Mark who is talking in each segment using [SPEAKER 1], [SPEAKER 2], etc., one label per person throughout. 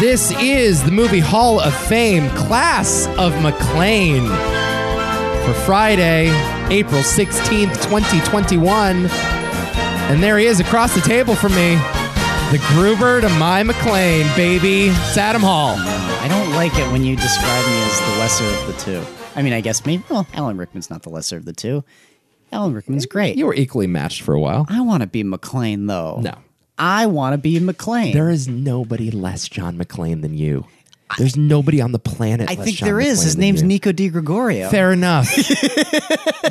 [SPEAKER 1] This is the movie Hall of Fame Class of McLean for Friday, April 16th, 2021. And there he is across the table from me. The Gruber to my McLean, baby. Saddam Hall.
[SPEAKER 2] Uh, I don't like it when you describe me as the lesser of the two. I mean, I guess maybe, well, Alan Rickman's not the lesser of the two. Alan Rickman's great.
[SPEAKER 1] You were equally matched for a while.
[SPEAKER 2] I want to be McLean, though.
[SPEAKER 1] No.
[SPEAKER 2] I want to be McLean.
[SPEAKER 1] There is nobody less John McLean than you. There's nobody on the planet.
[SPEAKER 2] I
[SPEAKER 1] less
[SPEAKER 2] think
[SPEAKER 1] John
[SPEAKER 2] there is.
[SPEAKER 1] McClane
[SPEAKER 2] His
[SPEAKER 1] than
[SPEAKER 2] name's
[SPEAKER 1] you.
[SPEAKER 2] Nico Di Gregorio.
[SPEAKER 1] Fair enough.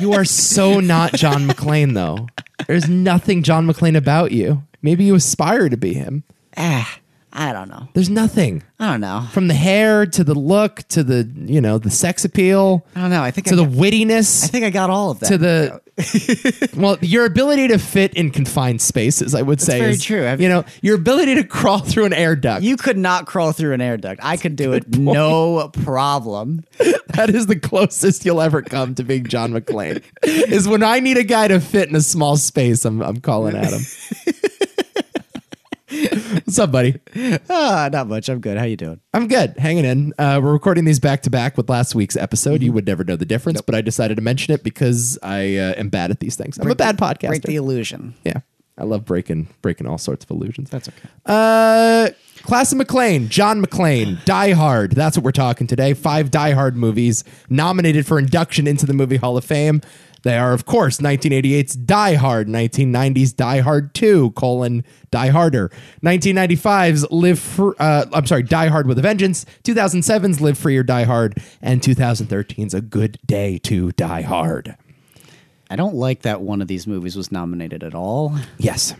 [SPEAKER 1] you are so not John McClane, though. There's nothing John McClane about you. Maybe you aspire to be him.
[SPEAKER 2] Ah, I don't know.
[SPEAKER 1] There's nothing
[SPEAKER 2] I don't know.
[SPEAKER 1] from the hair to the look to the you know the sex appeal
[SPEAKER 2] I don't know. I think
[SPEAKER 1] to
[SPEAKER 2] I,
[SPEAKER 1] the
[SPEAKER 2] got, I
[SPEAKER 1] wittiness
[SPEAKER 2] think I got all of that.
[SPEAKER 1] to the well your ability to fit in confined spaces. I would say
[SPEAKER 2] very
[SPEAKER 1] is,
[SPEAKER 2] true. I've-
[SPEAKER 1] you know your ability to crawl through an air duct.
[SPEAKER 2] you could not crawl through an air duct. I could do it no problem.
[SPEAKER 1] That is the closest you'll ever come to being John McClane. is when I need a guy to fit in a small space, I'm, I'm calling at him. What's up, buddy?
[SPEAKER 2] Ah, not much. I'm good. How you doing?
[SPEAKER 1] I'm good, hanging in. Uh, we're recording these back to back with last week's episode.
[SPEAKER 2] Mm-hmm.
[SPEAKER 1] You would never know the difference, but I decided to mention it because I uh, am bad at these things. I'm a bad
[SPEAKER 2] Break
[SPEAKER 1] podcaster.
[SPEAKER 2] the illusion.
[SPEAKER 1] yeah, I love breaking breaking all sorts of illusions.
[SPEAKER 2] That's okay.
[SPEAKER 1] Uh, Class of McLean, John McClane, Die Hard. That's what we're talking today. Five Die Hard movies nominated for induction into the Movie Hall of Fame. They are, of course, 1988's Die Hard, 1990's Die Hard 2, colon, Die Harder, 1995's Live, Fr- uh, I'm sorry, Die Hard with a Vengeance, 2007's Live Free or Die Hard, and 2013's A Good Day to Die Hard.
[SPEAKER 2] I don't like that one of these movies was nominated at all,
[SPEAKER 1] Yes.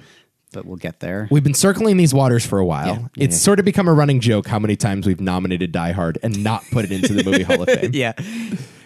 [SPEAKER 2] but we'll get there.
[SPEAKER 1] We've been circling these waters for a while. It's sort of become a running joke how many times we've nominated Die Hard and not put it into the movie Hall of Fame.
[SPEAKER 2] yeah.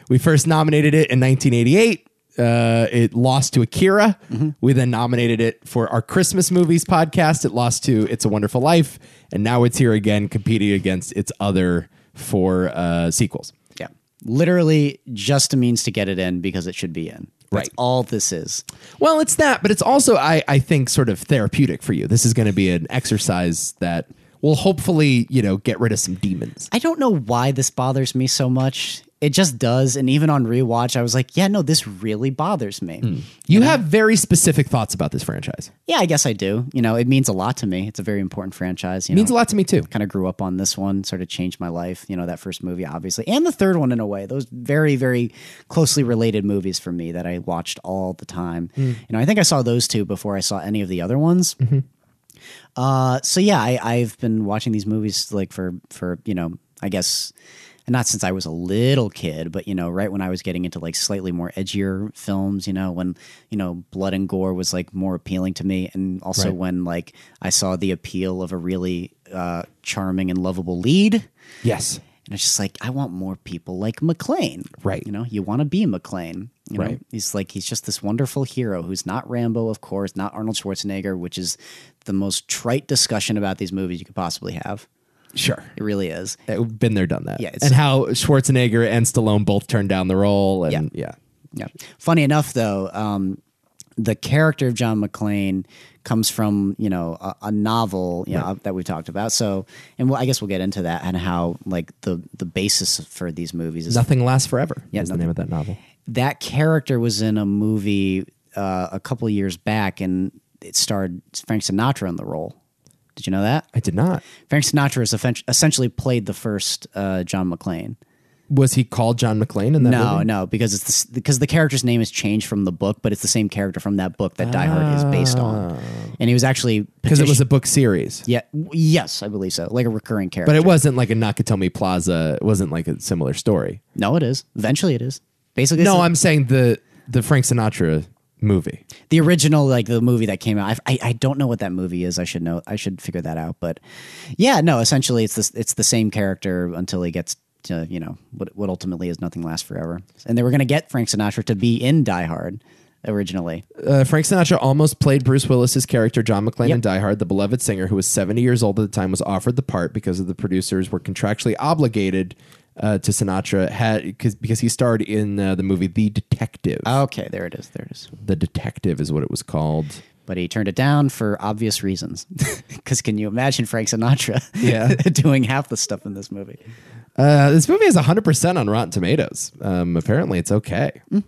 [SPEAKER 1] We first nominated it in 1988. Uh, it lost to Akira. We then nominated it for our Christmas movies podcast. It lost to It's a Wonderful Life, and now it's here again, competing against its other four uh, sequels.
[SPEAKER 2] Yeah. Literally just a means to get it in because it should be in.
[SPEAKER 1] Right.
[SPEAKER 2] That's all this is.
[SPEAKER 1] Well, it's that, but it's also I I think sort of therapeutic for you. This is going to be an exercise that will hopefully you know get rid of some demons.
[SPEAKER 2] I don't know why this bothers me so much. It just does. And even on rewatch, I was like, yeah, no, this really bothers me.
[SPEAKER 1] You have very specific thoughts about this franchise.
[SPEAKER 2] Yeah, I guess I do. You know, it means a lot to me. It's a very important franchise. You
[SPEAKER 1] Means a
[SPEAKER 2] know,
[SPEAKER 1] lot to me too.
[SPEAKER 2] kind of grew up on this one, sort of changed my life. You know, that first movie, obviously, and the third one in a way. Those very, very closely related movies for me that I watched all the time. You know, I think I saw those two before I saw any of the other ones. Uh, so yeah, I, I've been watching these movies like for for you know, I guess not since I was a little kid, but you know, right when I was getting into like slightly more edgier films, you know, when you know blood and gore was like more appealing to me, and also
[SPEAKER 1] Right.
[SPEAKER 2] when like I saw the appeal of a really uh, charming and lovable lead.
[SPEAKER 1] Yes.
[SPEAKER 2] And it's just like I want more people like McLean,
[SPEAKER 1] Right.
[SPEAKER 2] You know, you want to be McLean, you know?
[SPEAKER 1] Right.
[SPEAKER 2] He's like he's just this wonderful hero who's not Rambo, of course, not Arnold Schwarzenegger, which is the most trite discussion about these movies you could possibly have.
[SPEAKER 1] Sure.
[SPEAKER 2] It really is.
[SPEAKER 1] Uh, Been there, done that.
[SPEAKER 2] Yeah, it's-
[SPEAKER 1] and how Schwarzenegger and Stallone both turned down the role. And yeah.
[SPEAKER 2] Yeah. Funny enough, though, um, the character of John McClane comes from you know a, a novel you know, that we've talked about. So, and well, I guess we'll get into that and how like the the basis for these movies is
[SPEAKER 1] Nothing lasts forever.
[SPEAKER 2] Yeah,
[SPEAKER 1] is the name of that novel.
[SPEAKER 2] that character was in a movie uh, a couple years back, and it starred Frank Sinatra in the role. Did you know that
[SPEAKER 1] I did not.
[SPEAKER 2] Frank Sinatra is effen- essentially played the first uh, John McClane?
[SPEAKER 1] Was he called John McClane in that
[SPEAKER 2] No,
[SPEAKER 1] movie?
[SPEAKER 2] no, because it's the, s- because the character's name is changed from the book, but it's the same character from that book that Die Hard is based on, and he was actually
[SPEAKER 1] Because Ah. it was
[SPEAKER 2] petition-
[SPEAKER 1] a book series.
[SPEAKER 2] yeah w- yes I believe so like a recurring character.
[SPEAKER 1] But it wasn't like a Nakatomi Plaza. It wasn't like a similar story.
[SPEAKER 2] no, it is eventually it is basically it's
[SPEAKER 1] No,
[SPEAKER 2] the-
[SPEAKER 1] I'm saying the the Frank Sinatra movie.
[SPEAKER 2] the original like the movie that came out I, I i don't know what that movie is i should know i should figure that out but yeah no essentially it's this it's the same character until he gets to you know what what ultimately is nothing lasts forever and they were going to get frank sinatra to be in die hard originally
[SPEAKER 1] Uh, Frank Sinatra almost played Bruce Willis's character John McClane
[SPEAKER 2] Yep.
[SPEAKER 1] in Die Hard. The beloved singer, who was 70 years old at the time, was offered the part because of the producers were contractually obligated uh, to Sinatra had cause, because he starred in uh, the movie The Detective.
[SPEAKER 2] okay there it is there it is
[SPEAKER 1] the Detective is what it was called.
[SPEAKER 2] But he turned it down for obvious reasons. Because can you imagine Frank Sinatra
[SPEAKER 1] Yeah.
[SPEAKER 2] doing half the stuff in this movie?
[SPEAKER 1] Uh, this movie is 100% on Rotten Tomatoes. Um, apparently, it's okay.
[SPEAKER 2] Mm.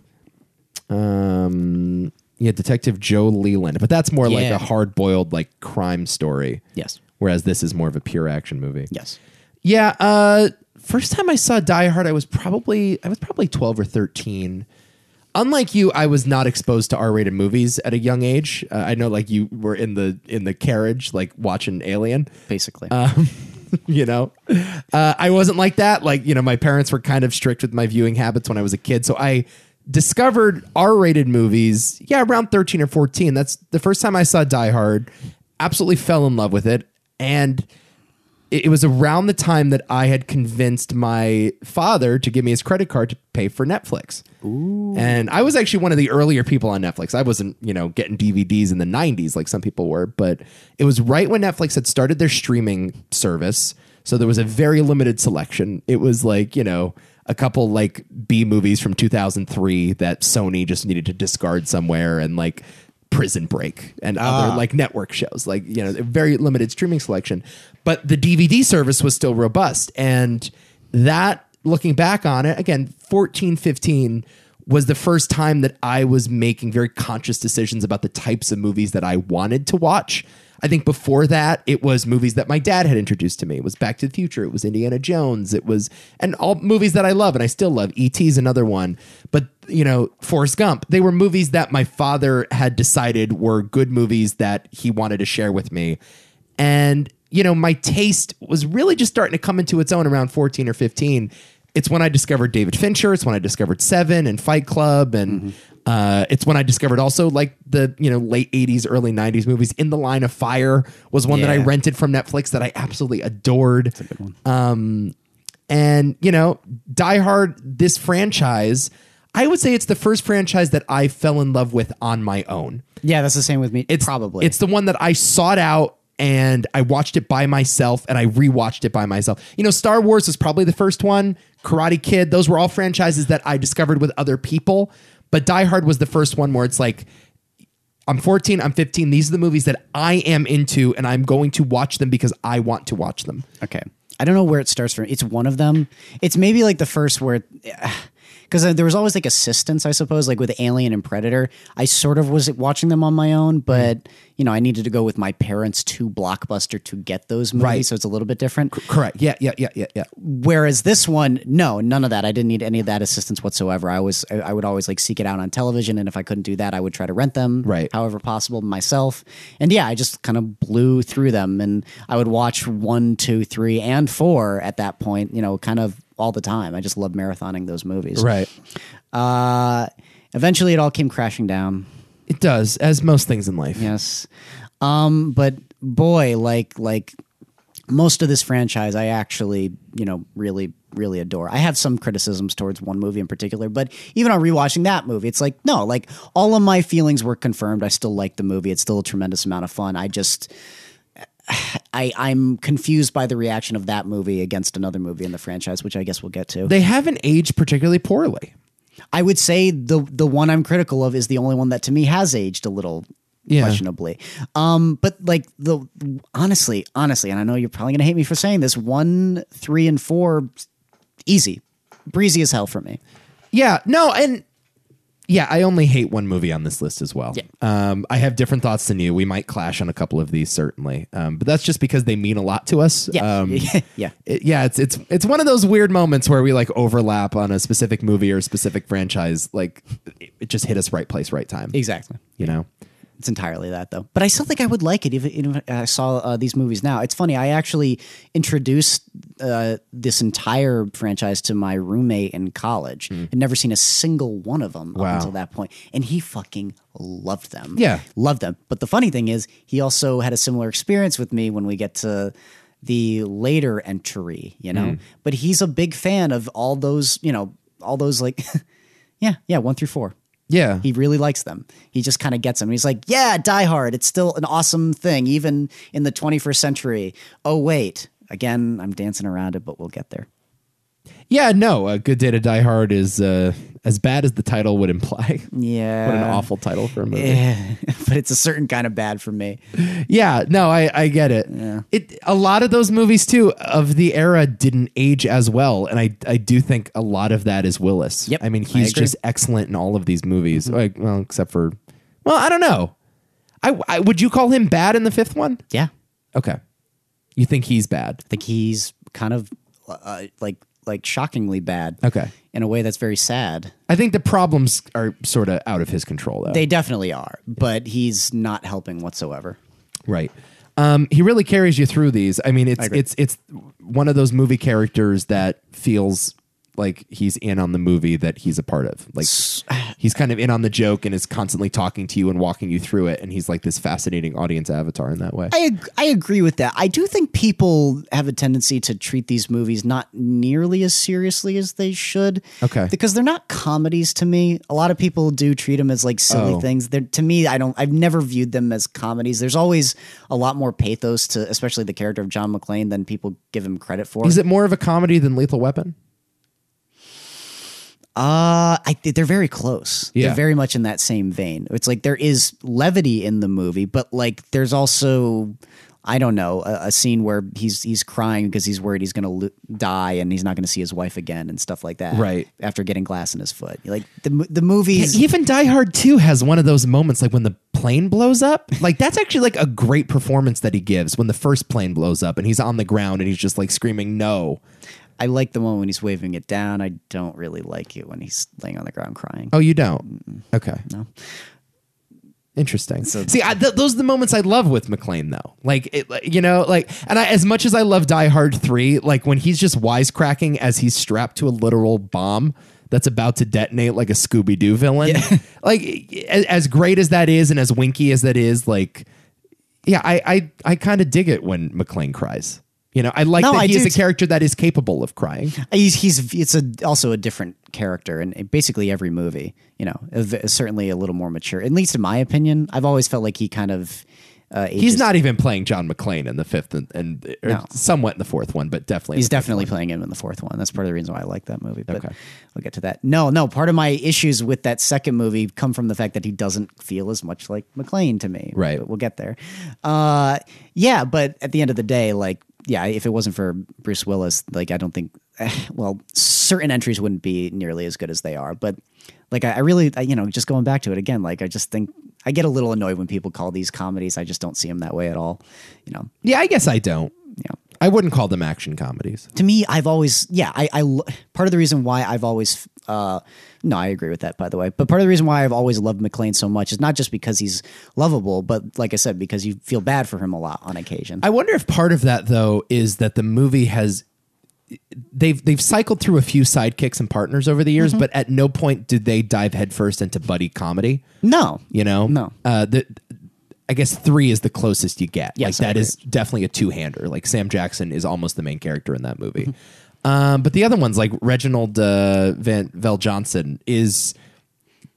[SPEAKER 1] Um, yeah, Detective Joe Leland. But that's more like
[SPEAKER 2] Yeah.
[SPEAKER 1] a hard boiled like crime story.
[SPEAKER 2] Yes.
[SPEAKER 1] Whereas this is more of a pure action movie.
[SPEAKER 2] Yes.
[SPEAKER 1] Yeah. Uh, first time I saw Die Hard, I was probably I was probably twelve or thirteen. Unlike you, I was not exposed to R-rated movies at a young age. Uh, I know, like you were in the in the carriage, like watching Alien.
[SPEAKER 2] Basically.
[SPEAKER 1] Uh, you know, uh, I wasn't like that. Like you know, my parents were kind of strict with my viewing habits when I was a kid, so I discovered R-rated movies. Yeah, around thirteen or fourteen. That's the first time I saw Die Hard. Absolutely fell in love with it, and it, it was around the time that I had convinced my father to give me his credit card to pay for Netflix. And I was actually one of the earlier people on Netflix. I wasn't, you know, getting DVDs in the 90s like some people were, but it was right when Netflix had started their streaming service. So there was a very limited selection. It was like, you know, a couple like B movies from 2003 that Sony just needed to discard somewhere and like Prison Break and other like network shows, like you know, very limited streaming selection. But the DVD service was still robust, and that looking back on it again, fourteen, fifteen was the first time that I was making very conscious decisions about the types of movies that I wanted to watch. I think before that, it was movies that my dad had introduced to me. It was Back to the Future. It was Indiana Jones. It was, and all movies that I love and I still love. E.T.'s another one. But, you know, Forrest Gump, they were movies that my father had decided were good movies that he wanted to share with me. And, you know, my taste was really just starting to come into its own around 14 or 15. It's when I discovered David Fincher. It's when I discovered Seven and Fight Club. And, uh, it's when I discovered also like the you know late '80s, early '90s movies. In the Line of Fire was one that I
[SPEAKER 2] Yeah.
[SPEAKER 1] rented from Netflix that I absolutely adored. Um, and you know, Die Hard, this franchise, I would say it's the first franchise that I fell in love with on my own.
[SPEAKER 2] yeah, that's the same with me.
[SPEAKER 1] It's
[SPEAKER 2] Probably.
[SPEAKER 1] It's the one that I sought out and I watched it by myself and I rewatched it by myself. You know, Star Wars was probably the first one, Karate Kid, those were all franchises that I discovered with other people, but Die Hard was the first one where it's like I'm 14, I'm 15, these are the movies that I am into and I'm going to watch them because I want to watch them.
[SPEAKER 2] Okay. I don't know where it starts from. It's one of them. It's maybe like the first where, because there was always like assistance, I suppose, like with Alien and Predator. I sort of was watching them on my own, but you know, I needed to go with my parents to Blockbuster to get those movies,
[SPEAKER 1] Right.
[SPEAKER 2] so it's a little bit different.
[SPEAKER 1] Correct. Yeah, yeah, yeah, yeah, yeah.
[SPEAKER 2] Whereas this one, no, none of that. I didn't need any of that assistance whatsoever. I was, I- I would always like seek it out on television, and if I couldn't do that, I would try to rent them,
[SPEAKER 1] Right.
[SPEAKER 2] however possible myself. And yeah, I just kind of blew through them, and I would watch one, two, three, and four at that point. You know, kind of all the time. I just loved marathoning those movies.
[SPEAKER 1] Right.
[SPEAKER 2] Uh, eventually, it all came crashing down.
[SPEAKER 1] It does, as most things in life.
[SPEAKER 2] Yes. Um, but boy, like like most of this franchise I actually, you know, really really adore. I have some criticisms towards one movie in particular, but even on rewatching that movie, it's like no, like all of my feelings were confirmed. I still like the movie. It's still a tremendous amount of fun. I just I, I'm confused by the reaction of that movie against another movie in the franchise, which I guess we'll get to.
[SPEAKER 1] They haven't aged particularly poorly.
[SPEAKER 2] I would say the the one I'm critical of is the only one that to me has aged a little
[SPEAKER 1] Yeah.
[SPEAKER 2] questionably. Um, but like the honestly, honestly, and I know you're probably gonna hate me for saying this, one, three, and four, easy, breezy as hell for me.
[SPEAKER 1] Yeah, no, and yeah, I only hate one movie on this list as well. Um, I have different thoughts than you. We might clash on a couple of these certainly, um, but that's just because they mean a lot to us.
[SPEAKER 2] Yeah,
[SPEAKER 1] um,
[SPEAKER 2] yeah.
[SPEAKER 1] it- yeah, it's it's it's one of those weird moments where we like overlap on a specific movie or a specific franchise. Like it, it just hit us right place, right time.
[SPEAKER 2] Exactly.
[SPEAKER 1] You know,
[SPEAKER 2] It's entirely that though. But I still think I would like it even, even if I saw uh, these movies now. It's funny. I actually introduced uh, this entire franchise to my roommate in college. I'd never seen a single one of them
[SPEAKER 1] Hmm. Wow.
[SPEAKER 2] up until that point, and he fucking loved them.
[SPEAKER 1] Yeah.
[SPEAKER 2] loved them. But the funny thing is, he also had a similar experience with me when we get to the later entry. You
[SPEAKER 1] Hmm.
[SPEAKER 2] know, but he's a big fan of all those. You know, all those like, yeah, yeah, one through four.
[SPEAKER 1] yeah,
[SPEAKER 2] He really likes them. He just kind of gets them. He's like, yeah, Die Hard. It's still an awesome thing, even in the 21st century. Oh, wait. Again, I'm dancing around it, but we'll get there.
[SPEAKER 1] yeah. No, a good day to Die Hard is uh, as bad as the title would imply.
[SPEAKER 2] Yeah.
[SPEAKER 1] what an awful title for a movie.
[SPEAKER 2] Yeah. but it's a certain kind of bad for me.
[SPEAKER 1] Yeah, no, I, I get it. It a lot of those movies too of the era didn't age as well, and I I do think a lot of that is Willis.
[SPEAKER 2] Yep,
[SPEAKER 1] I mean
[SPEAKER 2] I
[SPEAKER 1] he's
[SPEAKER 2] agree. Mm-hmm.
[SPEAKER 1] just excellent in all of these movies. Like, well, except for well, I don't know. I, I would you call him bad in the fifth one?
[SPEAKER 2] Yeah.
[SPEAKER 1] Okay, you think he's bad?
[SPEAKER 2] I think he's kind of uh, like like shockingly bad.
[SPEAKER 1] Okay.
[SPEAKER 2] In a way that's very sad.
[SPEAKER 1] I think the problems are sort of out of his control though.
[SPEAKER 2] They definitely are, but he's not helping whatsoever.
[SPEAKER 1] Right. Um, he really carries you through these. I mean, it's
[SPEAKER 2] agree.
[SPEAKER 1] it's it's one of those movie characters that feels like he's in on the movie that he's a part of. Like he's kind of in on the joke and is constantly talking to you and walking you through it. And he's like this fascinating audience avatar in that way.
[SPEAKER 2] I ag- I agree with that. I do think people have a tendency to treat these movies not nearly as seriously as they should.
[SPEAKER 1] Okay.
[SPEAKER 2] Because they're not comedies to me. A lot of people do treat them as like silly
[SPEAKER 1] Oh.
[SPEAKER 2] things. They're, to me, I don't. I've never viewed them as comedies. There's always a lot more pathos to, especially the character of John McClane, than people give him credit for.
[SPEAKER 1] is it more of a comedy than Lethal Weapon?
[SPEAKER 2] Uh, I, they're very close.
[SPEAKER 1] Yeah.
[SPEAKER 2] They're very much in that same vein. It's like there is levity in the movie, but like there's also, I don't know, a, a scene where he's he's crying because he's worried he's going to lo- die and he's not going to see his wife again and stuff like that.
[SPEAKER 1] Right.
[SPEAKER 2] After getting glass in his foot, like the mo- the movies.
[SPEAKER 1] Even Die Hard 2 has one of those moments like when the plane blows up. Like that's actually like a great performance that he gives when the first plane blows up and he's on the ground and he's just like screaming no.
[SPEAKER 2] I like the one when he's waving it down. I don't really like it when he's laying on the ground crying.
[SPEAKER 1] Oh, you don't? Okay.
[SPEAKER 2] No.
[SPEAKER 1] Interesting. See, I, th- those are the moments I love with McLean, though. Like, it, like, you know, like, and I, as much as I love Die Hard Three, like when he's just wisecracking as he's strapped to a literal bomb that's about to detonate like a Scooby Doo villain. like, as, as great as that is, and as winky as that is, like, yeah, I, I, I kind of dig it when McLean cries. You know, I like
[SPEAKER 2] No,
[SPEAKER 1] that
[SPEAKER 2] I
[SPEAKER 1] he is
[SPEAKER 2] do
[SPEAKER 1] a
[SPEAKER 2] too.
[SPEAKER 1] character that is capable of crying.
[SPEAKER 2] He's, he's it's a also a different character in in basically every movie. You know, a v- certainly a little more mature. At least in my opinion, I've always felt like he kind of uh,
[SPEAKER 1] He's
[SPEAKER 2] ages-
[SPEAKER 1] not even playing John McClane in the fifth and, and or
[SPEAKER 2] No.
[SPEAKER 1] somewhat in the fourth one, but definitely in
[SPEAKER 2] He's
[SPEAKER 1] the fifth
[SPEAKER 2] definitely playing him in the fourth one. That's part of the reason why I like that movie. But
[SPEAKER 1] Okay.
[SPEAKER 2] we'll get to that. No, no. Part of my issues with that second movie come from the fact that he doesn't feel as much like McLean to me.
[SPEAKER 1] Right.
[SPEAKER 2] But we'll get there. Uh, yeah, but at the end of the day, like, yeah, if it wasn't for Bruce Willis, like, I don't think, well, certain entries wouldn't be nearly as good as they are. But like, I, I really, I, you know, just going back to it again, like, I just think. I get a little annoyed when people call these comedies. I just don't see them that way at all. You know,
[SPEAKER 1] Yeah, I guess I don't.
[SPEAKER 2] yeah.
[SPEAKER 1] I wouldn't call them action comedies.
[SPEAKER 2] to me, I've always, yeah, I, I, lo- part of the reason why I've always, uh, no, I agree with that, by the way. But part of the reason why I've always loved McLean so much is not just because he's lovable, but like I said, because you feel bad for him a lot on occasion.
[SPEAKER 1] I wonder if part of that though is that the movie has they've they've cycled through a few sidekicks and partners over the years,
[SPEAKER 2] Mm-hmm.
[SPEAKER 1] but at no point did they dive headfirst into buddy comedy.
[SPEAKER 2] no.
[SPEAKER 1] You know,
[SPEAKER 2] No.
[SPEAKER 1] Uh, the, I guess three is the closest you get.
[SPEAKER 2] Yes,
[SPEAKER 1] like
[SPEAKER 2] I
[SPEAKER 1] that is definitely a two hander. Like Sam Jackson is almost the main character in that movie.
[SPEAKER 2] Mm-hmm.
[SPEAKER 1] Um, but the other ones, like Reginald uh, Van Vel Johnson, is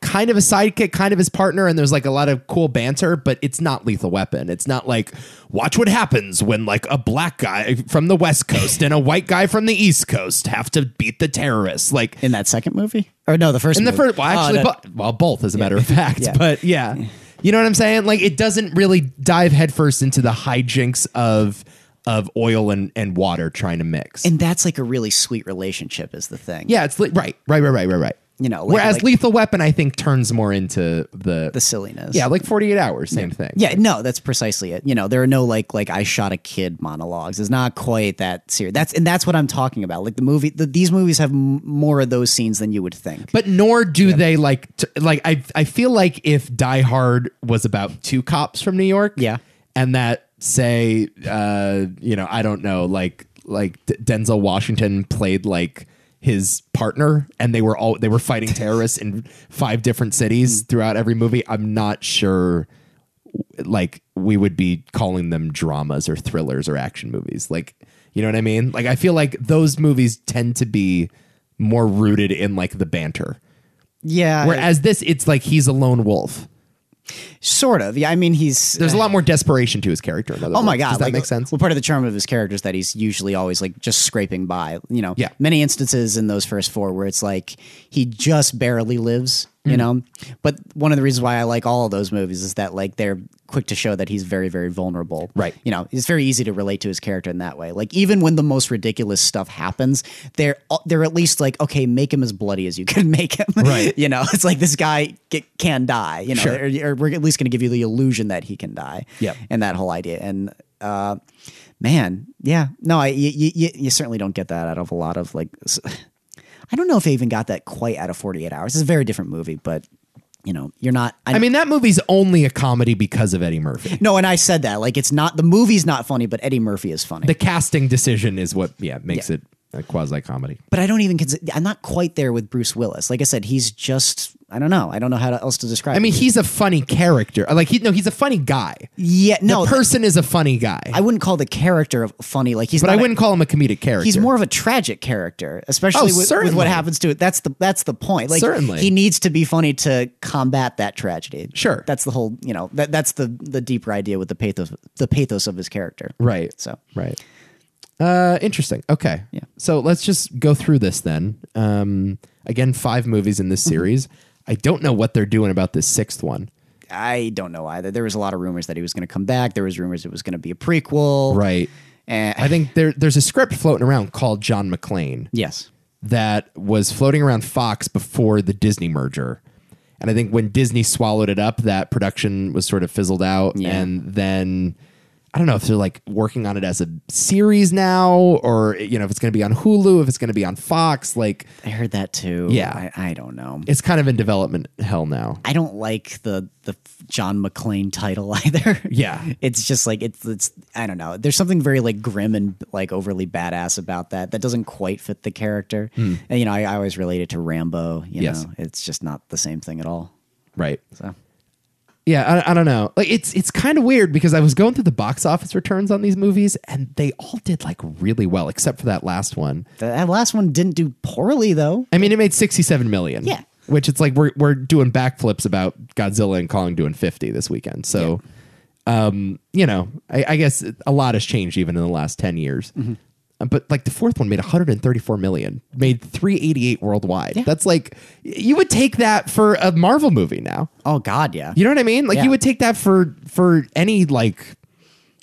[SPEAKER 1] kind of a sidekick, kind of his partner, and there's like a lot of cool banter, but it's not Lethal Weapon. It's not like watch what happens when like a black guy from the West Coast and a white guy from the East Coast have to beat the terrorists. Like
[SPEAKER 2] In that second movie? Or no, the first
[SPEAKER 1] in the
[SPEAKER 2] movie.
[SPEAKER 1] first, well,
[SPEAKER 2] Oh,
[SPEAKER 1] actually,
[SPEAKER 2] that-
[SPEAKER 1] bo- well, both as a matter of fact,
[SPEAKER 2] Yeah.
[SPEAKER 1] but yeah, you know what I'm saying. Like, it doesn't really dive headfirst into the hijinks of of oil and and water trying to mix.
[SPEAKER 2] and that's like a really sweet relationship, is the thing.
[SPEAKER 1] yeah, it's li- right, right, right, right, right, right.
[SPEAKER 2] You know, like-
[SPEAKER 1] whereas
[SPEAKER 2] like-
[SPEAKER 1] Lethal Weapon, I think, turns more into the,
[SPEAKER 2] The silliness.
[SPEAKER 1] yeah, like 48 hours, same thing.
[SPEAKER 2] Yeah, no, that's precisely it. You know, there are no like like I shot a kid monologues. It's not quite that serious. That's and that's what I'm talking about. Like the movie, the, these movies have m- more of those scenes than you would think.
[SPEAKER 1] But nor do they like t- like I I feel like if Die Hard was about two cops from New York,
[SPEAKER 2] Yeah.
[SPEAKER 1] and that say uh you know I don't know like like D- Denzel Washington played like his partner and they were all they were fighting terrorists in five different cities throughout every movie. I'm not sure like we would be calling them dramas or thrillers or action movies. Like, you know what I mean? Like, I feel like those movies tend to be more rooted in like the banter.
[SPEAKER 2] Yeah,
[SPEAKER 1] Whereas this, it's like he's a lone wolf.
[SPEAKER 2] Sort of. Yeah. I mean, he's
[SPEAKER 1] There's a lot more desperation to his character. In other
[SPEAKER 2] Oh my
[SPEAKER 1] words.
[SPEAKER 2] god!
[SPEAKER 1] Does that
[SPEAKER 2] like,
[SPEAKER 1] make sense?
[SPEAKER 2] Well, part of the charm of his character is that he's usually always like just scraping by. You know,
[SPEAKER 1] Yeah.
[SPEAKER 2] Many instances in those first four where it's like he just barely lives.
[SPEAKER 1] Mm-hmm.
[SPEAKER 2] You know, but one of the reasons why I like all of those movies is that like they're quick to show that he's very very vulnerable.
[SPEAKER 1] Right.
[SPEAKER 2] You know, it's very easy to relate to his character in that way. Like even when the most ridiculous stuff happens, they're they're at least like okay, make him as bloody as you can make him.
[SPEAKER 1] Right.
[SPEAKER 2] you know, it's like this guy get, can die. You know,
[SPEAKER 1] Sure.
[SPEAKER 2] or, or we're at least going to give you the illusion that he can die
[SPEAKER 1] Yep.
[SPEAKER 2] and that whole idea. And uh, man, yeah, no, I you, you, you certainly don't get that out of a lot of like. s- I don't know if they even got that quite out of Forty Eight Hours. It's a very different movie, but you know, you're not. I,
[SPEAKER 1] I mean, that movie's only a comedy because of Eddie Murphy.
[SPEAKER 2] no, and I said that like it's not the movie's not funny, but Eddie Murphy is funny.
[SPEAKER 1] The casting decision is what yeah makes
[SPEAKER 2] Yeah.
[SPEAKER 1] it a quasi comedy.
[SPEAKER 2] but I don't even consider. I'm not quite there with Bruce Willis. Like I said, he's just. I don't know. I don't know how else to describe.
[SPEAKER 1] I mean, he's a funny character. Like he no, he's a funny guy.
[SPEAKER 2] yeah, no,
[SPEAKER 1] the person is a funny guy,
[SPEAKER 2] I wouldn't call the character of funny. Like he's.
[SPEAKER 1] but I
[SPEAKER 2] not a-
[SPEAKER 1] wouldn't call him a comedic character.
[SPEAKER 2] He's more of a tragic character, especially
[SPEAKER 1] Oh,
[SPEAKER 2] with- with,
[SPEAKER 1] certainly.
[SPEAKER 2] what happens to it. That's the that's the point. Like
[SPEAKER 1] Certainly.
[SPEAKER 2] he needs to be funny to combat that tragedy.
[SPEAKER 1] Sure.
[SPEAKER 2] that's the whole. You know, that that's the the deeper idea with the pathos the pathos of his character.
[SPEAKER 1] right.
[SPEAKER 2] So
[SPEAKER 1] Right. Uh, interesting. Okay.
[SPEAKER 2] Yeah.
[SPEAKER 1] So let's just go through this then. Um, again, five movies in this series. I don't know what they're doing about this sixth one.
[SPEAKER 2] I don't know either. There was a lot of rumors that he was going to come back. There was rumors it was going to be a prequel. Eh,
[SPEAKER 1] Right.
[SPEAKER 2] And
[SPEAKER 1] I think there there's a script floating around called John McClane
[SPEAKER 2] yes,
[SPEAKER 1] that was floating around Fox before the Disney merger. And I think when Disney swallowed it up, that production was sort of fizzled out.
[SPEAKER 2] Yeah.
[SPEAKER 1] And then I don't know if they're like working on it as a series now or, you know, if it's going to be on Hulu, if it's going to be on Fox. Like,
[SPEAKER 2] I heard that too.
[SPEAKER 1] Yeah.
[SPEAKER 2] I, I don't know.
[SPEAKER 1] it's kind of in development hell now.
[SPEAKER 2] I don't like the the John McClane title either.
[SPEAKER 1] Yeah.
[SPEAKER 2] it's just like it's it's I don't know. There's something very like grim and like overly badass about that. That doesn't quite fit the character. And you know, I, I always relate it to Rambo. You
[SPEAKER 1] Yes.
[SPEAKER 2] know, it's just not the same thing at all.
[SPEAKER 1] Right.
[SPEAKER 2] So
[SPEAKER 1] Yeah, I, I don't know. Like it's it's kind of weird because I was going through the box office returns on these movies and they all did like really well except for that last one.
[SPEAKER 2] the, that last one didn't do poorly though.
[SPEAKER 1] I mean, it made 67 million.
[SPEAKER 2] Yeah.
[SPEAKER 1] Which it's like we're we're doing backflips about Godzilla and Kong doing 50 this weekend. So um, you know, I, I guess a lot has changed even in the last 10 years.
[SPEAKER 2] Mm-hmm.
[SPEAKER 1] Uh, But like the fourth one made 134 million, made 388 worldwide. That's like you would take that for a Marvel movie now.
[SPEAKER 2] Oh God, yeah.
[SPEAKER 1] You know what I mean? Like
[SPEAKER 2] Yeah.
[SPEAKER 1] you would take that for for any like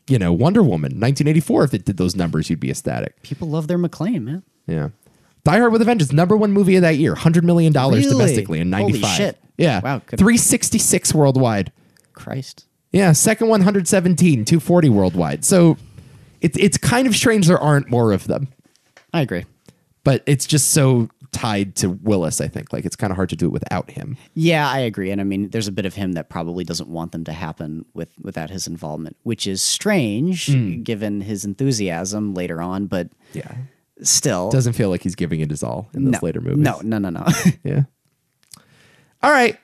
[SPEAKER 1] you know Wonder Woman 1984 if it did those numbers you'd be ecstatic.
[SPEAKER 2] People love their McClane, man.
[SPEAKER 1] Yeah. Die Hard with a Vengeance, number one movie of that year, hundred million dollars
[SPEAKER 2] Really?
[SPEAKER 1] domestically in
[SPEAKER 2] Holy
[SPEAKER 1] '95.
[SPEAKER 2] shit.
[SPEAKER 1] Yeah,
[SPEAKER 2] Wow, good.
[SPEAKER 1] three sixty six worldwide.
[SPEAKER 2] Christ.
[SPEAKER 1] Yeah, second one hundred seventeen, two forty worldwide. So it's it's kind of strange there aren't more of them,
[SPEAKER 2] I agree.
[SPEAKER 1] but it's just so tied to Willis. I think like it's kind of hard to do it without him.
[SPEAKER 2] Yeah, I agree. And I mean, there's a bit of him that probably doesn't want them to happen with without his involvement, which is strange given his enthusiasm later on, but
[SPEAKER 1] Yeah,
[SPEAKER 2] still
[SPEAKER 1] doesn't feel like he's giving it his all in those
[SPEAKER 2] no,
[SPEAKER 1] later movies.
[SPEAKER 2] No, no, no, no.
[SPEAKER 1] Yeah. All right.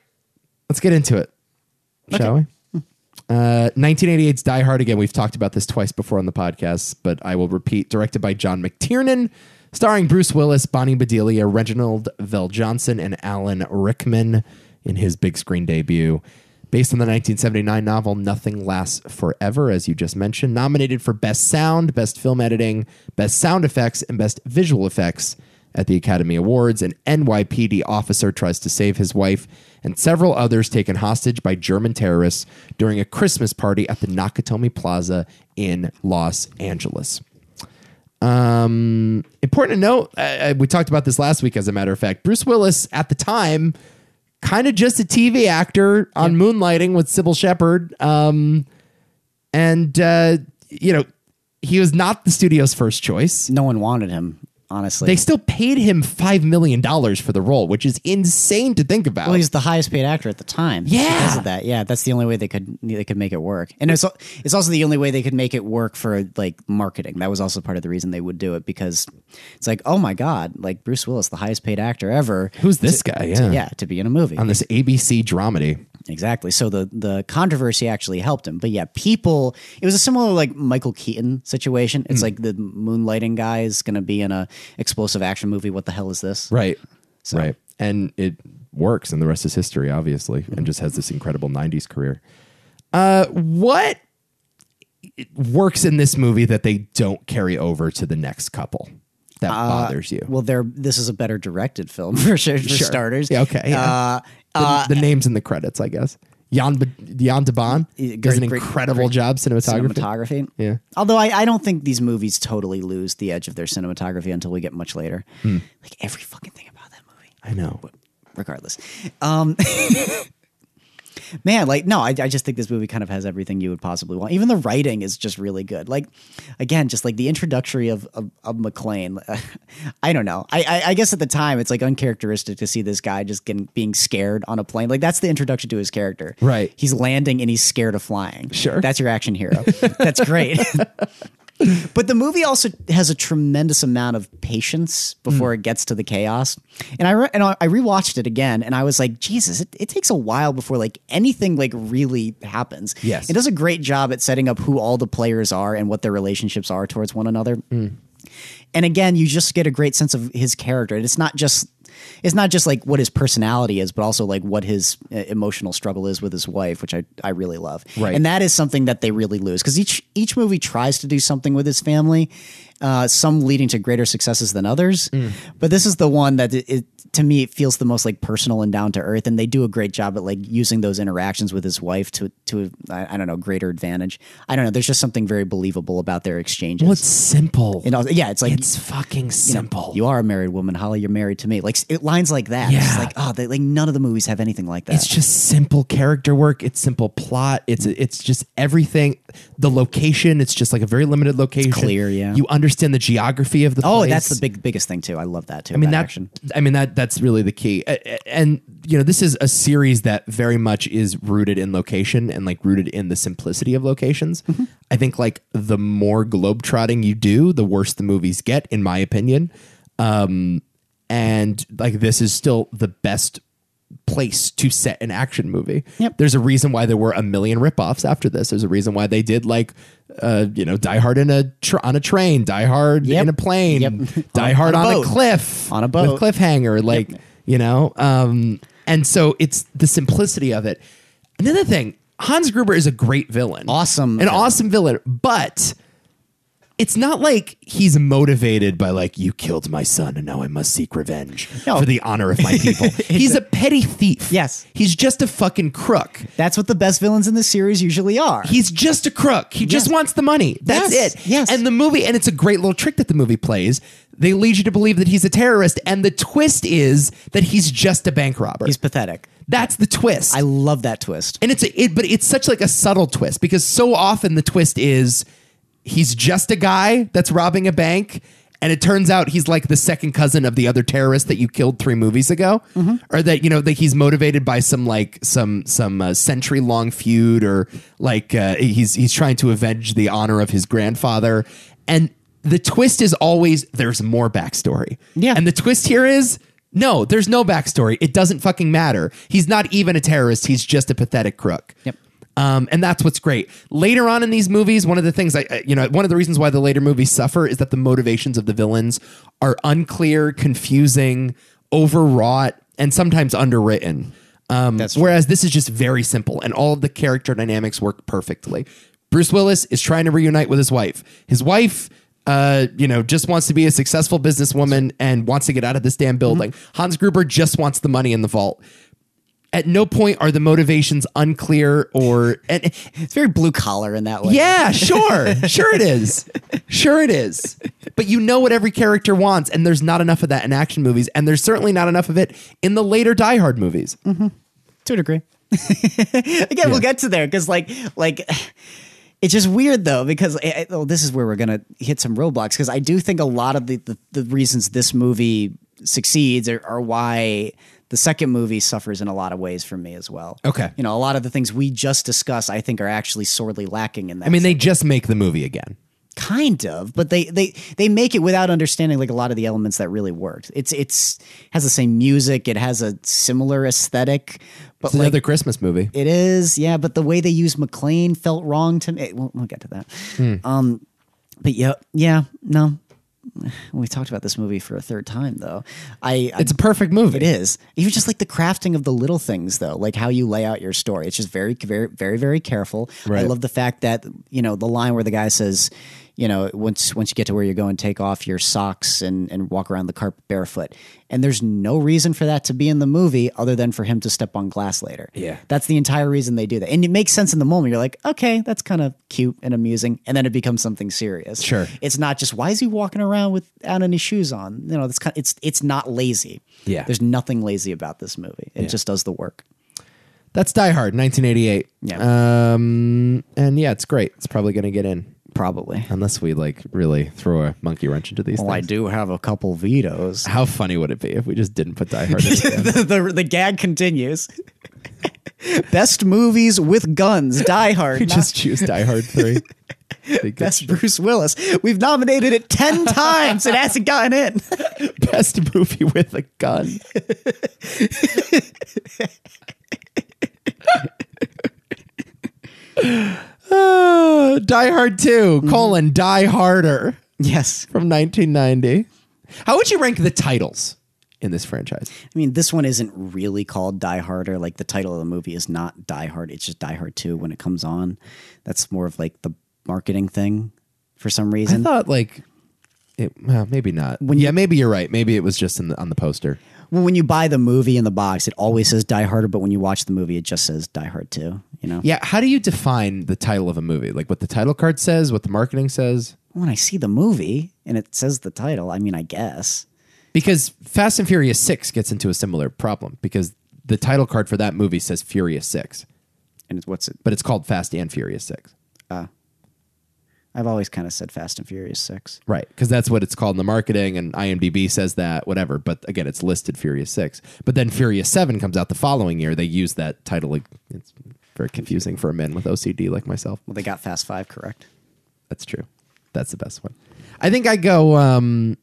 [SPEAKER 1] Let's get into it. Shall we? Uh, 1988's Die Hard again. We've talked about this twice before on the podcast, but I will repeat. Directed by John McTiernan, starring Bruce Willis, Bonnie Bedelia, Reginald Vell Johnson, and Alan Rickman in his big screen debut. Based on the 1979 novel Nothing Lasts Forever, as you just mentioned, nominated for Best Sound, Best Film Editing, Best Sound Effects, and Best Visual Effects at the Academy Awards, an NYPD officer tries to save his wife and several others taken hostage by German terrorists during a Christmas party at the Nakatomi Plaza in Los Angeles. Um, important to note, uh, we talked about this last week, as a matter of fact. Bruce Willis at the time, kind of just a TV actor on Moonlighting with Sybil Shepherd. Um, and, uh, you know, he was not the studio's first choice.
[SPEAKER 2] no one wanted him, honestly.
[SPEAKER 1] They still paid him five million dollars for the role, which is insane to think about.
[SPEAKER 2] well, "Oh, he's the highest paid actor at the time.
[SPEAKER 1] Yeah.
[SPEAKER 2] because of that. Yeah, that's the only way they could they could make it work, and it's al- it's also the only way they could make it work for like marketing. That was also part of the reason they would do it because it's like, oh my god, like Bruce Willis, the highest paid actor ever.
[SPEAKER 1] Who's this guy? Yeah.
[SPEAKER 2] yeah, to be in a movie.
[SPEAKER 1] on this ABC dramedy.
[SPEAKER 2] Exactly. So the the controversy actually helped him. But yeah, people. It was a similar like Michael Keaton situation.
[SPEAKER 1] Hmm.
[SPEAKER 2] It's like the moonlighting guy is going to be in a explosive action movie. What the hell is this?
[SPEAKER 1] Right. Right. And it works, and the rest is history, obviously, and just has this incredible '90s career. Uh, what works in this movie that they don't carry over to the next couple that
[SPEAKER 2] Uh,
[SPEAKER 1] bothers you?
[SPEAKER 2] Well, there. This is a better directed film for sure. For
[SPEAKER 1] Sure.
[SPEAKER 2] starters,
[SPEAKER 1] Yeah, okay, yeah.
[SPEAKER 2] Uh,
[SPEAKER 1] The, the names in the credits, I guess. Jan Ba- Jan de Bond
[SPEAKER 2] Yeah,
[SPEAKER 1] does an
[SPEAKER 2] great- great-
[SPEAKER 1] incredible
[SPEAKER 2] great
[SPEAKER 1] job cinematography.
[SPEAKER 2] cinematography.
[SPEAKER 1] Yeah.
[SPEAKER 2] Although I, I don't think these movies totally lose the edge of their cinematography until we get much later.
[SPEAKER 1] Hmm.
[SPEAKER 2] Like every fucking thing about that movie.
[SPEAKER 1] I know.
[SPEAKER 2] Regardless. Um Man, like no, I, I just think this movie kind of has everything you would possibly want. Even the writing is just really good. Like, again, just like the introductory of of, of McLean. I don't know. I, I I guess at the time it's like uncharacteristic to see this guy just getting being scared on a plane. Like that's the introduction to his character.
[SPEAKER 1] Right.
[SPEAKER 2] He's landing and he's scared of flying.
[SPEAKER 1] Sure.
[SPEAKER 2] That's your action hero. that's great. But the movie also has a tremendous amount of patience before
[SPEAKER 1] Mm.
[SPEAKER 2] it gets to the chaos. And I re- and I I rewatched it again, and I was like, Jesus, it, it takes a while before like anything like really happens.
[SPEAKER 1] Yes.
[SPEAKER 2] it does a great job at setting up who all the players are and what their relationships are towards one another.
[SPEAKER 1] Mm.
[SPEAKER 2] And again, you just get a great sense of his character. And it's not just it's not just like what his personality is, but also like what his uh, emotional struggle is with his wife, which I, I really love.
[SPEAKER 1] Right.
[SPEAKER 2] And that is something that they really lose because each each movie tries to do something with his family, uh, some leading to greater successes than others.
[SPEAKER 1] Hmm.
[SPEAKER 2] But this is the one that it, it to me it feels the most like personal and down to earth, and they do a great job at like using those interactions with his wife to to I, I don't know greater advantage. I don't know. There's just something very believable about their exchanges.
[SPEAKER 1] Well, it's simple.
[SPEAKER 2] and also, yeah, it's like
[SPEAKER 1] it's fucking simple.
[SPEAKER 2] you are a married woman, Holly. You're married to me. Like it, lines like that. It's
[SPEAKER 1] Yeah.
[SPEAKER 2] like oh, they, like none of the movies have anything like that.
[SPEAKER 1] it's just simple character work. It's simple plot. It's
[SPEAKER 2] Mm.
[SPEAKER 1] it's just everything. The location. It's just like a very limited location.
[SPEAKER 2] clear, yeah.
[SPEAKER 1] You understand the geography of the.
[SPEAKER 2] oh,
[SPEAKER 1] place.
[SPEAKER 2] that's the big biggest thing too. I love that too.
[SPEAKER 1] I mean
[SPEAKER 2] that
[SPEAKER 1] that.
[SPEAKER 2] action.
[SPEAKER 1] I mean that. That's really the key. A- a- And you know, this is a series that very much is rooted in location and like rooted in the simplicity of locations.
[SPEAKER 2] Mm-hmm.
[SPEAKER 1] I think like the more globetrotting you do, the worse the movies get, in my opinion. Um, and like this is still the best place to set an action movie.
[SPEAKER 2] Yep.
[SPEAKER 1] There's a reason why there were a million ripoffs after this. There's a reason why they did like, uh, you know, Die Hard in a tr- on a train, Die Hard
[SPEAKER 2] Yep.
[SPEAKER 1] in a plane,
[SPEAKER 2] Yep.
[SPEAKER 1] Die
[SPEAKER 2] On a-
[SPEAKER 1] Hard
[SPEAKER 2] on a
[SPEAKER 1] on a,
[SPEAKER 2] boat.
[SPEAKER 1] cliff,
[SPEAKER 2] On a boat.
[SPEAKER 1] with cliffhanger, like you know. Um, and so it's the simplicity of it. Another thing, Hans Gruber is a great villain,
[SPEAKER 2] Awesome
[SPEAKER 1] an
[SPEAKER 2] villain.
[SPEAKER 1] awesome villain, but it's not like he's motivated by like you killed my son and now I must seek revenge
[SPEAKER 2] No.
[SPEAKER 1] for the honor of my people. he's a, petty thief.
[SPEAKER 2] Yes.
[SPEAKER 1] He's just a fucking crook.
[SPEAKER 2] That's what the best villains in the series usually are.
[SPEAKER 1] He's just a crook. He just
[SPEAKER 2] Yes.
[SPEAKER 1] wants the money. That's
[SPEAKER 2] Yes,
[SPEAKER 1] it.
[SPEAKER 2] yes.
[SPEAKER 1] And the movie, and it's a great little trick that the movie plays. They lead you to believe that he's a terrorist, and the twist is that he's just a bank robber.
[SPEAKER 2] He's pathetic.
[SPEAKER 1] That's the twist.
[SPEAKER 2] I love that twist.
[SPEAKER 1] and it's a, it, but it's such like a subtle twist because so often the twist is he's just a guy that's robbing a bank and it turns out he's like the second cousin of the other terrorist that you killed three movies ago or that you know that he's motivated by some like some some uh, century long feud or like uh, he's he's trying to avenge the honor of his grandfather and the twist is always there's more backstory
[SPEAKER 2] Yeah.
[SPEAKER 1] and the twist here is no, there's no backstory. It doesn't fucking matter. He's not even a terrorist. He's just a pathetic crook.
[SPEAKER 2] Yep.
[SPEAKER 1] Um, and that's what's great. Later on in these movies, one of the things I, I- you know, one of the reasons why the later movies suffer is that the motivations of the villains are unclear, confusing, overwrought, and sometimes underwritten. Um,
[SPEAKER 2] That's
[SPEAKER 1] whereas this is just very simple, and all of the character dynamics work perfectly. Bruce Willis is trying to reunite with his wife. His wife, uh, you know, just wants to be a successful businesswoman and wants to get out of this damn building. Hans Gruber just wants the money in the vault. At no point are the motivations unclear or and
[SPEAKER 2] It's very blue collar in that way.
[SPEAKER 1] yeah, sure. Sure it is. Sure it is. But you know what every character wants, and there's not enough of that in action movies, and there's certainly not enough of it in the later Die Hard movies.
[SPEAKER 2] to a degree. Again, we'll get to there because like like it's just weird though because I, I, oh, this is where we're gonna hit some roadblocks because I do think a lot of the, the the reasons this movie succeeds are, are why the second movie suffers in a lot of ways for me as well.
[SPEAKER 1] Okay.
[SPEAKER 2] you know a lot of the things we just discussed I think are actually sorely lacking in that.
[SPEAKER 1] I mean, they just make the movie again.
[SPEAKER 2] kind of but they they they make it without understanding like a lot of the elements that really worked it's it's has the same music it has a similar aesthetic but
[SPEAKER 1] It's
[SPEAKER 2] like
[SPEAKER 1] another Christmas movie.
[SPEAKER 2] it is yeah but the way they used mclean felt wrong to me we'll, we'll get to that um but yeah yeah no we talked about this movie for a third time though. I, I
[SPEAKER 1] It's a perfect movie.
[SPEAKER 2] it is even just like the crafting of the little things though, like how you lay out your story. It's just very very very very careful.
[SPEAKER 1] Right.
[SPEAKER 2] I love the fact that you know the line where the guy says. You know, once once you get to where you're going, take off your socks and, and walk around the carpet barefoot. And there's no reason for that to be in the movie other than for him to step on glass later.
[SPEAKER 1] Yeah.
[SPEAKER 2] That's the entire reason they do that. And it makes sense in the moment. You're like, okay, that's kind of cute and amusing. And then it becomes something serious.
[SPEAKER 1] Sure.
[SPEAKER 2] It's not just why is he walking around without any shoes on? You know, that's kind it's it's not lazy.
[SPEAKER 1] Yeah.
[SPEAKER 2] There's nothing lazy about this movie. It just does the work.
[SPEAKER 1] That's Die Hard, 1988. Yeah. Um, and yeah, it's great. It's probably going to get in
[SPEAKER 2] Probably.
[SPEAKER 1] unless we like really throw a monkey wrench into these things.
[SPEAKER 2] do have a couple vetoes.
[SPEAKER 1] How funny would it be if we just didn't put Die Hard in?
[SPEAKER 2] the, the, the gag continues. Best movies with guns, Die Hard.
[SPEAKER 1] we
[SPEAKER 2] not
[SPEAKER 1] just choose Die Hard 3. Big good
[SPEAKER 2] best Bruce Willis. We've nominated it 10 times. It hasn't gotten in.
[SPEAKER 1] best movie with a gun. Uh, Die Hard 2, colon, Die Harder
[SPEAKER 2] Yes.
[SPEAKER 1] from 1990. How would you rank the titles in this franchise?
[SPEAKER 2] I mean, this one isn't really called Die Harder. Like the title of the movie is not Die Hard. It's just Die Hard 2 when it comes on. That's more of like the marketing thing for some
[SPEAKER 1] I
[SPEAKER 2] reason.
[SPEAKER 1] thought, like, it, well, maybe not. yeah, maybe you're right. Maybe it was just in the, on the poster.
[SPEAKER 2] Well, when you buy the movie in the box, it always says Die Harder, but when you watch the movie, it just says Die Hard 2, you know?
[SPEAKER 1] Yeah, how do you define the title of a movie? Like what the title card says, what the marketing says?
[SPEAKER 2] When I see the movie and it says the title, I mean, I guess.
[SPEAKER 1] Because Fast and Furious 6 gets into a similar problem because the title card for that movie says Furious 6,
[SPEAKER 2] And it's, what's it?
[SPEAKER 1] but it's called Fast and Furious 6.
[SPEAKER 2] I've always kind of said Fast and Furious 6.
[SPEAKER 1] Right, because that's what it's called in the marketing, and IMDb says that, whatever. But again, it's listed Furious 6. But then Furious 7 comes out the following year. They use that title. like, It's very confusing for a man with OCD like myself.
[SPEAKER 2] Well, they got Fast 5 correct.
[SPEAKER 1] That's true. That's the best one. I think I go. Um,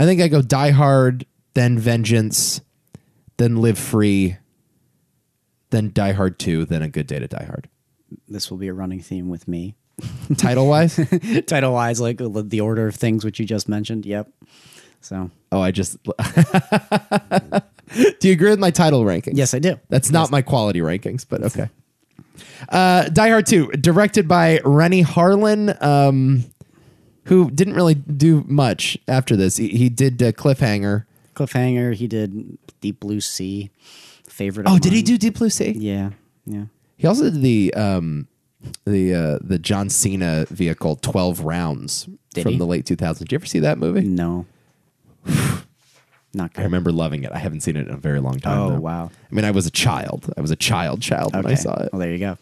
[SPEAKER 1] I think I go Die Hard, then Vengeance, then Live Free, then Die Hard Two, then A Good Day to Die Hard.
[SPEAKER 2] This will be a running theme with me.
[SPEAKER 1] Title wise,
[SPEAKER 2] title wise, like the order of things which you just mentioned. Yep. So
[SPEAKER 1] oh, I just. Do you agree with my title ranking?
[SPEAKER 2] yes, I do.
[SPEAKER 1] That's not my quality rankings, but okay. Uh, Die Hard 2, directed by Rennie Harlan, um, who didn't really do much after this. He, he did uh, Cliffhanger.
[SPEAKER 2] Cliffhanger. He did Deep Blue Sea. Favorite.
[SPEAKER 1] Oh,
[SPEAKER 2] of
[SPEAKER 1] did he
[SPEAKER 2] mine.
[SPEAKER 1] do Deep Blue Sea?
[SPEAKER 2] Yeah, yeah.
[SPEAKER 1] He also did the um, the uh, the John Cena vehicle Twelve Rounds
[SPEAKER 2] Did
[SPEAKER 1] from
[SPEAKER 2] he?
[SPEAKER 1] the late 2000s. Did you ever see that movie?
[SPEAKER 2] No, not
[SPEAKER 1] I
[SPEAKER 2] good.
[SPEAKER 1] remember loving it. I haven't seen it in a very long time.
[SPEAKER 2] Oh,
[SPEAKER 1] though.
[SPEAKER 2] wow.
[SPEAKER 1] I mean, I was a child. I was a child child when I
[SPEAKER 2] Okay.
[SPEAKER 1] saw it.
[SPEAKER 2] Well, there you go.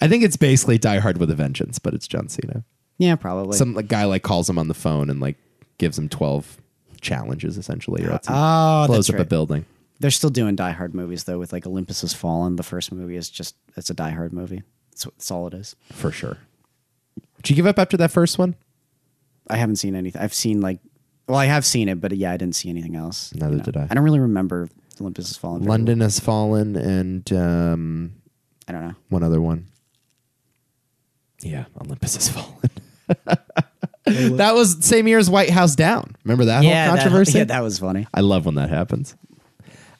[SPEAKER 1] I think it's basically Die Hard with a Vengeance, but it's John Cena.
[SPEAKER 2] Yeah, probably.
[SPEAKER 1] Some like, guy like calls him on the phone and like gives him twelve challenges essentially, or else he
[SPEAKER 2] Oh,
[SPEAKER 1] blows
[SPEAKER 2] that's
[SPEAKER 1] up a
[SPEAKER 2] right.
[SPEAKER 1] building.
[SPEAKER 2] They're still doing Die Hard movies though. With like Olympus Has Fallen, the first movie is just it's a Die Hard movie. That's, what- that's all it is.
[SPEAKER 1] For sure. Did you give up after that first one?
[SPEAKER 2] I haven't seen anything. I've seen like, well, I have seen it, but yeah, I didn't see anything else. you
[SPEAKER 1] Neither
[SPEAKER 2] know.
[SPEAKER 1] did I.
[SPEAKER 2] I don't really remember Olympus Has Fallen. very well.
[SPEAKER 1] London has fallen, and um,
[SPEAKER 2] I don't know.
[SPEAKER 1] one other one. Yeah, Olympus has fallen. that was same year as White House Down. Remember that whole controversy?
[SPEAKER 2] That, yeah, that was funny.
[SPEAKER 1] I love when that happens.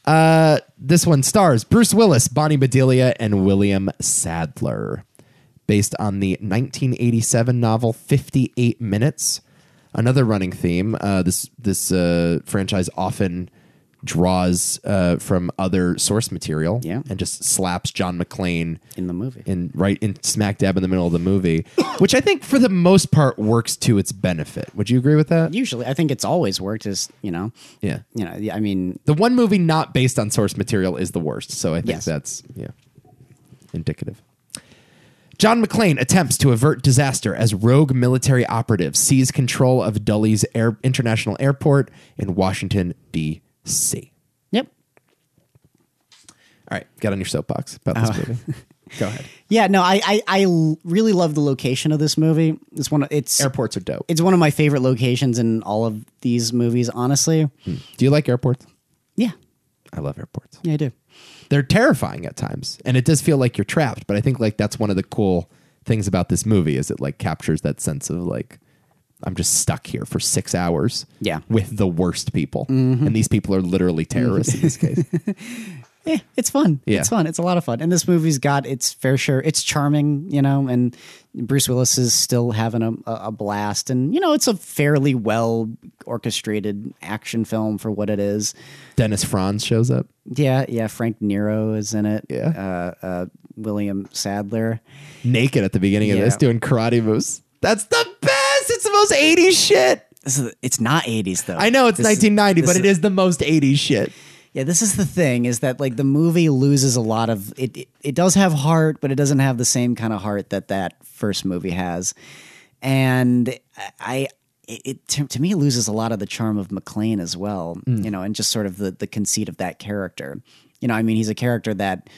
[SPEAKER 1] Uh, this one stars Bruce Willis, Bonnie Bedelia, and William Sadler, based on the 1987 novel 58 Minutes. Another running theme. Uh, this this uh, franchise often draws uh, from other source material
[SPEAKER 2] Yeah.
[SPEAKER 1] and just slaps John McClane
[SPEAKER 2] In the movie.
[SPEAKER 1] in right in smack dab in the middle of the movie, which I think for the most part works to its benefit. Would you agree with that?
[SPEAKER 2] Usually, I think it's always worked. Is you know,
[SPEAKER 1] Yeah.
[SPEAKER 2] you know. I mean,
[SPEAKER 1] The one movie not based on source material is the worst, so I think
[SPEAKER 2] Yes.
[SPEAKER 1] that's yeah indicative. John McClane attempts to avert disaster as rogue military operatives seize control of Dulles Air- International Airport in Washington D.C.
[SPEAKER 2] yep.
[SPEAKER 1] All right, get on your soapbox about this movie. Go ahead.
[SPEAKER 2] Yeah, no, I, I I l- really love the location of this movie. It's one. Of, it's
[SPEAKER 1] Airports are dope.
[SPEAKER 2] it's one of my favorite locations in all of these movies. Honestly,
[SPEAKER 1] Do you like airports?
[SPEAKER 2] yeah,
[SPEAKER 1] I love airports.
[SPEAKER 2] yeah, I do.
[SPEAKER 1] They're terrifying at times, and it does feel like you're trapped. But I think like that's one of the cool things about this movie is it like captures that sense of like I'm just stuck here for six hours.
[SPEAKER 2] Yeah. Mm-hmm.
[SPEAKER 1] With the worst people. And these people are literally terrorists in this case.
[SPEAKER 2] Yeah, Eh, it's fun.
[SPEAKER 1] Yeah.
[SPEAKER 2] It's fun. It's a lot of fun. And this movie's got its fair share. It's charming, you know, and Bruce Willis is still having a, a a blast. And, you know, it's a fairly well orchestrated action film for what it is.
[SPEAKER 1] Dennis Franz shows up.
[SPEAKER 2] Yeah, yeah. Frank Nero is in it.
[SPEAKER 1] Yeah.
[SPEAKER 2] Uh, uh, William Sadler.
[SPEAKER 1] naked at the beginning of
[SPEAKER 2] Yeah.
[SPEAKER 1] this doing karate moves. That's the best. It's the most 80s shit.
[SPEAKER 2] This is, it's not 80s, though.
[SPEAKER 1] I know it's
[SPEAKER 2] This is-
[SPEAKER 1] 1990, but
[SPEAKER 2] this
[SPEAKER 1] it is the most 80s shit.
[SPEAKER 2] Yeah, this is the thing is that like the movie loses a lot of it, it. It does have heart, but it doesn't have the same kind of heart that that first movie has, and I. It, it to, to me it loses a lot of the charm of McLean as well,
[SPEAKER 1] Mm.
[SPEAKER 2] you know, and just sort of the the conceit of that character. You know, I mean, he's a character that,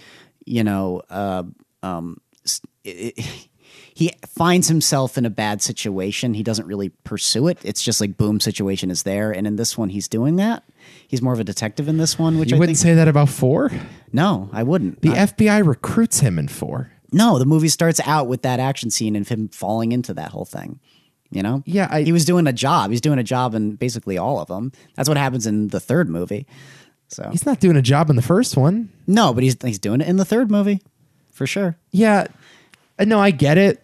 [SPEAKER 2] you know, uh, um, s- it- it- he finds himself in a bad situation. He doesn't really pursue it. It's just like boom, situation is there. And in this one, he's doing that. He's more of a detective in this one, which
[SPEAKER 1] You
[SPEAKER 2] I
[SPEAKER 1] wouldn't
[SPEAKER 2] think
[SPEAKER 1] say that about four?
[SPEAKER 2] no, I wouldn't.
[SPEAKER 1] The
[SPEAKER 2] I-
[SPEAKER 1] FBI recruits him in four.
[SPEAKER 2] no, the movie starts out with that action scene and him falling into that whole thing. You know,
[SPEAKER 1] Yeah, I-
[SPEAKER 2] he was doing a job. He's doing a job in basically all of them. That's what happens in the third movie. So
[SPEAKER 1] He's not doing a job in the first one.
[SPEAKER 2] no, but he's he's doing it in the third movie for sure.
[SPEAKER 1] Yeah. Uh, No, I get it.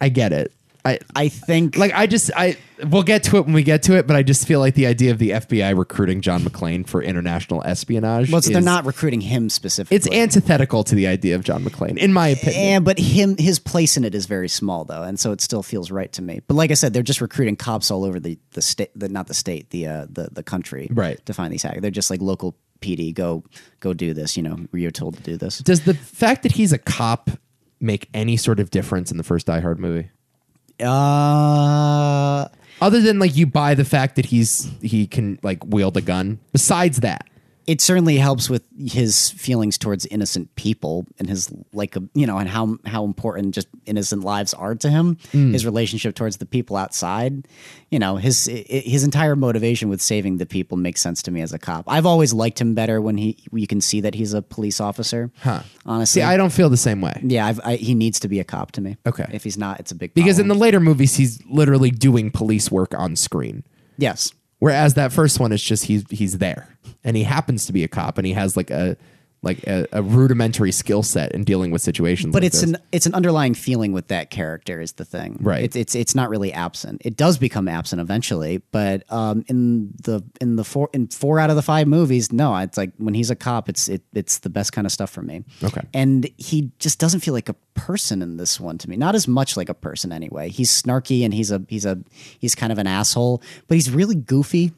[SPEAKER 1] I get it. I
[SPEAKER 2] I think
[SPEAKER 1] like I just I we'll get to it when we get to it, but I just feel like the idea of the FBI recruiting John McClane for international espionage.
[SPEAKER 2] well, so they're
[SPEAKER 1] is-
[SPEAKER 2] not recruiting him specifically.
[SPEAKER 1] it's antithetical to the idea of John McClane, in my opinion.
[SPEAKER 2] And but him his place in it is very small though, and so it still feels right to me. But like I said, they're just recruiting cops all over the the state, the, not the state, the uh, the the country,
[SPEAKER 1] Right.
[SPEAKER 2] To find these hackers, they're just like local PD. Go go do this. You know, you're told to do this.
[SPEAKER 1] Does the fact that he's a cop make any sort of difference in the first Die Hard movie?
[SPEAKER 2] Uh,
[SPEAKER 1] Other than like you buy the fact that he's he can like wield a gun. Besides that,
[SPEAKER 2] it certainly helps with his feelings towards innocent people and his like you know and how how important just innocent lives are to him
[SPEAKER 1] Hmm.
[SPEAKER 2] his relationship towards the people outside you know his i- i- his entire motivation with saving the people makes sense to me as a cop i've always liked him better when he you can see that he's a police officer huh honestly
[SPEAKER 1] see, I don't feel the same way
[SPEAKER 2] yeah I've, I, he needs to be a cop to me
[SPEAKER 1] Okay.
[SPEAKER 2] if he's not it's a big
[SPEAKER 1] because in
[SPEAKER 2] problem.
[SPEAKER 1] the later movies he's literally doing police work on screen,
[SPEAKER 2] yes
[SPEAKER 1] whereas that first one is just he's he's there and he happens to be a cop and he has like a like a, a rudimentary skill set in dealing with situations.
[SPEAKER 2] But
[SPEAKER 1] like
[SPEAKER 2] it's
[SPEAKER 1] this.
[SPEAKER 2] an it's an underlying feeling with that character is the thing,
[SPEAKER 1] Right.
[SPEAKER 2] It's it's it's not really absent. It does become absent eventually, but um, in the in the four in four out of the five movies, no, it's like when he's a cop, it's it it's the best kind of stuff for me.
[SPEAKER 1] Okay.
[SPEAKER 2] and he just doesn't feel like a person in this one to me. Not as much like a person anyway. He's snarky and he's a he's a he's kind of an asshole, but he's really goofy,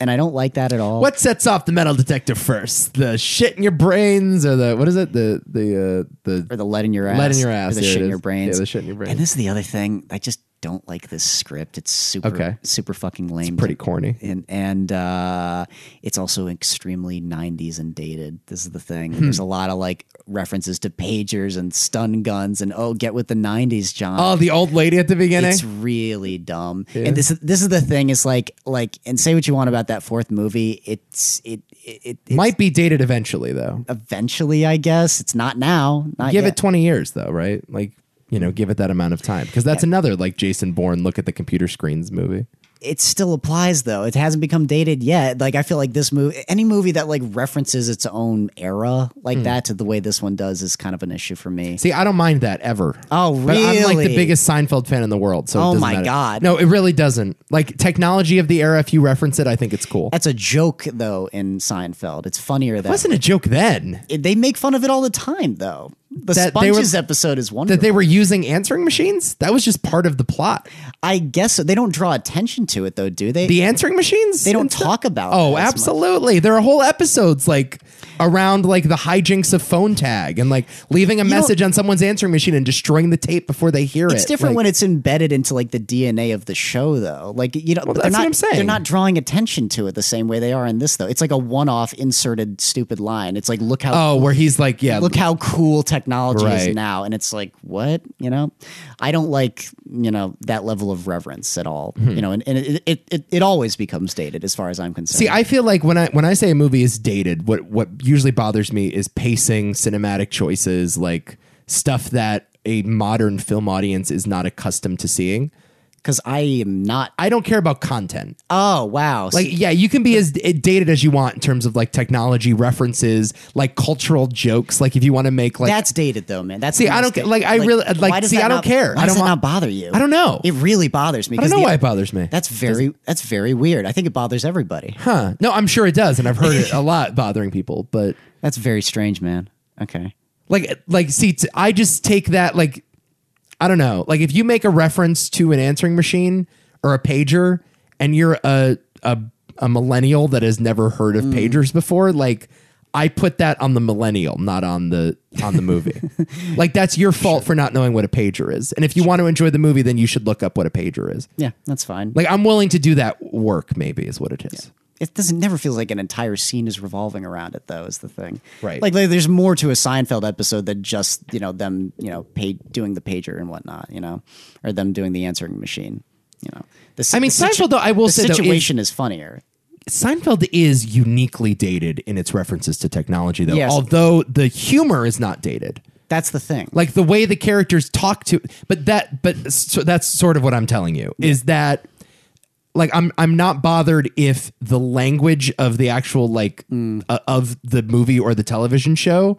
[SPEAKER 2] and I don't like that at all.
[SPEAKER 1] what sets off the metal detector first? The shit in your brains or the what is it? The the uh, the
[SPEAKER 2] or the lead in your ass,
[SPEAKER 1] Lead in your
[SPEAKER 2] or
[SPEAKER 1] ass,
[SPEAKER 2] the
[SPEAKER 1] yeah,
[SPEAKER 2] shit
[SPEAKER 1] it
[SPEAKER 2] in
[SPEAKER 1] is.
[SPEAKER 2] your brains,
[SPEAKER 1] Yeah, the shit in your brains.
[SPEAKER 2] And this is the other thing. I just don't like this script. It's super,
[SPEAKER 1] Okay.
[SPEAKER 2] super fucking lame.
[SPEAKER 1] pretty corny.
[SPEAKER 2] and and uh, it's also extremely '90s and dated. This is the thing. There's
[SPEAKER 1] Hmm.
[SPEAKER 2] a lot of like references to pagers and stun guns and oh, get with the '90s, John.
[SPEAKER 1] Oh, the old lady at the beginning.
[SPEAKER 2] It's really dumb. And this is this is the thing. Is like like and say what you want about that fourth movie. It's it it, it it's
[SPEAKER 1] Might be dated eventually though.
[SPEAKER 2] eventually, I guess. It's not now. Not
[SPEAKER 1] Give
[SPEAKER 2] yet.
[SPEAKER 1] it 20 years though, right? Like, you know, give it that amount of time because that's another like Jason Bourne look at the computer screens movie.
[SPEAKER 2] it still applies though. It hasn't become dated yet. Like I feel like this movie, any movie that like references its own era like
[SPEAKER 1] Hmm.
[SPEAKER 2] that to the way this one does is kind of an issue for me.
[SPEAKER 1] See, I don't mind that ever.
[SPEAKER 2] Oh,
[SPEAKER 1] But I'm like the
[SPEAKER 2] really?
[SPEAKER 1] biggest Seinfeld fan in the world. So it
[SPEAKER 2] Oh,
[SPEAKER 1] doesn't
[SPEAKER 2] my
[SPEAKER 1] matter.
[SPEAKER 2] God.
[SPEAKER 1] No, it really doesn't. Like technology of the era, if you reference it, I think it's cool. It
[SPEAKER 2] That's a joke though in Seinfeld. It's funnier that
[SPEAKER 1] wasn't a joke then
[SPEAKER 2] it- they make fun of it all the time though. The
[SPEAKER 1] That they were-
[SPEAKER 2] sponges episode is wonderful.
[SPEAKER 1] that they were using answering machines. That was just part of the plot.
[SPEAKER 2] I guess so. they don't draw attention to it though, do they?
[SPEAKER 1] The answering machines.
[SPEAKER 2] they don't
[SPEAKER 1] and stuff?
[SPEAKER 2] talk about.
[SPEAKER 1] Oh,
[SPEAKER 2] that as much.
[SPEAKER 1] absolutely. There are whole episodes like around like the hijinks of phone tag and like leaving a message on someone's answering machine and destroying the tape before they hear it.
[SPEAKER 2] It's different
[SPEAKER 1] Like,
[SPEAKER 2] when it's embedded into like the DNA of the show, though. Like you know, but they're
[SPEAKER 1] that's
[SPEAKER 2] not,
[SPEAKER 1] what I'm saying.
[SPEAKER 2] They're not drawing attention to it the same way they are in this, though. It's like a one-off inserted stupid line. It's like look how
[SPEAKER 1] oh, where he's like, yeah,
[SPEAKER 2] look how cool technology
[SPEAKER 1] Right.
[SPEAKER 2] is now, and it's like what you know. I don't like you know that level of reverence at all.
[SPEAKER 1] Hmm.
[SPEAKER 2] You know, and, and it, it, it it always becomes dated as far as I'm concerned.
[SPEAKER 1] See, I feel like when I when I say a movie is dated, what what usually bothers me is pacing, cinematic choices, like stuff that a modern film audience is not accustomed to seeing.
[SPEAKER 2] Because I am not.
[SPEAKER 1] I don't care about content.
[SPEAKER 2] Oh wow!
[SPEAKER 1] Like, yeah, you can be as eh, dated as you want in terms of like technology references, like cultural jokes. Like, if you want to make like,
[SPEAKER 2] that's dated though, man. That's
[SPEAKER 1] See, I don't ca- like, I really- like,
[SPEAKER 2] why does
[SPEAKER 1] see,
[SPEAKER 2] that
[SPEAKER 1] I don't
[SPEAKER 2] not-
[SPEAKER 1] care.
[SPEAKER 2] Why
[SPEAKER 1] I
[SPEAKER 2] does
[SPEAKER 1] don't
[SPEAKER 2] that
[SPEAKER 1] want-
[SPEAKER 2] not bother you?
[SPEAKER 1] I don't know.
[SPEAKER 2] It really bothers me.
[SPEAKER 1] I don't know
[SPEAKER 2] the,
[SPEAKER 1] why it bothers me.
[SPEAKER 2] That's very. that's very weird. I think it bothers everybody.
[SPEAKER 1] huh? No, I'm sure it does, and I've heard it a lot bothering people. But
[SPEAKER 2] That's very strange, man. Okay.
[SPEAKER 1] like, like, see, t- I just take that like, I don't know. Like, if you make a reference to an answering machine or a pager, and you're a a, a millennial that has never heard of pagers before, like. I put that on the millennial, not on the on the movie. like that's your fault for not knowing what a pager is. And if you want to enjoy the movie, then you should look up what a pager is.
[SPEAKER 2] Yeah, that's fine.
[SPEAKER 1] Like I'm willing to do that work, maybe is what it is.
[SPEAKER 2] it doesn't never feels like an entire scene is revolving around it though is the thing
[SPEAKER 1] Right.
[SPEAKER 2] like, like, there's more to a seinfeld episode than just you know them you know paid doing the pager and whatnot you know or them doing the answering machine you know the, si-
[SPEAKER 1] I mean,
[SPEAKER 2] the situ-
[SPEAKER 1] Seinfeld, though, I will
[SPEAKER 2] the
[SPEAKER 1] say, though, is-
[SPEAKER 2] situation is funnier
[SPEAKER 1] Seinfeld is uniquely dated in its references to technology, though.
[SPEAKER 2] Yes.
[SPEAKER 1] Although the humor is not dated,
[SPEAKER 2] that's the thing
[SPEAKER 1] like the way the characters talk to. But that, but so that's sort of what I'm telling you is that, like, I'm I'm not bothered if the language of the actual like
[SPEAKER 2] Mm.
[SPEAKER 1] uh, of the movie or the television show,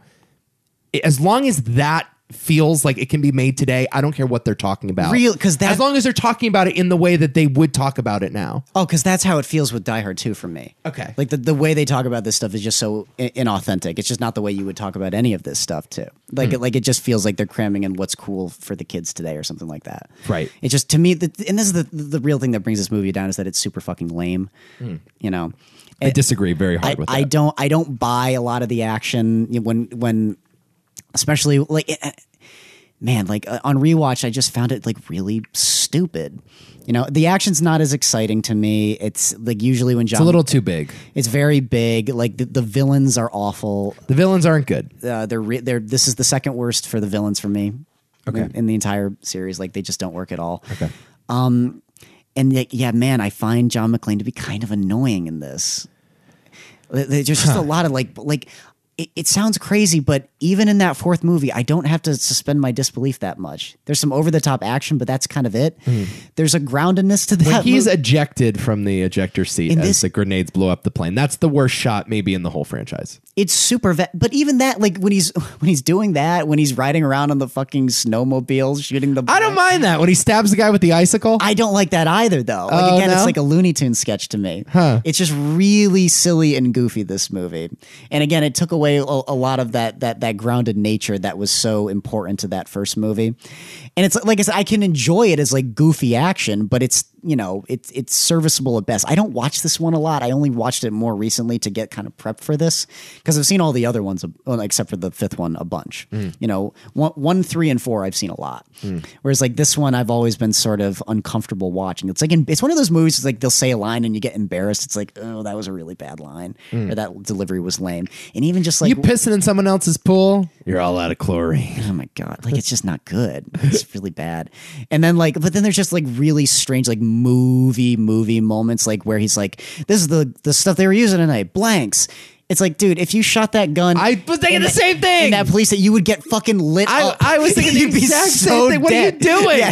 [SPEAKER 1] i- as long as that feels like it can be made today, I don't care what they're talking about.
[SPEAKER 2] Real- 'cause that-
[SPEAKER 1] as long as they're talking about it in the way that they would talk about it now.
[SPEAKER 2] Oh, because that's how it feels with Die Hard 2 for me.
[SPEAKER 1] Okay.
[SPEAKER 2] Like the, the way they talk about this stuff is just so i- inauthentic. It's just not the way you would talk about any of this stuff, too. Like,
[SPEAKER 1] Hmm.
[SPEAKER 2] it, like it just feels like they're cramming in what's cool for the kids today or something like that.
[SPEAKER 1] Right.
[SPEAKER 2] It just, to me, the, and this is the, the real thing that brings this movie down is that it's super fucking lame.
[SPEAKER 1] Hmm.
[SPEAKER 2] You know?
[SPEAKER 1] I disagree very hard
[SPEAKER 2] I,
[SPEAKER 1] with that.
[SPEAKER 2] I don't I don't buy a lot of the action you know, when when especially like eh, eh, man like uh, on rewatch I just found it like really stupid. You know, the action's not as exciting to me. It's like usually when John
[SPEAKER 1] It's a little too big.
[SPEAKER 2] it's very big. Like the, the villains are awful.
[SPEAKER 1] The villains aren't good.
[SPEAKER 2] Uh, they're re- they're this is the second worst for the villains for me. Okay. In, in the entire series like they just don't work at all. Okay. Um and yet, yeah, man, I find John McClane to be kind of annoying in this. Th- There's just a lot of like, like it, it sounds crazy, but even in that fourth movie, I don't have to suspend my disbelief that much. There's some over the top action, but that's kind of it. There's a groundedness to that.
[SPEAKER 1] Hmm. When he's
[SPEAKER 2] mo-
[SPEAKER 1] ejected from the ejector seat
[SPEAKER 2] In
[SPEAKER 1] as
[SPEAKER 2] this-
[SPEAKER 1] the grenades blow up the plane, that's the worst shot maybe in the whole franchise.
[SPEAKER 2] it's super. Ve- but even that, like when he's when he's doing that, when he's riding around on the fucking snowmobile shooting the.
[SPEAKER 1] I don't mind that when he stabs the guy with the icicle.
[SPEAKER 2] I don't like that either, though. Like
[SPEAKER 1] Oh,
[SPEAKER 2] again,
[SPEAKER 1] no?
[SPEAKER 2] it's like a Looney Tunes sketch to me. It's just really silly and goofy. This movie, and again, it took away a, a lot of that that that grounded nature that was so important to that first movie. And it's like I said, I can enjoy it as like goofy action, but it's you know it's it's serviceable at best. I don't watch this one a lot. I only watched it more recently to get kind of prepped for this because I've seen all the other ones a- well, except for the fifth one a bunch. You know, one, one, three, and four I've seen a lot. Whereas like this one, I've always been sort of uncomfortable watching. It's like in, it's one of those movies. It's like they'll say a line and you get embarrassed. It's like oh that was a really bad line or that delivery was lame. And even just like
[SPEAKER 1] you pissing in someone else's pool, you're all out of chlorine.
[SPEAKER 2] oh my god like it's just not good it's really bad and then like but then there's just like really strange like movie movie moments like where he's like this is the the stuff they were using tonight blanks it's like dude if you shot that gun
[SPEAKER 1] I was thinking
[SPEAKER 2] in
[SPEAKER 1] the
[SPEAKER 2] that-
[SPEAKER 1] same thing.
[SPEAKER 2] in that police that you would get fucking lit
[SPEAKER 1] I,
[SPEAKER 2] up
[SPEAKER 1] I was thinking the
[SPEAKER 2] You'd be
[SPEAKER 1] exact same
[SPEAKER 2] so
[SPEAKER 1] thing. What are you
[SPEAKER 2] dead.
[SPEAKER 1] doing?
[SPEAKER 2] yeah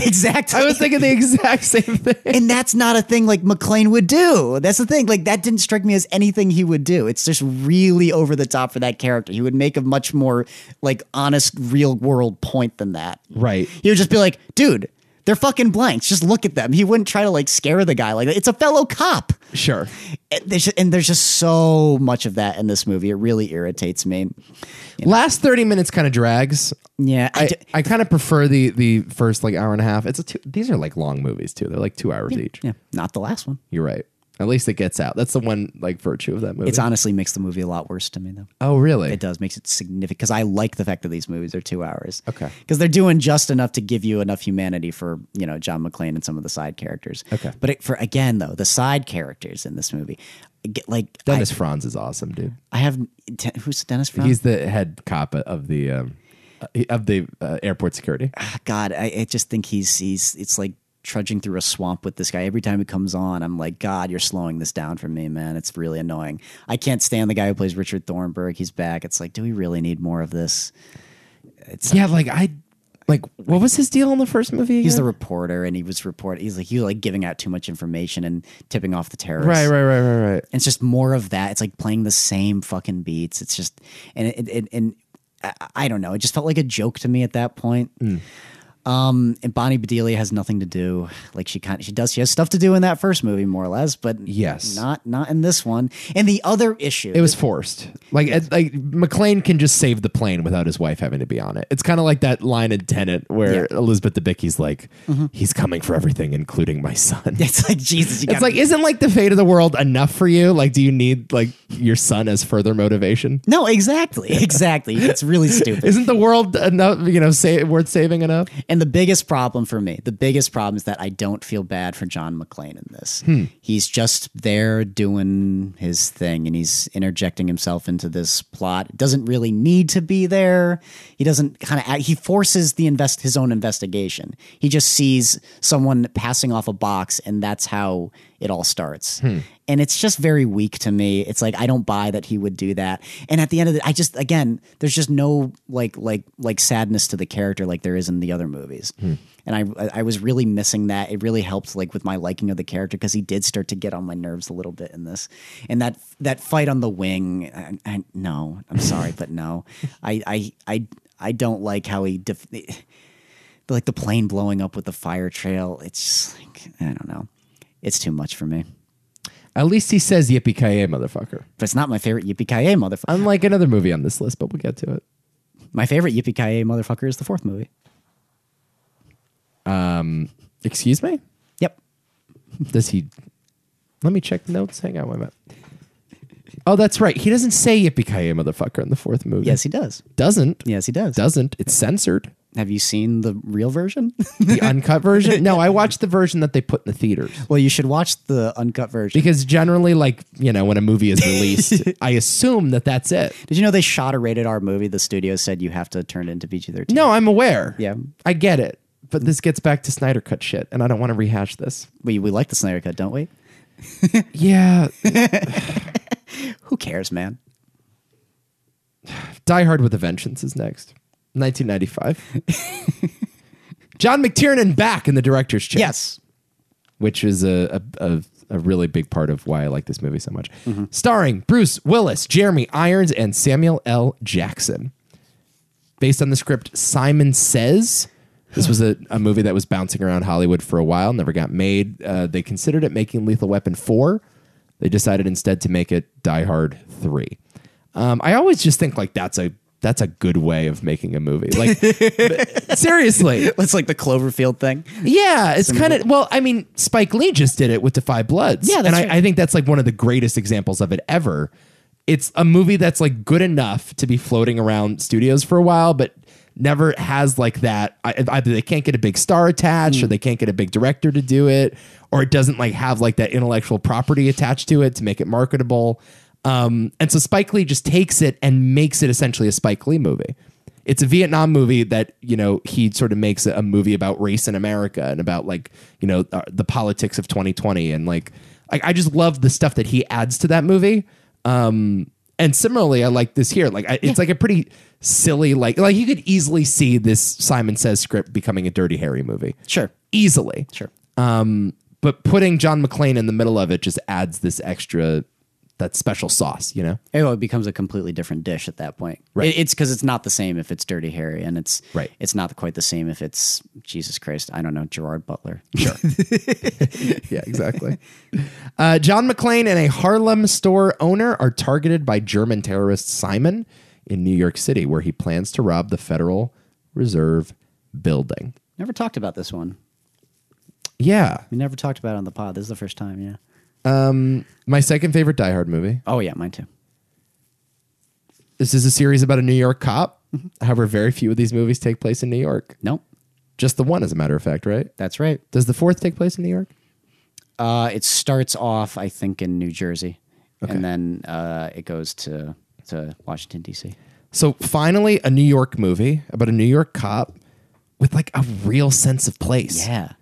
[SPEAKER 2] exactly
[SPEAKER 1] I was thinking the exact same thing.
[SPEAKER 2] and that's not a thing like McLean would do. That's the thing. Like that didn't strike me as anything he would do. It's just really over the top for that character. He would make a much more like honest, real world point than that.
[SPEAKER 1] Right.
[SPEAKER 2] He would just be like, dude, they're fucking blanks. Just look at them. He wouldn't try to like scare the guy. Like it's a fellow cop.
[SPEAKER 1] Sure.
[SPEAKER 2] And there's just, and there's just so much of that in this movie. It really irritates me.
[SPEAKER 1] Last 30 minutes kind of drags.
[SPEAKER 2] Yeah, I
[SPEAKER 1] I,
[SPEAKER 2] d-
[SPEAKER 1] I kind of prefer the the first like hour and a half. It's a two, these are like long movies too. They're like 2 hours each.
[SPEAKER 2] yeah, not the last one.
[SPEAKER 1] You're right. At least it gets out. That's the one like virtue of that movie.
[SPEAKER 2] It's honestly makes the movie a lot worse to me though.
[SPEAKER 1] oh, really?
[SPEAKER 2] It does makes it significant because I like the fact that these movies are two hours.
[SPEAKER 1] Okay.
[SPEAKER 2] because they're doing just enough to give you enough humanity for you know John McClane and some of the side characters.
[SPEAKER 1] Okay.
[SPEAKER 2] but it, for again though the side characters in this movie, I get, like I,
[SPEAKER 1] Dennis Franz is awesome, dude.
[SPEAKER 2] I have Den- who's Dennis from?
[SPEAKER 1] He's the head cop of the um, of the uh, airport security.
[SPEAKER 2] Ah, God, I, I just think he's he's it's like trudging through a swamp with this guy. Every time he comes on, I'm like, God, you're slowing this down for me, man. It's really annoying. I can't stand the guy who plays Richard Thornburg. He's back. It's like, do we really need more of this?
[SPEAKER 1] yeah, like I Like, what was his deal in the first movie?
[SPEAKER 2] He's the
[SPEAKER 1] again?
[SPEAKER 2] reporter, and he was report. He's like he was like giving out too much information and tipping off the terrorists.
[SPEAKER 1] right, right, right, right, right.
[SPEAKER 2] And it's just more of that. It's like playing the same fucking beats. It's just and it, it, and I, I don't know. It just felt like a joke to me at that point.
[SPEAKER 1] Mm.
[SPEAKER 2] Um, and Bonnie Bedelia has nothing to do. Like she kind of, she does she has stuff to do in that first movie more or less, but
[SPEAKER 1] Yes.
[SPEAKER 2] not not in this one. And the other issue,
[SPEAKER 1] It was forced. Like, it- like McLean can just save the plane without his wife having to be on it. It's kind of like that line in Tenet where Elizabeth Debicki's like,
[SPEAKER 2] Mm-hmm.
[SPEAKER 1] "He's coming for everything, including my son."
[SPEAKER 2] it's like Jesus.
[SPEAKER 1] It's
[SPEAKER 2] You gotta-
[SPEAKER 1] like, isn't like the fate of the world enough for you? Like, do you need like your son as further motivation?
[SPEAKER 2] no, exactly, exactly. It's really stupid.
[SPEAKER 1] Isn't the world enough? You know, say, worth saving enough?
[SPEAKER 2] And the biggest problem for me, the biggest problem is that I don't feel bad for John McClane in this. He's just there doing his thing and he's interjecting himself into this plot. Doesn't really need to be there. He doesn't kind of he forces the invest his own investigation. He just sees someone passing off a box and that's how it all starts. And it's just very weak to me. It's like I don't buy that he would do that. And at the end of the I just again, there's just no like like like sadness to the character like there is in the other movies. And I I was really missing that. It really helped like with my liking of the character because he did start to get on my nerves a little bit in this. And that that fight on the wing, I, I, no, I'm sorry, but no, I I I I don't like how he. Def- like the plane blowing up with the fire trail. It's just like I don't know. It's too much for me.
[SPEAKER 1] At least he says "Yippee ki yay, motherfucker."
[SPEAKER 2] But it's not my favorite yippee ki yay motherfucker.
[SPEAKER 1] Unlike another movie on this list, but we'll get to it.
[SPEAKER 2] My favorite yippee ki yay motherfucker is the fourth movie.
[SPEAKER 1] Excuse me.
[SPEAKER 2] Yep.
[SPEAKER 1] Does he? Let me check the notes. Hang on, wait a minute. Oh, that's right. He doesn't say "Yippee ki yay, motherfucker" in the fourth movie.
[SPEAKER 2] Yes, he does.
[SPEAKER 1] doesn't.
[SPEAKER 2] Yes, he does.
[SPEAKER 1] Doesn't. It's censored.
[SPEAKER 2] Have you seen the real version?
[SPEAKER 1] The uncut version. No, I watched the version that they put in the theaters.
[SPEAKER 2] well, you should watch the uncut version.
[SPEAKER 1] because generally like you know when a movie is released i assume that that's it
[SPEAKER 2] Did you know they shot a rated R movie? The studio said you have to turn it into PG thirteen.
[SPEAKER 1] no i'm aware
[SPEAKER 2] Yeah.
[SPEAKER 1] i get it but this gets back to snyder cut shit and i don't want to rehash this
[SPEAKER 2] We we like the Snyder cut, don't we?
[SPEAKER 1] yeah
[SPEAKER 2] Who cares, man?
[SPEAKER 1] die hard with a vengeance is next 1995 john mctiernan back in the director's chair
[SPEAKER 2] Yes.
[SPEAKER 1] which is a, a, a, a really big part of why i like this movie so much starring bruce willis jeremy irons and samuel l jackson based on the script Simon Says. This was a, a movie that was bouncing around Hollywood for a while, never got made. Uh, they considered it making Lethal Weapon 4. They decided instead to make it Die Hard 3. Um, I always just think like that's a that's a good way of making a movie. Like seriously.
[SPEAKER 2] It's like the Cloverfield thing.
[SPEAKER 1] Yeah, it's kind of well. I mean, Spike Lee just did it with Defy Bloods.
[SPEAKER 2] Yeah, that's
[SPEAKER 1] and I,
[SPEAKER 2] right.
[SPEAKER 1] I think that's like one of the greatest examples of it ever. It's a movie that's like good enough to be floating around studios for a while, but never has like that. I- Either they can't get a big star attached,
[SPEAKER 2] Mm.
[SPEAKER 1] or they can't get a big director to do it, or it doesn't like have like that intellectual property attached to it to make it marketable. Um, and so Spike Lee just takes it and makes it essentially a Spike Lee movie it's a Vietnam movie that you know he sort of makes a, a movie about race in America and about like you know uh, the politics of 2020 and like I, I just love the stuff that he adds to that movie. Um, and similarly, I like this here. Like I, it's like a pretty silly like like you could easily see this Simon Says script becoming a Dirty Harry movie.
[SPEAKER 2] Sure.
[SPEAKER 1] easily.
[SPEAKER 2] Sure.
[SPEAKER 1] But putting John McClane in the middle of it just adds this extra that special sauce. You know.
[SPEAKER 2] Oh, it becomes a completely different dish at that point. Right. It, it's because it's not the same if it's Dirty Harry, and it's
[SPEAKER 1] Right.
[SPEAKER 2] It's not quite the same if it's Jesus Christ. I don't know Gerard Butler.
[SPEAKER 1] yeah, exactly. Uh, John McClane and a Harlem store owner are targeted by German terrorist Simon in New York City, where he plans to rob the Federal Reserve building.
[SPEAKER 2] Never talked about this one.
[SPEAKER 1] Yeah,
[SPEAKER 2] We never talked about it on the pod. This is the first time. Yeah.
[SPEAKER 1] my second favorite Die Hard movie.
[SPEAKER 2] Oh yeah, mine too.
[SPEAKER 1] This is a series about a New York cop. However, very few of these movies take place in New York.
[SPEAKER 2] Nope.
[SPEAKER 1] Just the one, as a matter of fact, right?
[SPEAKER 2] That's right.
[SPEAKER 1] Does the fourth take place in New York?
[SPEAKER 2] Uh, it starts off, I think, in New Jersey, and then uh, it goes to to Washington D.C.
[SPEAKER 1] So finally, a New York movie about a New York cop with like a real sense of place.
[SPEAKER 2] Yeah.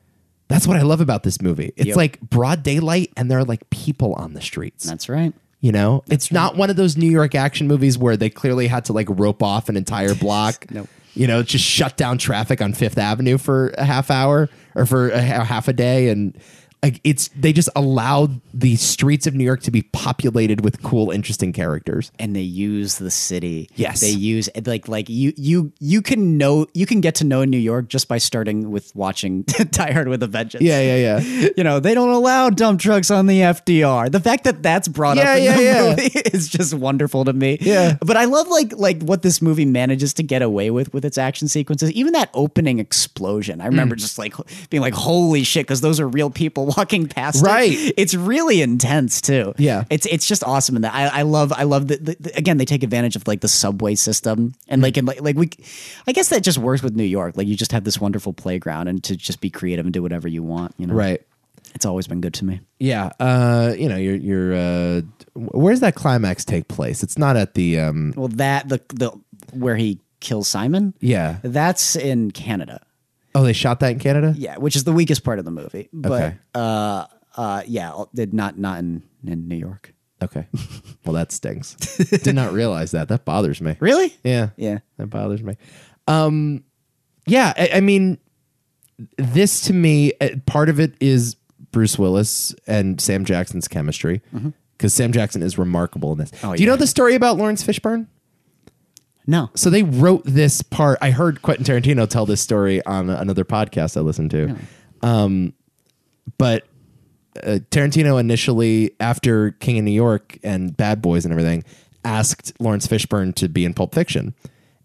[SPEAKER 1] That's what I love about this movie. It's
[SPEAKER 2] Yep.
[SPEAKER 1] like broad daylight and there are like people on the streets.
[SPEAKER 2] That's right.
[SPEAKER 1] you know, it's not one of those New York action movies where they clearly had to like rope off an entire block.
[SPEAKER 2] Nope.
[SPEAKER 1] you know, just shut down traffic on Fifth Avenue for a half hour or for a, ha- half a day, and like it's they just allowed the streets of New York to be populated with cool, interesting characters.
[SPEAKER 2] and they use the city.
[SPEAKER 1] Yes.
[SPEAKER 2] they use like like you you you can know you can get to know New York just by starting with watching Die Hard with a Vengeance.
[SPEAKER 1] Yeah, yeah, yeah.
[SPEAKER 2] you know they don't allow dump trucks on the FDR. The fact that that's brought
[SPEAKER 1] Yeah,
[SPEAKER 2] up in
[SPEAKER 1] yeah,
[SPEAKER 2] the
[SPEAKER 1] yeah.
[SPEAKER 2] movie is just wonderful to me.
[SPEAKER 1] Yeah.
[SPEAKER 2] but I love like like what this movie manages to get away with with its action sequences. Even that opening explosion, I
[SPEAKER 1] Mm.
[SPEAKER 2] remember just like being like, "Holy shit!" Because those are real people walking past. it.
[SPEAKER 1] Right.
[SPEAKER 2] It's really intense too.
[SPEAKER 1] Yeah.
[SPEAKER 2] It's it's just awesome in that. I, I love I love that. The, the- again, they take advantage of like the subway system
[SPEAKER 1] Mm.
[SPEAKER 2] and like and like like we, I guess that just works with New York. Like you just have this wonderful playground and to just be creative and do whatever you want. You know,
[SPEAKER 1] Right.
[SPEAKER 2] It's always been good to me.
[SPEAKER 1] Yeah. Uh, you know, your your uh, where's that climax take place? It's not at the um.
[SPEAKER 2] Well, that the the where he kills Simon.
[SPEAKER 1] Yeah.
[SPEAKER 2] That's in Canada.
[SPEAKER 1] Oh, they shot that in Canada.
[SPEAKER 2] Yeah, which is the weakest part of the movie. But
[SPEAKER 1] Okay.
[SPEAKER 2] uh, uh, yeah, did not not in in New York.
[SPEAKER 1] Okay. Well, that stings. Did not realize that. That bothers me.
[SPEAKER 2] Really?
[SPEAKER 1] Yeah.
[SPEAKER 2] Yeah.
[SPEAKER 1] That bothers me. Um, yeah. I, I mean, this to me, uh, part of it is Bruce Willis and Sam Jackson's chemistry because Sam Jackson is remarkable in this.
[SPEAKER 2] Mm-hmm. Oh,
[SPEAKER 1] Do you
[SPEAKER 2] yeah.
[SPEAKER 1] know the story about Lawrence Fishburne?
[SPEAKER 2] No.
[SPEAKER 1] So they wrote this part. I heard Quentin Tarantino tell this story on another podcast I listened to. Um, but uh, Tarantino initially, after King of New York and Bad Boys and everything, asked Lawrence Fishburne to be in Pulp Fiction.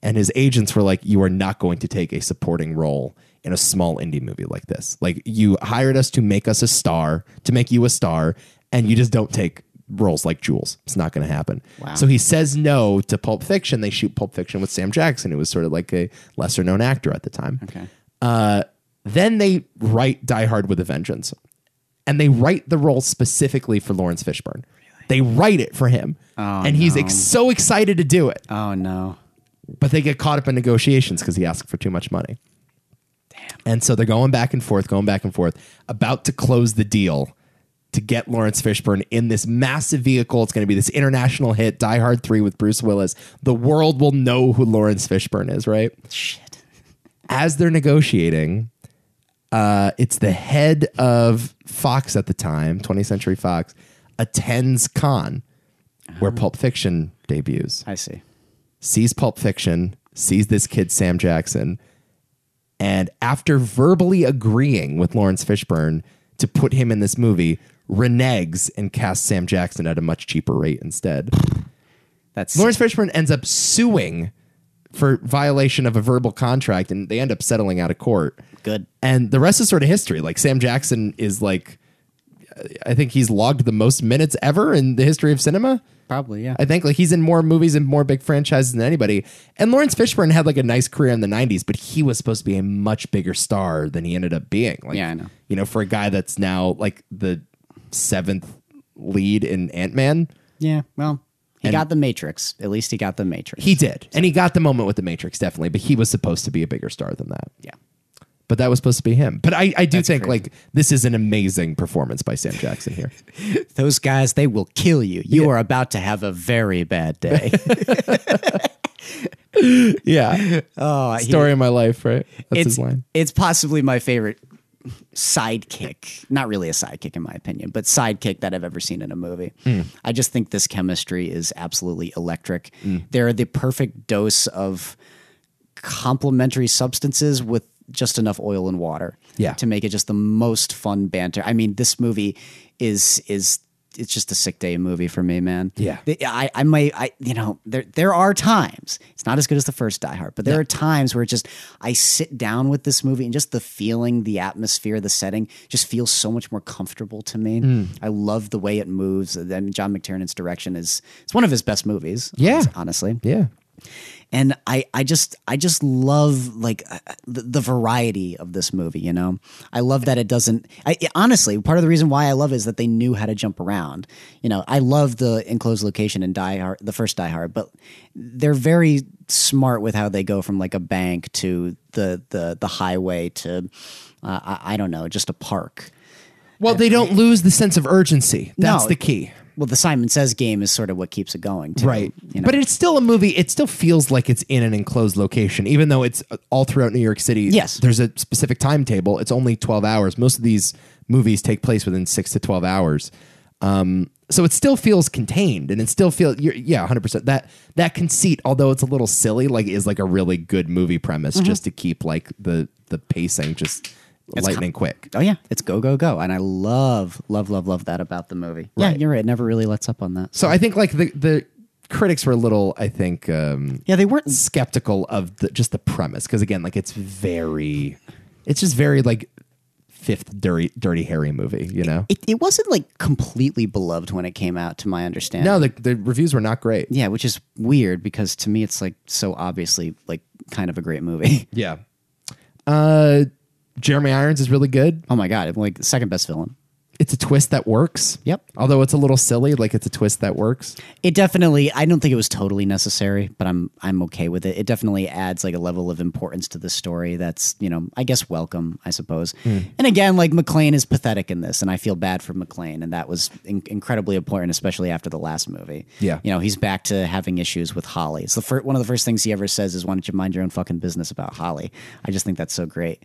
[SPEAKER 1] And his agents were like, You are not going to take a supporting role in a small indie movie like this. Like, you hired us to make us a star, to make you a star, and you just don't take roles like Jules. It's not going to happen.
[SPEAKER 2] Wow.
[SPEAKER 1] So he says no to Pulp Fiction. They shoot Pulp Fiction with Sam Jackson, who was sort of like a lesser known actor at the time.
[SPEAKER 2] Okay.
[SPEAKER 1] Uh, then they write Die Hard with a Vengeance, and they write the role specifically for Lawrence Fishburne. They write it for him, and he's ex- so excited to do it,
[SPEAKER 2] Oh no.
[SPEAKER 1] but they get caught up in negotiations because he asked for too much money. And so they're going back and forth, going back and forth, about to close the deal to get Lawrence Fishburne in this massive vehicle. It's going to be this international hit, Die Hard 3 with Bruce Willis. The world will know who Lawrence Fishburne is, right?
[SPEAKER 2] Shit.
[SPEAKER 1] as they're negotiating, uh, it's the head of Fox at the time, 20th Century Fox, attends Con, where Pulp Fiction debuts.
[SPEAKER 2] I see.
[SPEAKER 1] Sees Pulp Fiction, sees this kid Sam Jackson, and after verbally agreeing with Lawrence Fishburne to put him in this movie, reneges and casts Sam Jackson at a much cheaper rate instead.
[SPEAKER 2] That's
[SPEAKER 1] Lawrence Fishburne ends up suing for violation of a verbal contract, and they end up settling out of court.
[SPEAKER 2] good.
[SPEAKER 1] And the rest is sort of history. Like Sam Jackson is like, I think he's logged the most minutes ever in the history of cinema.
[SPEAKER 2] Probably, yeah.
[SPEAKER 1] I think like he's in more movies and more big franchises than anybody. And Lawrence Fishburne had like a nice career in the '90s, but he was supposed to be a much bigger star than he ended up being. Like,
[SPEAKER 2] Yeah, I know.
[SPEAKER 1] You know, for a guy that's now like the seventh lead in Ant Man,
[SPEAKER 2] yeah. Well, he got the Matrix. At least he got the Matrix.
[SPEAKER 1] he did, and he got the moment with the Matrix definitely, but he was supposed to be a bigger star than that.
[SPEAKER 2] yeah.
[SPEAKER 1] but that was supposed to be him. But I, I do think like this is an amazing performance by Sam Jackson here.
[SPEAKER 2] Those guys, they will kill you. You are about to have a very bad day.
[SPEAKER 1] yeah,
[SPEAKER 2] oh, he-
[SPEAKER 1] story of my life, right? That's his line.
[SPEAKER 2] It's possibly my favorite sidekick. Not really a sidekick in my opinion, but sidekick that I've ever seen in a movie.
[SPEAKER 1] Hmm.
[SPEAKER 2] I just think this chemistry is absolutely electric.
[SPEAKER 1] Hmm.
[SPEAKER 2] They're the perfect dose of complementary substances with just enough oil and water
[SPEAKER 1] Yeah.
[SPEAKER 2] to make it just the most fun banter. I mean, this movie is is it's just a sick day movie for me, man.
[SPEAKER 1] Yeah.
[SPEAKER 2] The- I, I might, I, you know, there, there are times it's not as good as the first Die Hard, but there are times where it just, I sit down with this movie and just the feeling, the atmosphere, the setting just feels so much more comfortable to me. I love the way it moves. Then John McTiernan's direction is, it's one of his best movies.
[SPEAKER 1] Yeah.
[SPEAKER 2] Honestly
[SPEAKER 1] Yeah,
[SPEAKER 2] and I, I just I just love like uh, the, the variety of this movie. You know, I love that it doesn't. I, it- honestly, part of the reason why I love it is that they knew how to jump around. You know, I love the enclosed location in Die Hard, the first Die Hard, but they're very smart with how they go from like a bank to the the the highway to uh, I, I don't know, just a park.
[SPEAKER 1] Well, they don't lose the sense of urgency. That's
[SPEAKER 2] No.
[SPEAKER 1] the key.
[SPEAKER 2] Well, the Simon Says game is sort of what keeps it going, too,
[SPEAKER 1] Right.
[SPEAKER 2] You know?
[SPEAKER 1] But it's still a movie. It still feels like it's in an enclosed location, even though it's uh, all throughout New York City.
[SPEAKER 2] Yes.
[SPEAKER 1] There's a specific timetable. It's only 12 hours. Most of these movies take place within six to 12 hours. Um, so it still feels contained and it still feels, yeah, 100%. That, that conceit, although it's a little silly, like is like a really good movie
[SPEAKER 2] Mm-hmm.
[SPEAKER 1] premise just to keep like the, the pacing just lightning quick.
[SPEAKER 2] oh yeah, it's go go go, and I love love love love that about the movie. Yeah,
[SPEAKER 1] Right.
[SPEAKER 2] you're right. It never really lets up on that.
[SPEAKER 1] So I think like the, the critics were a little, I think, um,
[SPEAKER 2] Yeah, they weren't
[SPEAKER 1] skeptical of the, just the premise because again, like it's very, it's just very like fifth dirty dirty Harry movie, you know.
[SPEAKER 2] it, it wasn't like completely beloved when it came out to my understanding
[SPEAKER 1] No, the the reviews were not great.
[SPEAKER 2] yeah which is weird because to me it's like so obviously like kind of a great movie
[SPEAKER 1] Yeah. Uh, Jeremy Irons is really good.
[SPEAKER 2] oh my god like second best villain
[SPEAKER 1] It's a twist that works.
[SPEAKER 2] Yep.
[SPEAKER 1] Although it's a little silly, like it's a twist that works.
[SPEAKER 2] it definitely i don't think it was totally necessary but i'm i'm okay with it it definitely adds like a level of importance to the story that's you know i guess welcome i suppose and again like mclean is pathetic in this and i feel bad for mclean and that was in- incredibly important especially after the last movie
[SPEAKER 1] Yeah.
[SPEAKER 2] you know he's back to having issues with holly it's the first one of the first things he ever says is why don't you mind your own fucking business about holly i just think that's so great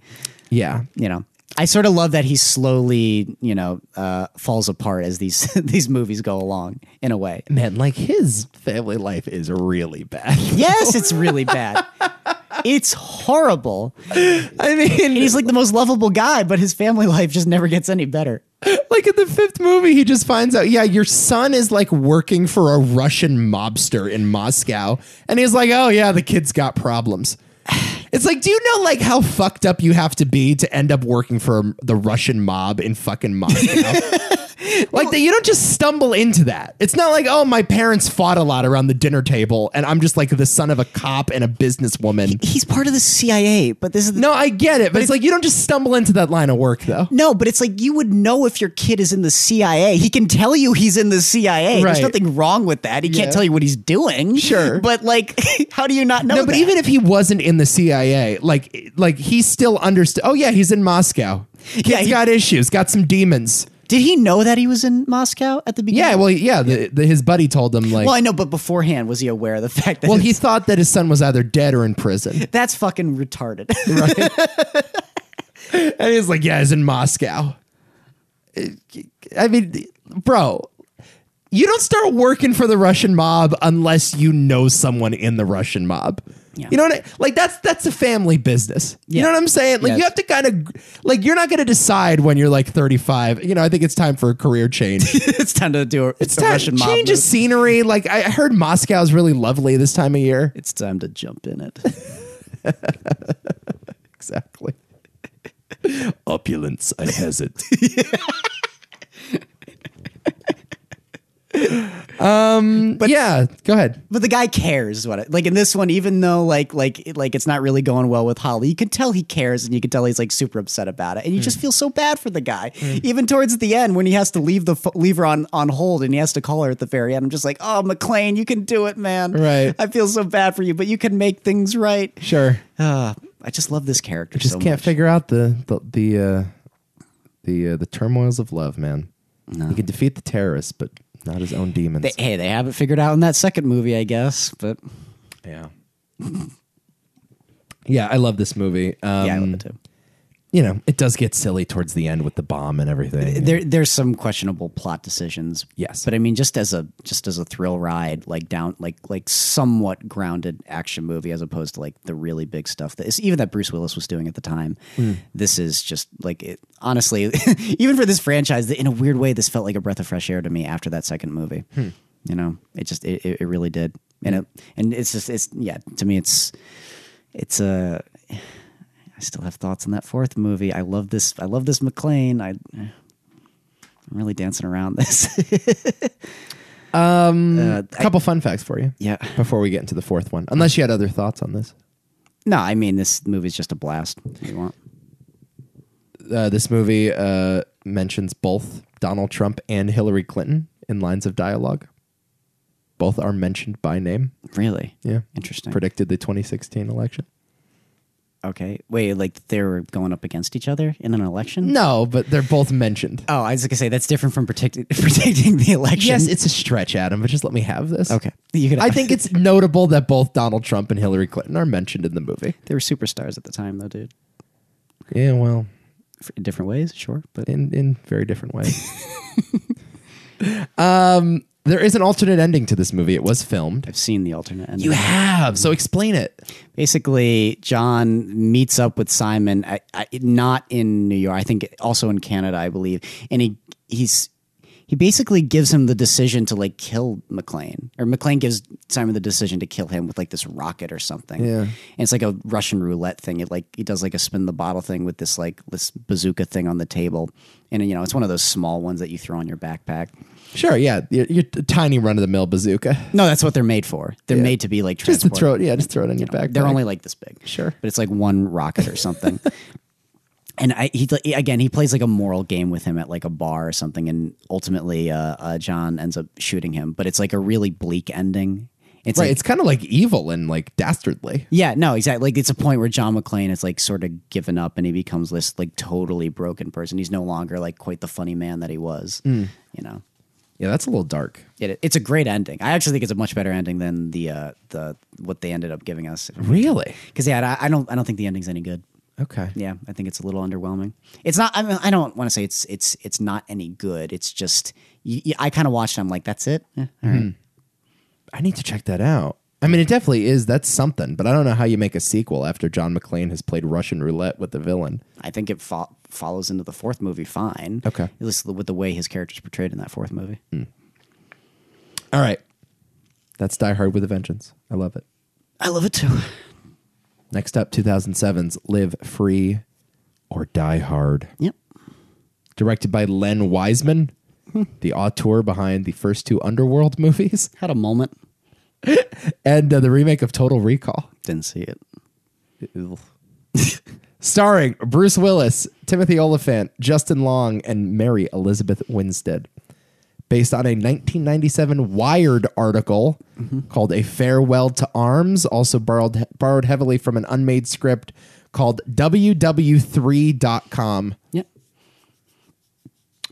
[SPEAKER 1] Yeah.
[SPEAKER 2] you know I sort of love that he slowly, you know, uh, falls apart as these these movies go along. In a way,
[SPEAKER 1] Man, like his family life is really bad.
[SPEAKER 2] Yes, it's really bad. It's horrible.
[SPEAKER 1] I mean,
[SPEAKER 2] And he's like the most lovable guy, but his family life just never gets any better.
[SPEAKER 1] Like in the fifth movie, he just finds out, yeah, your son is like working for a Russian mobster in Moscow. And he's like, oh, yeah, the kid's got problems. It's like, do you know like how fucked up you have to be to end up working for the Russian mob in fucking Moscow? like that, you don't just stumble into that. It's not like, oh, my parents fought a lot around the dinner table, and I'm just like the son of a cop and a businesswoman.
[SPEAKER 2] He's part of the CIA, but this is
[SPEAKER 1] No, I get it, but it's like you don't just stumble into that line of work, though.
[SPEAKER 2] no, but it's like you would know if your kid is in the CIA. He can tell you he's in the CIA. There's
[SPEAKER 1] Right.
[SPEAKER 2] nothing wrong with that. He
[SPEAKER 1] Yeah.
[SPEAKER 2] can't tell you what he's doing.
[SPEAKER 1] Sure.
[SPEAKER 2] But like, how do you not know?
[SPEAKER 1] No, but
[SPEAKER 2] Oh, that?
[SPEAKER 1] even if he wasn't in the CIA, like like he still understood. Oh yeah, he's in Moscow. He's
[SPEAKER 2] Yeah, he-
[SPEAKER 1] got issues, got some demons.
[SPEAKER 2] did he know that he was in Moscow at the beginning?
[SPEAKER 1] Yeah, well, yeah, the, the, his buddy told him like,
[SPEAKER 2] Well,
[SPEAKER 1] well,
[SPEAKER 2] I know, but beforehand, was he aware of the fact that
[SPEAKER 1] he thought that his son was either dead or in prison,
[SPEAKER 2] that's fucking retarded?
[SPEAKER 1] and he's like, yeah, he's in Moscow. I mean, bro, you don't start working for the Russian mob unless you know someone in the Russian mob.
[SPEAKER 2] Yeah.
[SPEAKER 1] You know what I like that's that's a family business. You
[SPEAKER 2] Yeah.
[SPEAKER 1] know what I'm saying? Like
[SPEAKER 2] Yes.
[SPEAKER 1] you have to kind of like you're not going to decide when you're like 35. You know, I think it's time for a career change.
[SPEAKER 2] it's time to do a, it's
[SPEAKER 1] Time- change of scenery. Like I I heard Moscow is really lovely this time of year.
[SPEAKER 2] It's time to jump in it.
[SPEAKER 1] Exactly. Opulence, I hazard. um but yeah, go ahead.
[SPEAKER 2] But the guy cares is what I, like in this one, even though like like it- like it's not really going well with Holly, you can tell he cares and you can tell he's like super upset about it, and you just feel so bad for the guy. Even towards the end, when he has to leave the pho- leave her on on hold and he has to call her at the very end, I'm just like, oh, McLean, you can do it, man.
[SPEAKER 1] Right.
[SPEAKER 2] I feel so bad for you, but you can make things right.
[SPEAKER 1] Sure.
[SPEAKER 2] Ah, I just love this character.
[SPEAKER 1] Just
[SPEAKER 2] so
[SPEAKER 1] can't
[SPEAKER 2] much.
[SPEAKER 1] figure out the the the uh, the, uh, the turmoils of love, man. He can defeat the terrorists, but not his own demons.
[SPEAKER 2] They- hey, they haven't figured out in that second movie, I guess. But
[SPEAKER 1] yeah. yeah, I love this movie. Um,
[SPEAKER 2] yeah, I love it too.
[SPEAKER 1] You know, it does get silly towards the end with the bomb and everything.
[SPEAKER 2] there there's some questionable plot decisions.
[SPEAKER 1] Yes.
[SPEAKER 2] But I mean just as a just as a thrill ride, like down like like somewhat grounded action movie as opposed to like the really big stuff that is even that Bruce Willis was doing at the time. This is just like it honestly even for this franchise in a weird way this felt like a breath of fresh air to me after that second movie. You know, it just it, it, it really did. And it and it's just it's yeah, to me it's it's a I still have thoughts on that fourth movie. I love this. I love this McLean. I, I'm really dancing around this.
[SPEAKER 1] Um,
[SPEAKER 2] Uh,
[SPEAKER 1] a couple fun facts for you
[SPEAKER 2] yeah.
[SPEAKER 1] before we get into the fourth one. Unless you had other thoughts on this.
[SPEAKER 2] No, I mean this movie's just a blast. If you want.
[SPEAKER 1] Uh, this movie uh, mentions both Donald Trump and Hillary Clinton in lines of dialogue. Both are mentioned by name.
[SPEAKER 2] Really
[SPEAKER 1] Yeah.
[SPEAKER 2] interesting.
[SPEAKER 1] Predicted the 2016 election.
[SPEAKER 2] Okay. Wait, like they were going up against each other in an election?
[SPEAKER 1] No, but they're both mentioned.
[SPEAKER 2] Oh, I was gonna say that's different from predict- predicting the election.
[SPEAKER 1] Uh, Yes, it's a stretch, Adam, but just let me have this.
[SPEAKER 2] okay. You could.
[SPEAKER 1] I think it's notable that both Donald Trump and Hillary Clinton are mentioned in the movie.
[SPEAKER 2] they were superstars at the time, though, dude.
[SPEAKER 1] Yeah, well,
[SPEAKER 2] F- In different ways, sure, but
[SPEAKER 1] in in very different ways. um, there is an alternate ending to this movie. It was filmed.
[SPEAKER 2] I've seen the alternate ending.
[SPEAKER 1] You have, so explain it.
[SPEAKER 2] basically john meets up with simon I, I, not in new york i think also in canada i believe and he he's he basically gives him the decision to like kill McLean, or McLean gives Simon the decision to kill him with like this rocket or something.
[SPEAKER 1] Yeah.
[SPEAKER 2] and it's like a Russian roulette thing. It like he does like a spin the bottle thing with this like this bazooka thing on the table, and you know it's one of those small ones that you throw on your backpack.
[SPEAKER 1] Sure, yeah, your, your t- tiny run of the mill bazooka.
[SPEAKER 2] No, that's what they're made for. They're made to be like
[SPEAKER 1] Just to
[SPEAKER 2] transport.
[SPEAKER 1] throw it, yeah, just throw it on your back.
[SPEAKER 2] They're only like this big.
[SPEAKER 1] Sure.
[SPEAKER 2] But it's like one rocket or something. and I, he again, he plays like a moral game with him at like a bar or something, and ultimately, uh, uh, John ends up shooting him. But it's like a really bleak ending. It's
[SPEAKER 1] right.
[SPEAKER 2] like.
[SPEAKER 1] it's kind of like evil and like dastardly.
[SPEAKER 2] yeah, no, exactly. Like it's a point where John McClane is like sort of given up, and he becomes this like totally broken person. He's no longer like quite the funny man that he was.
[SPEAKER 1] Hmm.
[SPEAKER 2] You know,
[SPEAKER 1] Yeah, that's a little dark.
[SPEAKER 2] it, it's a great ending. I actually think it's a much better ending than the uh, the what they ended up giving us.
[SPEAKER 1] Really?
[SPEAKER 2] Because yeah, I, I don't I don't think the ending's any good.
[SPEAKER 1] Okay.
[SPEAKER 2] yeah, I think it's a little underwhelming. It's not. I mean, I don't want to say it's it's it's not any good. It's just y- y- I kind of watched. it, I'm like, that's it. Eh, all right.
[SPEAKER 1] I need to check that out. I mean, it definitely is. That's something, but I don't know how you make a sequel after John McClane has played Russian roulette with the villain.
[SPEAKER 2] I think it fo- follows into the fourth movie fine.
[SPEAKER 1] Mm-hmm. Okay. Mm.
[SPEAKER 2] at least with the way his character's portrayed in that fourth movie.
[SPEAKER 1] All right, that's Die Hard with a Vengeance. I love it.
[SPEAKER 2] I love it too.
[SPEAKER 1] Next up, 2007's Live Free or Die Hard,
[SPEAKER 2] Yep.
[SPEAKER 1] directed by Len Wiseman, the auteur behind the first two Underworld movies
[SPEAKER 2] Had a moment.
[SPEAKER 1] and uh, the remake of Total Recall.
[SPEAKER 2] Didn't see it.
[SPEAKER 1] starring Bruce Willis, Timothy Oliphant, Justin Long, and Mary Elizabeth Winstead. Based on a 1997 Wired article called A Farewell to Arms, also borrowed, borrowed heavily from an unmade script called WW3.com.
[SPEAKER 2] Yep.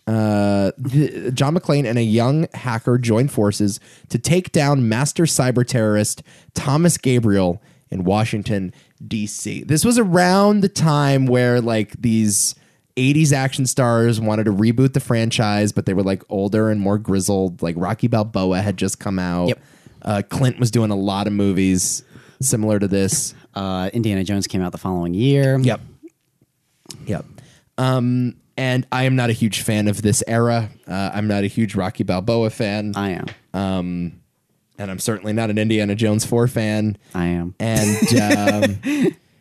[SPEAKER 1] Uh, the, John McClane and a young hacker join forces to take down master cyber terrorist Thomas Gabriel in Washington D.C. This was around the time where like these 80s action stars wanted to reboot the franchise, but they were like older and more grizzled. Like Rocky Balboa had just come out.
[SPEAKER 2] Yep.
[SPEAKER 1] Uh, Clint was doing a lot of movies similar to this.
[SPEAKER 2] Uh, Indiana Jones came out the following year.
[SPEAKER 1] Yep. Yep. Um, and I am not a huge fan of this era. Uh, I'm not a huge Rocky Balboa fan,
[SPEAKER 2] I am.
[SPEAKER 1] and I'm certainly not an Indiana Jones four fan.
[SPEAKER 2] I am.
[SPEAKER 1] And um,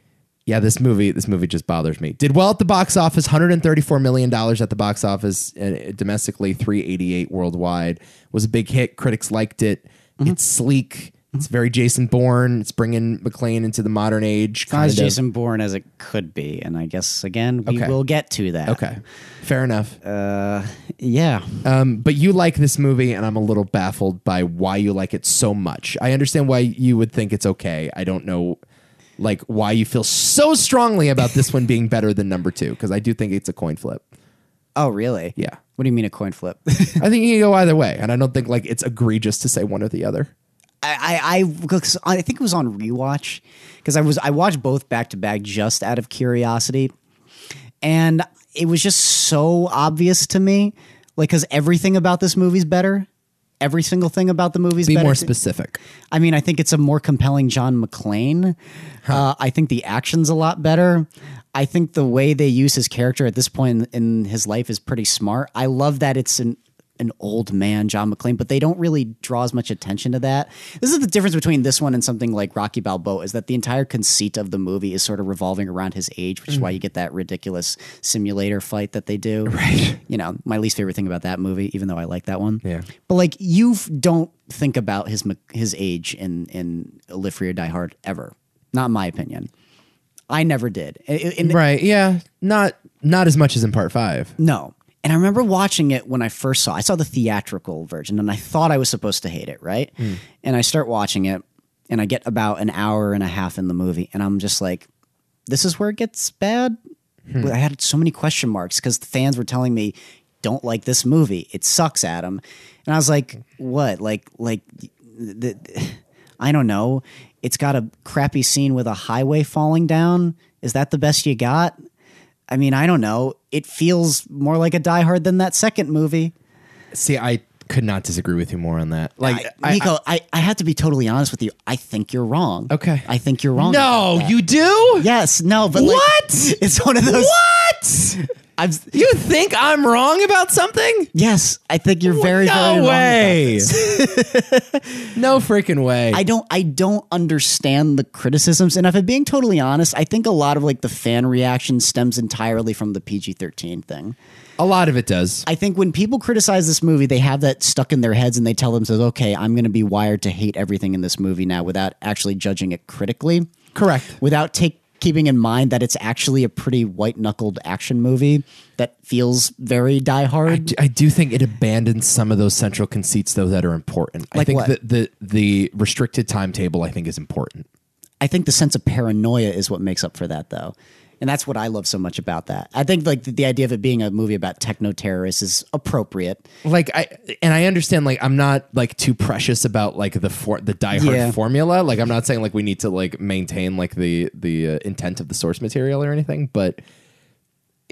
[SPEAKER 1] yeah, this movie this movie just bothers me. Did well at the box office, 134 million dollars at the box office uh, domestically, 388 worldwide. Was a big hit. Critics liked it.
[SPEAKER 2] Mm-hmm.
[SPEAKER 1] It's sleek. It's very Jason Bourne. It's bringing McLean into the modern age.
[SPEAKER 2] Not
[SPEAKER 1] kind
[SPEAKER 2] as
[SPEAKER 1] of.
[SPEAKER 2] Jason Bourne as it could be, and I guess again we
[SPEAKER 1] Okay.
[SPEAKER 2] will get to that.
[SPEAKER 1] Okay, fair enough.
[SPEAKER 2] Uh, yeah.
[SPEAKER 1] Um, but you like this movie, and I'm a little baffled by why you like it so much. I understand why you would think it's okay. I don't know, like why you feel so strongly about this one being better than number two because I do think it's a coin flip.
[SPEAKER 2] Oh, really?
[SPEAKER 1] Yeah,
[SPEAKER 2] What do you mean a coin flip?
[SPEAKER 1] I think you can go either way, and I don't think like it's egregious to say one or the other.
[SPEAKER 2] I, I, I, 'cause I think it was on rewatch because I was I watched both back to back just out of curiosity, and it was just so obvious to me, like because everything about this movie's better, every single thing about the movie's
[SPEAKER 1] Be
[SPEAKER 2] better.
[SPEAKER 1] more specific.
[SPEAKER 2] I mean, I think it's a more compelling John McClane. Uh, I think the action's a lot better. I think the way they use his character at this point in, in his life is pretty smart. I love that it's an an old man, John McClane, but they don't really draw as much attention to that. This is the difference between this one and something like Rocky Balboa is that the entire conceit of the movie is sort of revolving around his age, which is why you get that ridiculous simulator fight that they do. Right. You know, my least favorite thing about that movie, even though I like that one.
[SPEAKER 1] Yeah.
[SPEAKER 2] But like you f- don't think about his m- his age in in Live Free or Die Hard ever. Not in my opinion. I never did. I- I- and-
[SPEAKER 1] Right? Yeah. Not not as much as in part five.
[SPEAKER 2] no. And I remember watching it when I first saw. it. I saw the theatrical version, and I thought I was supposed to hate it, right? And I start watching it, and I get about an hour and a half in the movie, and I'm just like, this is where it gets bad. I had so many question marks because the fans were telling me, "Don't like this movie. It sucks, Adam." And I was like, "What? Like, like, the, I don't know. It's got a crappy scene with a highway falling down. Is that the best you got? I mean, I don't know. It feels more like a Die Hard than that second movie."
[SPEAKER 1] See, I could not disagree with you more on that. Like,
[SPEAKER 2] I, Nico, I, I, have to be totally honest with you. I think you're wrong.
[SPEAKER 1] Okay.
[SPEAKER 2] I think you're wrong.
[SPEAKER 1] no,
[SPEAKER 2] about that.
[SPEAKER 1] you do?
[SPEAKER 2] Yes, no, but like-
[SPEAKER 1] What?
[SPEAKER 2] it's one of those.
[SPEAKER 1] What?
[SPEAKER 2] I'm,
[SPEAKER 1] You think I'm wrong about something?
[SPEAKER 2] yes, I think you're very,
[SPEAKER 1] no
[SPEAKER 2] very wrong. about
[SPEAKER 1] way.
[SPEAKER 2] this.
[SPEAKER 1] no freaking way.
[SPEAKER 2] I don't I don't understand the criticisms. And if I'm being totally honest, I think a lot of like the fan reaction stems entirely from the PG thirteen thing.
[SPEAKER 1] A lot of it does.
[SPEAKER 2] I think when people criticize this movie, they have that stuck in their heads and they tell themselves, okay, I'm gonna be wired to hate everything in this movie now without actually judging it critically.
[SPEAKER 1] Correct.
[SPEAKER 2] Without take keeping in mind that it's actually a pretty white knuckled action movie that feels very die hard.
[SPEAKER 1] I do think it abandons some of those central conceits though that are important. I
[SPEAKER 2] Like
[SPEAKER 1] think
[SPEAKER 2] what?
[SPEAKER 1] that the the restricted timetable I think is important.
[SPEAKER 2] I think the sense of paranoia is what makes up for that, though. And that's what I love so much about that. I think like the, the idea of it being a movie about techno terrorists is appropriate.
[SPEAKER 1] Like I and I understand like I'm not like too precious about like the for the diehard
[SPEAKER 2] Yeah.
[SPEAKER 1] formula. Like I'm not saying like we need to like maintain like the the uh, intent of the source material or anything, but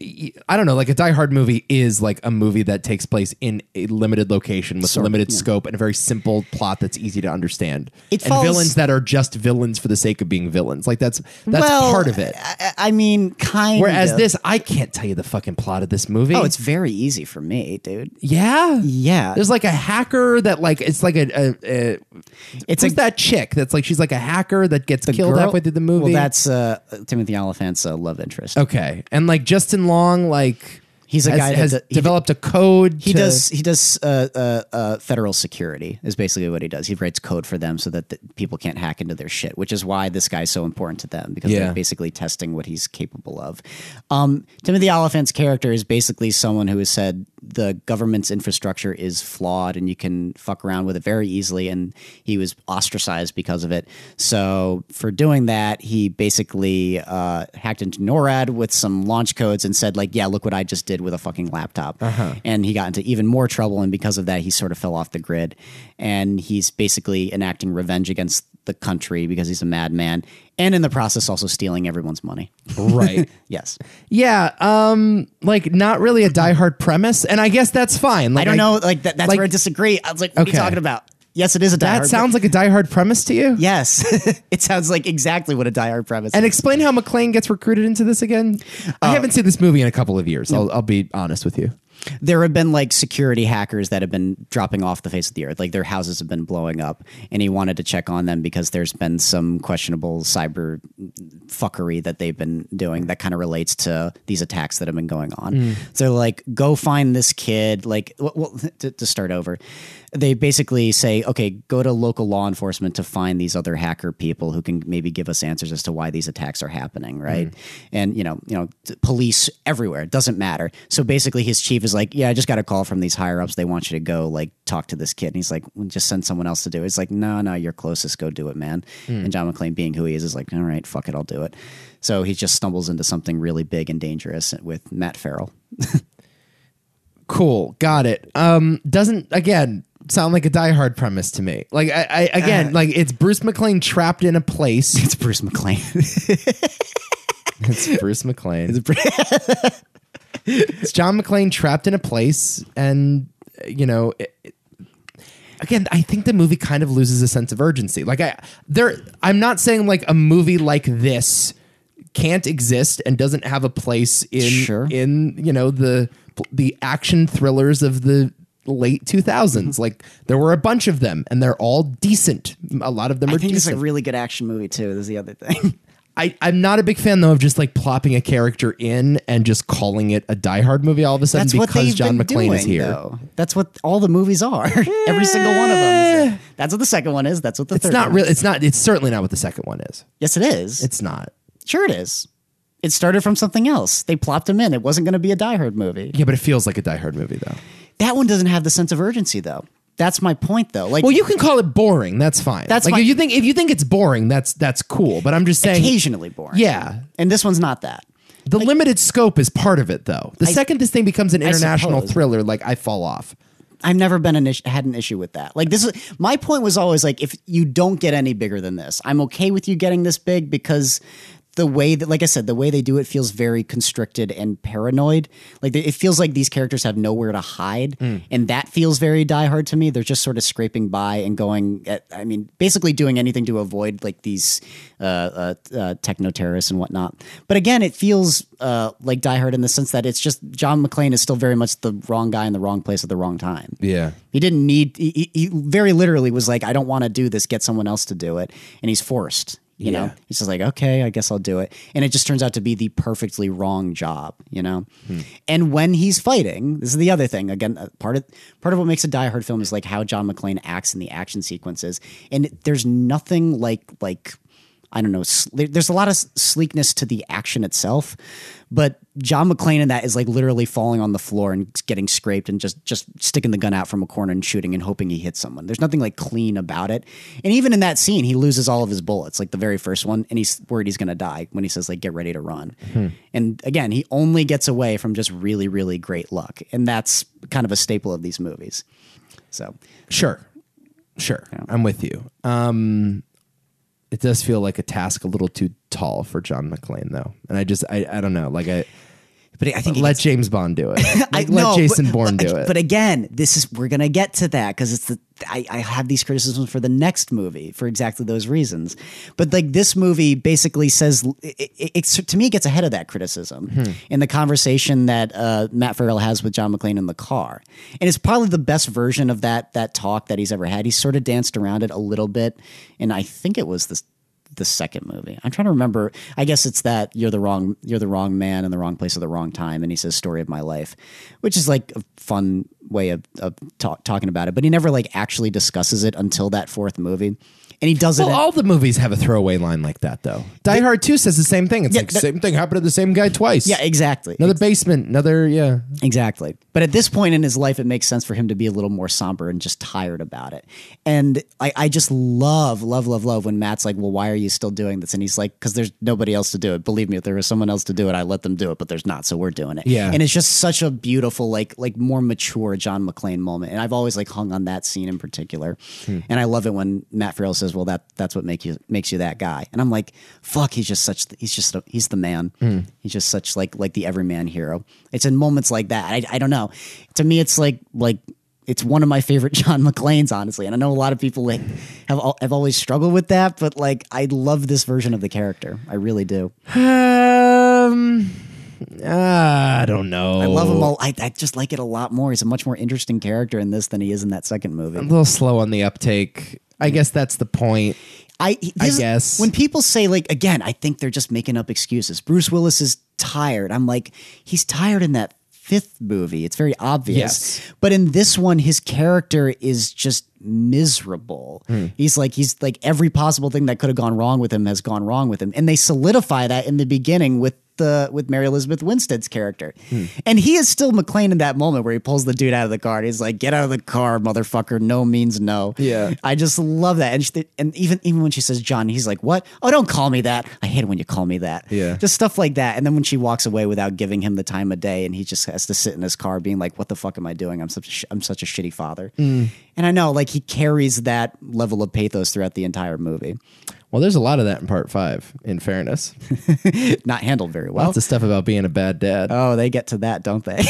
[SPEAKER 1] y- I don't know. Like a Die Hard movie is like a movie that takes place in a limited location with limited scope and a very simple plot that's easy to understand.
[SPEAKER 2] It
[SPEAKER 1] and
[SPEAKER 2] follows-
[SPEAKER 1] villains that are just villains for the sake of being villains. Like that's that's
[SPEAKER 2] Well,
[SPEAKER 1] part of it.
[SPEAKER 2] I, I mean, kind.
[SPEAKER 1] Whereas
[SPEAKER 2] of.
[SPEAKER 1] this, I can't tell you the fucking plot of this movie.
[SPEAKER 2] oh, it's very easy for me, dude.
[SPEAKER 1] yeah,
[SPEAKER 2] Yeah,
[SPEAKER 1] There's like a hacker that like it's like a, a, a
[SPEAKER 2] it's
[SPEAKER 1] it's like that chick that's like she's like a hacker that gets killed
[SPEAKER 2] girl-
[SPEAKER 1] halfway through the movie.
[SPEAKER 2] Well, that's uh, Timothy Oliphant's uh, love interest.
[SPEAKER 1] okay. And like Justin Long, like
[SPEAKER 2] He's a
[SPEAKER 1] Oh, has,
[SPEAKER 2] guy that
[SPEAKER 1] has
[SPEAKER 2] d- he-
[SPEAKER 1] developed a code.
[SPEAKER 2] He
[SPEAKER 1] to-
[SPEAKER 2] does. He does. Uh, uh, uh, federal security is basically what he does. He writes code for them so that the people can't hack into their shit, which is why this guy's so important to them because
[SPEAKER 1] Yeah.
[SPEAKER 2] they're basically testing what he's capable of. Um, Timothy Oliphant's character is basically someone who has said the government's infrastructure is flawed and you can fuck around with it very easily, and he was ostracized because of it. So for doing that, he basically uh, hacked into NORAD with some launch codes and said like, "Yeah, look what I just did with a fucking laptop." And he got into even more trouble, and because of that, he sort of fell off the grid, and he's basically enacting revenge against the country because he's a madman, and in the process, also stealing everyone's money.
[SPEAKER 1] right.
[SPEAKER 2] yes,
[SPEAKER 1] Yeah. Um. Like not really a diehard premise, and I guess that's fine. Like,
[SPEAKER 2] I don't know. Like that, that's
[SPEAKER 1] like-
[SPEAKER 2] where I disagree. I was like, "What are
[SPEAKER 1] Okay.
[SPEAKER 2] you talking about?" Yes, it is a die
[SPEAKER 1] That
[SPEAKER 2] hard,
[SPEAKER 1] sounds like a diehard premise to you.
[SPEAKER 2] but- Yes, it sounds like exactly what a die hard premise.
[SPEAKER 1] And
[SPEAKER 2] is.
[SPEAKER 1] explain how McLean gets recruited into this again.
[SPEAKER 2] Uh,
[SPEAKER 1] I haven't seen this movie in a couple of years. I'll, I'll be honest with you.
[SPEAKER 2] there have been like security hackers that have been dropping off the face of the earth. Like their houses have been blowing up, and he wanted to check on them because there's been some questionable cyber fuckery that they've been doing that kind of relates to these attacks that have been going on. So they're like, go find this kid. Like, well, well, to, to start over, they basically say, okay, go to local law enforcement to find these other hacker people who can maybe give us answers as to why these attacks are happening, right? And you know, you know, t- police everywhere. It doesn't matter. So basically, his chief is like, yeah, I just got a call from these higher ups. They want you to go like talk to this kid. And he's like, well, just send someone else to do it. It's like, no, no, you're closest. Go do it, man. And John McClane, being who he is, is like, all right, fuck it, I'll do it. So he just stumbles into something really big and dangerous with Matt Farrell.
[SPEAKER 1] Cool. Got it. Um. Doesn't again sound like a diehard premise to me. Like I, I again, like it's Bruce McLean trapped in a place.
[SPEAKER 2] It's Bruce McClane.
[SPEAKER 1] it's Bruce McLean. it's John McLean trapped in a place, and uh, you know. It, it- Again, I think the movie kind of loses a sense of urgency. Like I, there, I'm not saying like a movie like this can't exist and doesn't have a place in
[SPEAKER 2] Sure.
[SPEAKER 1] in you know the the action thrillers of the late 2000s.
[SPEAKER 2] Mm-hmm.
[SPEAKER 1] Like there were a bunch of them, and they're all decent. A lot of them are
[SPEAKER 2] I think it's
[SPEAKER 1] decent.
[SPEAKER 2] a really good action movie too. This is the other thing.
[SPEAKER 1] I, I'm not a big fan though of just like plopping a character in and just calling it a Die Hard movie all of a sudden
[SPEAKER 2] That's what
[SPEAKER 1] because
[SPEAKER 2] they've
[SPEAKER 1] John
[SPEAKER 2] been
[SPEAKER 1] McClane
[SPEAKER 2] doing,
[SPEAKER 1] is here.
[SPEAKER 2] Though. That's what all the movies are. Every single one of them. Is. That's what the second one is. That's what the
[SPEAKER 1] It's
[SPEAKER 2] third.
[SPEAKER 1] not
[SPEAKER 2] one
[SPEAKER 1] really. It's not. It's certainly not what the second one is.
[SPEAKER 2] Yes, it is.
[SPEAKER 1] It's not.
[SPEAKER 2] sure it is. It started from something else. They plopped him in. It wasn't going to be a Die Hard movie.
[SPEAKER 1] Yeah, but it feels like a Die Hard movie though.
[SPEAKER 2] That one doesn't have the sense of urgency though. that's my point though. Like
[SPEAKER 1] Well, you can call it boring. That's fine.
[SPEAKER 2] That's
[SPEAKER 1] like
[SPEAKER 2] my-
[SPEAKER 1] if you think if you think it's boring, that's that's cool. But I'm just saying,
[SPEAKER 2] occasionally boring.
[SPEAKER 1] yeah,
[SPEAKER 2] And this one's not that.
[SPEAKER 1] the limited scope is part of it, though. The second this thing becomes an international
[SPEAKER 2] suppose.
[SPEAKER 1] thriller, like I fall off.
[SPEAKER 2] I've never been an issue, had an issue with that. Like this is my point was always like if you don't get any bigger than this, I'm okay with you getting this big because the way that like I said, the way they do it feels very constricted and paranoid. Like it feels like these characters have nowhere to hide,
[SPEAKER 1] Hmm.
[SPEAKER 2] and that feels very Die Hard to me. They're just sort of scraping by and going. At, I mean, basically doing anything to avoid like these uh, uh, uh, techno terrorists and whatnot. But again, it feels uh, like Die Hard in the sense that it's just John McClane is still very much the wrong guy in the wrong place at the wrong time.
[SPEAKER 1] Yeah.
[SPEAKER 2] He didn't need. He, he he very literally was like, "I don't want to do this. Get someone else to do it." And he's forced. You know,
[SPEAKER 1] Yeah.
[SPEAKER 2] he's just like, "Okay, I guess I'll do it." And it just turns out to be the perfectly wrong job. You know, and when he's fighting, this is the other thing. Again, uh, part of part of what makes a Die Hard film is like how John McClane acts in the action sequences, and it- there's nothing like like. I don't know. sle- There's a lot of s- sleekness to the action itself, but John McClane in that is like literally falling on the floor and getting scraped and just just sticking the gun out from a corner and shooting and hoping he hits someone. There's nothing like clean about it. And even in that scene, he loses all of his bullets, like the very first one, and he's worried he's going to die when he says like "Get ready to run." And again, he only gets away from just really, really great luck, and that's kind of a staple of these movies. So
[SPEAKER 1] Sure. Sure. I'm with you. Um it does feel like a task a little too tall for John McClane though. And I just I, I don't know. Like I
[SPEAKER 2] But I think
[SPEAKER 1] let James Bond do it. Like, let
[SPEAKER 2] no, but-
[SPEAKER 1] Jason Bourne
[SPEAKER 2] but,
[SPEAKER 1] do it.
[SPEAKER 2] But again, this is we're gonna get to that because it's the I, I have these criticisms for the next movie for exactly those reasons. But like this movie basically says it, it, it to me it gets ahead of that criticism
[SPEAKER 1] Hmm.
[SPEAKER 2] in the conversation that uh, Matt Farrell has with John McClane in the car, and it's probably the best version of that that talk that he's ever had. He sort of danced around it a little bit, and I think it was this the second movie. I'm trying to remember. I guess it's that you're the wrong you're the wrong man in the wrong place at the wrong time, and he says "story of my life," which is like a fun way of, of talk, talking about it. But he never like actually discusses it until that fourth movie, and he does
[SPEAKER 1] well,
[SPEAKER 2] it.
[SPEAKER 1] all the movies have a throwaway line like that though. Die Hard 2 says the same thing. It's like
[SPEAKER 2] that-
[SPEAKER 1] same thing happened to the same guy twice.
[SPEAKER 2] yeah, exactly.
[SPEAKER 1] Another basement, another yeah.
[SPEAKER 2] Exactly. But at this point in his life, it makes sense for him to be a little more somber and just tired about it. And I, I just love, love, love, love when Matt's like, well, why are you still doing this? And he's like, because there's nobody else to do it. Believe me, if there was someone else to do it, I let them do it, but there's not. So we're doing it.
[SPEAKER 1] Yeah.
[SPEAKER 2] And it's just such a beautiful, like, like more mature John McClane moment. And I've always like hung on that scene in particular. And I love it when Matt Farrell says, well, that that's what make you makes you that guy. And I'm like, fuck, he's just such, he's just, a- he's the man. He's just such like, like the everyman hero. It's in moments like that. I, I don't know. To me, it's like, like, it's one of my favorite John McClane's, honestly, and I know a lot of people like have al- have always struggled with that, but like I love this version of the character, I really do.
[SPEAKER 1] Um Ah, I don't know.
[SPEAKER 2] I love him. All, I, I just like it a lot more. He's a much more interesting character in this than he is in that second
[SPEAKER 1] A
[SPEAKER 2] movie.
[SPEAKER 1] little slow on the uptake. I guess that's the point.
[SPEAKER 2] I, he- this is-
[SPEAKER 1] guess.
[SPEAKER 2] when people say like again, I think they're just making up excuses. Bruce Willis is tired. I'm like, he's tired in that fifth movie. It's very obvious.
[SPEAKER 1] Yes.
[SPEAKER 2] But in this one, his character is just miserable.
[SPEAKER 1] Hmm.
[SPEAKER 2] He's like he's like every possible thing that could have gone wrong with him has gone wrong with him, and they solidify that in the beginning with. The, with Mary Elizabeth Winstead's character.
[SPEAKER 1] Hmm.
[SPEAKER 2] And he is still McLean in that moment where he pulls the dude out of the car and he's like, Get out of the car, motherfucker. No means no.
[SPEAKER 1] Yeah.
[SPEAKER 2] I just love that. And, she, and even even when she says John, he's like, "What? Oh, don't call me that. I hate it when you call me that."
[SPEAKER 1] Yeah.
[SPEAKER 2] just stuff like that. And then when she walks away without giving him the time of day, and he just has to sit in his car, being like, "What the fuck am I doing? I'm such a sh- I'm such a shitty father."
[SPEAKER 1] Mm.
[SPEAKER 2] And I know, like, he carries that level of pathos throughout the entire movie.
[SPEAKER 1] Well, there's a lot of that in part five, in fairness.
[SPEAKER 2] Not handled very well.
[SPEAKER 1] Lots of stuff about being a bad dad.
[SPEAKER 2] Oh, they get to that, don't they?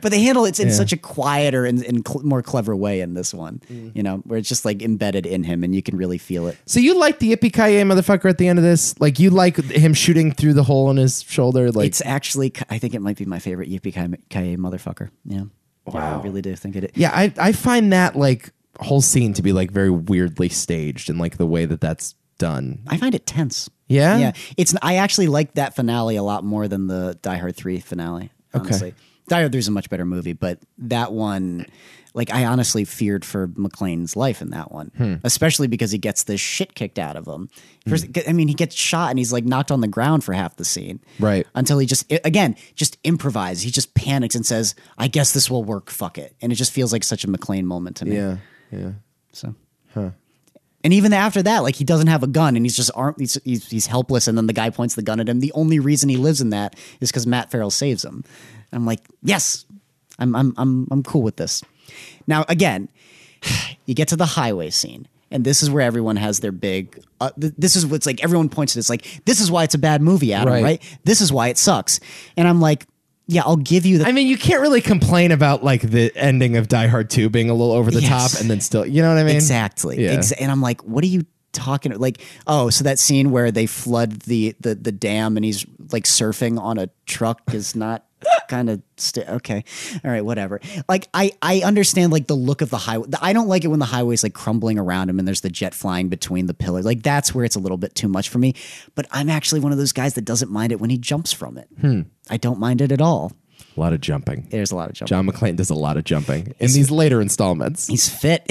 [SPEAKER 2] but they handle it in such a quieter and, and cl- more clever way in this one,
[SPEAKER 1] Mm.
[SPEAKER 2] you know, where it's just like embedded in him, and you can really feel it.
[SPEAKER 1] so you like the yippee ki motherfucker at the end of this? Like you like him shooting through the hole in his shoulder? Like
[SPEAKER 2] It's actually, I think it might be my favorite Yippee Kaye motherfucker. Yeah. Wow. I really do think it.
[SPEAKER 1] yeah, I I find that like whole scene to be like very weirdly staged and like the way that that's done.
[SPEAKER 2] I find it tense.
[SPEAKER 1] Yeah?
[SPEAKER 2] Yeah. It's, I actually like that finale a lot more than the Die Hard 3 finale, honestly. Die Hard 3 is a much better movie, but that one, like, I honestly feared for McClane's life in that one,
[SPEAKER 1] Hmm.
[SPEAKER 2] especially because he gets this shit kicked out of him. First,
[SPEAKER 1] Hmm.
[SPEAKER 2] I mean, he gets shot and he's like knocked on the ground for half the scene.
[SPEAKER 1] Right.
[SPEAKER 2] Until he just, i- again, just improvises. He just panics and says, I guess this will work. Fuck it. And it just feels like such a McClane moment to me.
[SPEAKER 1] Yeah. Yeah.
[SPEAKER 2] So, And even after that, like he doesn't have a gun and he's just armed. He's, he's he's helpless. And then the guy points the gun at him. The only reason he lives in that is because Matt Farrell saves him. And I'm like, yes, I'm I'm I'm I'm cool with this. Now again, you get to the highway scene. And this is where everyone has their big. Uh, th- this is what's like. Everyone points to this. Like, this is why it's a bad movie, Adam.
[SPEAKER 1] Right.
[SPEAKER 2] Right. This is why it sucks. And I'm like, yeah, I'll give you the
[SPEAKER 1] I mean, you can't really complain about like the ending of Die Hard 2 being a little over the
[SPEAKER 2] Yes.
[SPEAKER 1] top and then still, you know what I mean?
[SPEAKER 2] Exactly.
[SPEAKER 1] Yeah.
[SPEAKER 2] Ex- and I'm like, what are you talking like oh so that scene where they flood the the, the dam and he's like surfing on a truck is not kind of st- okay all right whatever like i i understand like the look of the highway i don't like it when the highway's like crumbling around him and there's the jet flying between the pillars like that's where it's a little bit too much for me but i'm actually one of those guys that doesn't mind it when he jumps from it
[SPEAKER 1] Hmm.
[SPEAKER 2] i don't mind it at all
[SPEAKER 1] A lot of jumping.
[SPEAKER 2] there's a lot of jump
[SPEAKER 1] John McClane does a lot of jumping in these later installments.
[SPEAKER 2] he's fit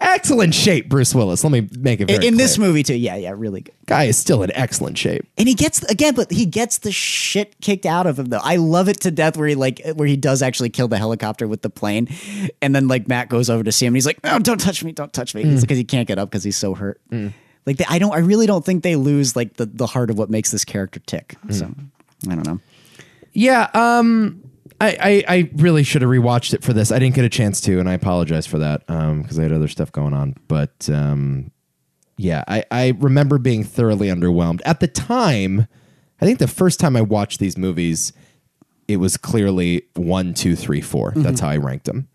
[SPEAKER 1] Excellent shape, Bruce Willis. Let me make it very
[SPEAKER 2] in this
[SPEAKER 1] clear.
[SPEAKER 2] movie too yeah yeah really good
[SPEAKER 1] guy is still in excellent shape.
[SPEAKER 2] And he gets again, but he gets the shit kicked out of him though. I love it to death where he like where he does actually kill the helicopter with the plane, and then like Matt goes over to see him. and He's like, "No, don't touch me! Don't touch me!"
[SPEAKER 1] Mm.
[SPEAKER 2] It's because he can't get up because he's so hurt. Like they, I don't, I really don't think they lose like the the heart of what makes this character tick.
[SPEAKER 1] Mm.
[SPEAKER 2] So I don't know.
[SPEAKER 1] Yeah, um I, I, I really should have rewatched it for this. I didn't get a chance to, and I apologize for that because I had other stuff going on. But um, yeah, I, I remember being thoroughly underwhelmed. At the time, I think the first time I watched these movies, it was clearly one, two, three, four. That's how I ranked them.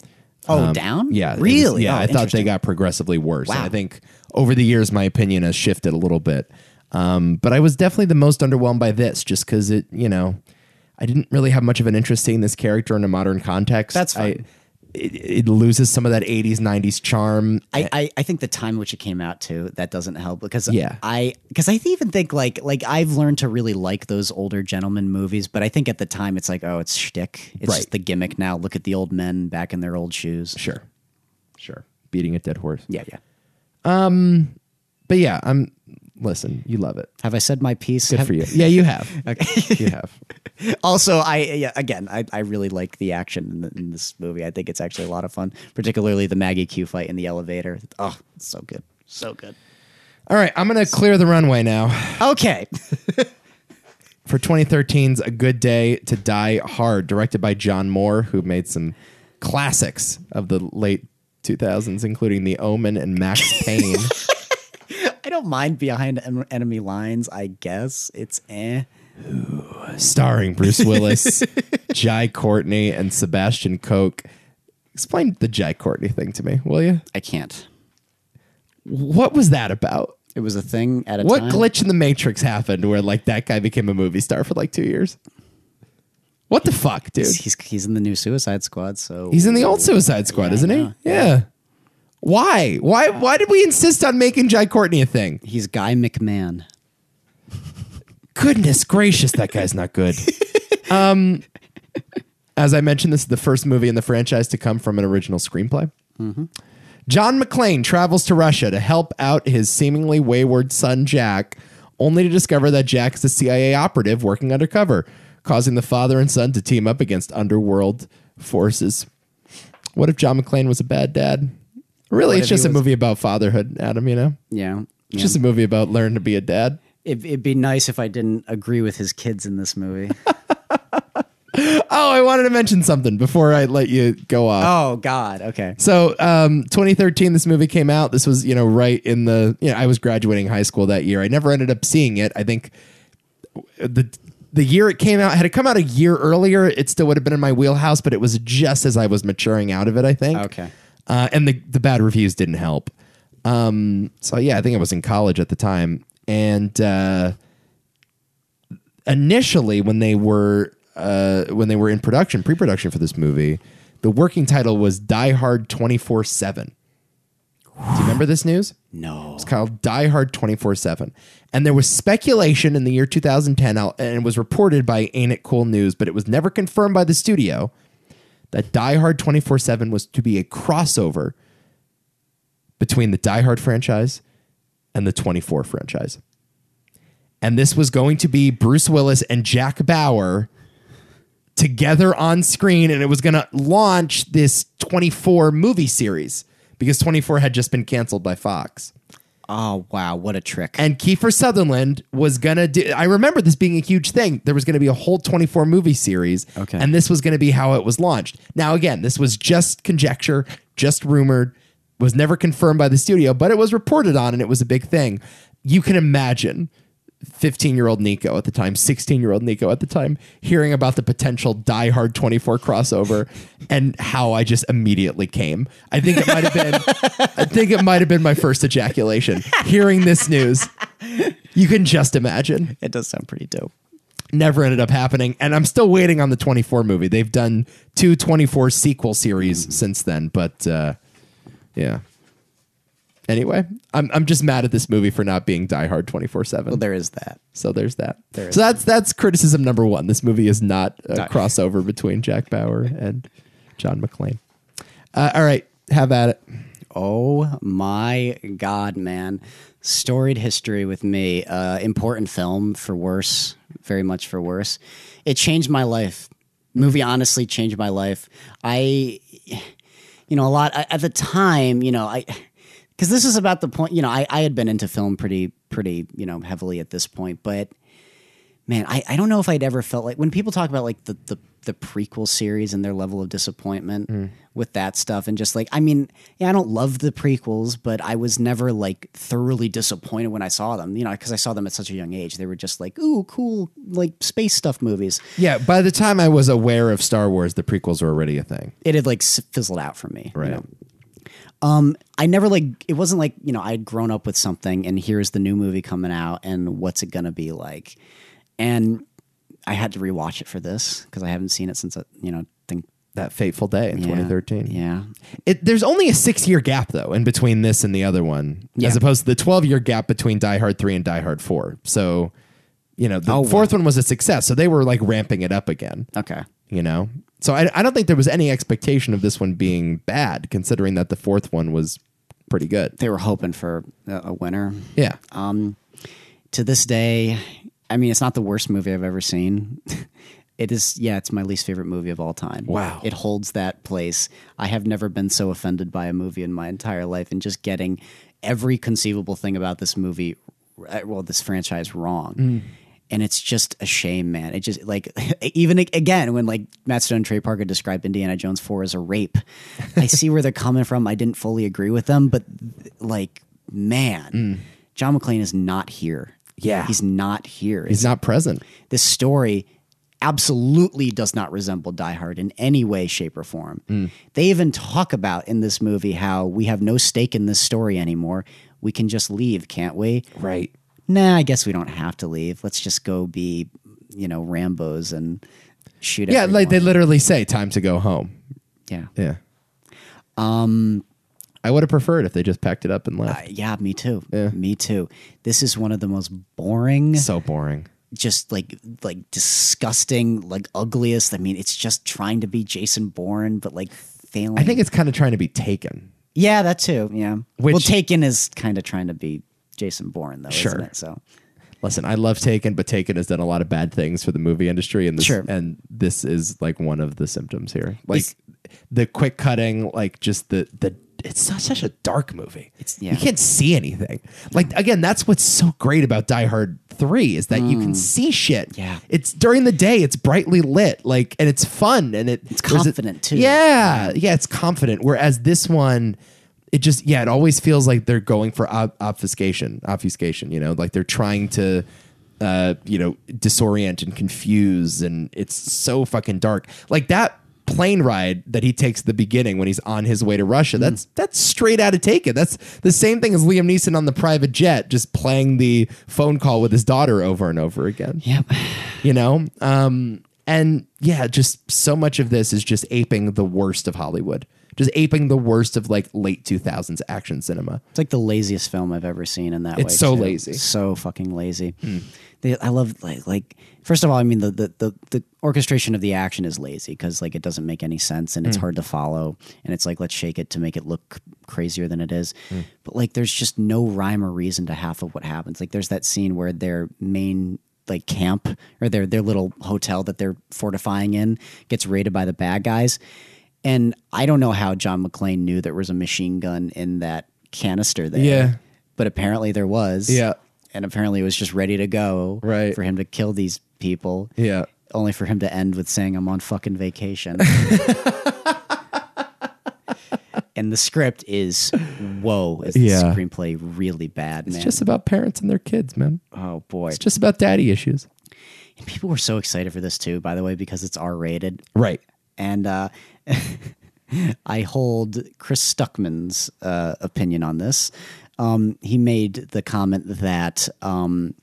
[SPEAKER 2] Oh, down?
[SPEAKER 1] Um, Yeah, it was-
[SPEAKER 2] really?
[SPEAKER 1] yeah,
[SPEAKER 2] Oh,
[SPEAKER 1] I thought they
[SPEAKER 2] interesting.
[SPEAKER 1] got progressively worse. And
[SPEAKER 2] Wow.
[SPEAKER 1] I think over the years, my opinion has shifted a little bit. Um, but I was definitely the most underwhelmed by this, just because it, you know, I didn't really have much of an interest seeing this character in a modern context.
[SPEAKER 2] That's
[SPEAKER 1] I-
[SPEAKER 2] fine.
[SPEAKER 1] it, it loses some of that '80s, '90s charm.
[SPEAKER 2] I, I, I think the time in which it came out too that doesn't help because
[SPEAKER 1] Yeah.
[SPEAKER 2] I because I even think like like I've learned to really like those older gentleman movies, but I think at the time it's like oh it's shtick, it's
[SPEAKER 1] Right.
[SPEAKER 2] just the gimmick now. Look at the old men back in their old shoes.
[SPEAKER 1] Sure, sure, beating a dead horse.
[SPEAKER 2] Yeah, yeah.
[SPEAKER 1] But yeah, I'm. Listen, you love it.
[SPEAKER 2] Have I said my piece?
[SPEAKER 1] Good
[SPEAKER 2] Have-
[SPEAKER 1] for you. Yeah, you have. okay, you have.
[SPEAKER 2] Also, I yeah, again I, I really like the action in, the, in this movie. I think it's actually a lot of fun, particularly the Maggie Q fight in the elevator. Oh, it's so good, so good.
[SPEAKER 1] All right, I'm gonna clear the runway now.
[SPEAKER 2] Okay,
[SPEAKER 1] for 2013's A Good Day to Die Hard, directed by John Moore, who made some classics of the late 2000s, including The Omen and Max Payne.
[SPEAKER 2] I don't mind behind en- enemy lines. I guess it's eh.
[SPEAKER 1] starring Bruce Willis, Jai Courtney, and Sebastian Koch. Explain the Jai Courtney thing to me, will you?
[SPEAKER 2] I can't.
[SPEAKER 1] What was that about?
[SPEAKER 2] It was a thing at a
[SPEAKER 1] What
[SPEAKER 2] time.
[SPEAKER 1] glitch in the Matrix happened where like that guy became a movie star for like two years? What the fuck, dude?
[SPEAKER 2] He's he's in the new Suicide Squad, so
[SPEAKER 1] He's in the old Suicide Squad, isn't he?
[SPEAKER 2] know.
[SPEAKER 1] Yeah. Why? Why? Why did we insist on making Jai Courtney a thing?
[SPEAKER 2] he's Guy McMahon.
[SPEAKER 1] Goodness gracious, that guy's not good. Um, as I mentioned, this is the first movie in the franchise to come from an original screenplay.
[SPEAKER 2] Mm-hmm.
[SPEAKER 1] John McClane travels to Russia to help out his seemingly wayward son Jack, only to discover that Jack is a CIA operative working undercover, causing the father and son to team up against underworld forces. What if John McClane was a bad dad? Really, it's
[SPEAKER 2] if he
[SPEAKER 1] just a
[SPEAKER 2] was-
[SPEAKER 1] movie about fatherhood, Adam, you know?
[SPEAKER 2] Yeah,
[SPEAKER 1] It's just a movie about learning to be a dad.
[SPEAKER 2] it, would be nice if I didn't agree with his kids in this movie.
[SPEAKER 1] Oh, I wanted to mention something before I let you go off.
[SPEAKER 2] oh God, okay.
[SPEAKER 1] So, um, 2013, this movie came out. This was, you know, right in the, you know, I was graduating high school that year. I never ended up seeing it. I think the the year it came out, had it come out a year earlier, it still would have been in my wheelhouse. But it was just as I was maturing out of it. I think.
[SPEAKER 2] Okay.
[SPEAKER 1] Uh, and the the bad reviews didn't help. Um, so yeah, I think I was in college at the time, and uh, initially when they were uh, when they were in production, pre production for this movie, the working title was Die Hard twenty four seven. Do you remember this news?
[SPEAKER 2] No.
[SPEAKER 1] It's called Die Hard 24 7. And there was speculation in the year 2010, out- and it was reported by Ain't It Cool News, but it was never confirmed by the studio that Die Hard 24 7 was to be a crossover between the Die Hard franchise and the 24 franchise. And this was going to be Bruce Willis and Jack Bauer together on screen and it was going to launch this 24 movie series because 24 had just been canceled by Fox.
[SPEAKER 2] Oh wow, what a trick.
[SPEAKER 1] And Kiefer Sutherland was going to do I remember this being a huge thing. There was going to be a whole 24 movie series
[SPEAKER 2] Okay.
[SPEAKER 1] and this was going to be how it was launched. Now again, this was just conjecture, just rumored, was never confirmed by the studio, but it was reported on and it was a big thing. You can imagine 15 year old Nico at the time, 16 year old Nico at the time, hearing about the potential Die Hard 24 crossover and how I just immediately came. I think it might have been, I think it might have been my first ejaculation hearing this news. You can just imagine.
[SPEAKER 2] it does sound pretty dope.
[SPEAKER 1] Never ended up happening. And I'm still waiting on the 24 movie. They've done two 24 sequel series since then, but uh, yeah. Anyway, I'm, I'm just mad at this movie for not being Die Hard 24 7.
[SPEAKER 2] Well, there is that.
[SPEAKER 1] So there's that.
[SPEAKER 2] is
[SPEAKER 1] so that's that's criticism number one. This movie is not a crossover between Jack Bauer and John McClane. Uh, all right, have at it.
[SPEAKER 2] Oh my God, man. Storied history with me. Uh, important film for worse, very much for worse. It changed my life. Movie honestly changed my life. I, you know, a lot I, at the time, you know, I, because this is about the point, you know, I, I had been into film pretty, pretty, you know, heavily at this point, but man, I, I don't know if I'd ever felt like when people talk about like the the, the prequel series and their level of disappointment with that stuff and just like I mean, yeah, I don't love the prequels, but I was never like thoroughly disappointed when I saw them, you know, because I saw them at such a young age. They were just like, ooh, cool, like space stuff movies.
[SPEAKER 1] Yeah, by the time I was aware of Star Wars, the prequels were already a thing.
[SPEAKER 2] It had like s- fizzled out for me, right? um, I never like it wasn't like you know I had grown up with something and here's the new movie coming out and what's it gonna be like, and I had to rewatch it for this because I haven't seen it since uh, you know think
[SPEAKER 1] That fateful day in
[SPEAKER 2] yeah,
[SPEAKER 1] 2013.
[SPEAKER 2] Yeah,
[SPEAKER 1] It, there's only a six year gap though in between this and the other one, as opposed to the 12 year gap between Die Hard three and Die Hard four. So, you know, the fourth one was a success, so they were like ramping it up again.
[SPEAKER 2] okay,
[SPEAKER 1] you know so I, I don't think there was any expectation of this one being bad considering that the fourth one was pretty good
[SPEAKER 2] they were hoping for a, a winner.
[SPEAKER 1] yeah
[SPEAKER 2] Um, to this day, I mean, it's not the worst movie I've ever seen. It is, yeah, it's my least favorite movie of all time.
[SPEAKER 1] Wow.
[SPEAKER 2] It holds that place. I have never been so offended by a movie in my entire life and just getting every conceivable thing about this movie, uh, well, this franchise wrong.
[SPEAKER 1] Mm.
[SPEAKER 2] And it's just a shame, man. It just like even ag- again when like Matt Stone and Trey Parker described Indiana Jones Four as a rape, I see where they're coming from. I didn't fully agree with them, but like man, John McClane is not here.
[SPEAKER 1] Mm. Yeah.
[SPEAKER 2] he's not here. It's
[SPEAKER 1] he's not present
[SPEAKER 2] this story absolutely does not resemble Die Hard in any way, shape, or form.
[SPEAKER 1] Hmm.
[SPEAKER 2] They even talk about in this movie how we have no stake in this story anymore. We can just leave, can't we?
[SPEAKER 1] right
[SPEAKER 2] Nah, I guess we don't have to leave. Let's just go be, you know, Rambo's and shoot.
[SPEAKER 1] yeah like they
[SPEAKER 2] everyone.
[SPEAKER 1] literally say time to go home
[SPEAKER 2] yeah,
[SPEAKER 1] yeah um i would have preferred if they just packed it up and left
[SPEAKER 2] yeah. Me too. Me too. This is one of the most boring.
[SPEAKER 1] so boring
[SPEAKER 2] just like like disgusting, like ugliest. I mean, it's just trying to be Jason Bourne, but like failing.
[SPEAKER 1] i think it's kind of trying to be taken
[SPEAKER 2] yeah, that too. Yeah,
[SPEAKER 1] Which-
[SPEAKER 2] well, Taken is kind of trying to be Jason Bourne, though,
[SPEAKER 1] Sure.
[SPEAKER 2] isn't it? So
[SPEAKER 1] listen i love taken but taken has done a lot of bad things for the movie industry and this
[SPEAKER 2] Sure.
[SPEAKER 1] and this is like one of the symptoms here like the quick cutting like just the the it's such, such a dark movie
[SPEAKER 2] It's- yeah.
[SPEAKER 1] you can't see anything like again that's what's so great about die hard 3 is that you can see shit
[SPEAKER 2] Mm. Yeah.
[SPEAKER 1] it's during the day it's brightly lit like and it's fun and it it's
[SPEAKER 2] confident, too.
[SPEAKER 1] yeah yeah it's confident whereas this one it just yeah it always feels like they're going for ob- obfuscation obfuscation you know like they're trying to uh you know disorient and confuse and it's so fucking dark like that plane ride that he takes at the beginning when he's on his way to Russia
[SPEAKER 2] Mm.
[SPEAKER 1] that's that's straight out of Taken that's the same thing as Liam Neeson on the private jet just playing the phone call with his daughter over and over again
[SPEAKER 2] yep,
[SPEAKER 1] you know um and yeah just so much of this is just aping the worst of hollywood just aping the worst of like late 2000s action cinema.
[SPEAKER 2] It's like the laziest film I've ever seen in that way.
[SPEAKER 1] It's so
[SPEAKER 2] too.
[SPEAKER 1] lazy. Hmm.
[SPEAKER 2] So fucking lazy. They, I love like like first of all, I mean the the the, the orchestration of the action is lazy because like it doesn't make any sense and it's
[SPEAKER 1] Hmm.
[SPEAKER 2] hard to follow and it's like let's shake it to make it look crazier than it is.
[SPEAKER 1] Hmm.
[SPEAKER 2] But like there's just no rhyme or reason to half of what happens. Like there's that scene where their main like camp or their their little hotel that they're fortifying in gets raided by the bad guys. And I don't know how John McClane knew there was a machine gun in that canister there.
[SPEAKER 1] Yeah.
[SPEAKER 2] But apparently there was.
[SPEAKER 1] Yeah.
[SPEAKER 2] And apparently it was just ready to go
[SPEAKER 1] Right.
[SPEAKER 2] for him to kill these people.
[SPEAKER 1] Yeah.
[SPEAKER 2] Only for him to end with saying, I'm on fucking vacation. and the script is, whoa, is the
[SPEAKER 1] Yeah.
[SPEAKER 2] screenplay really bad, man?
[SPEAKER 1] It's just about parents and their kids, man.
[SPEAKER 2] oh, boy.
[SPEAKER 1] It's just about daddy issues.
[SPEAKER 2] People were so excited for this, too, by the way, because it's R rated.
[SPEAKER 1] Right.
[SPEAKER 2] and uh, I hold Chris Stuckman's uh, opinion on this. Um, he made the comment that um,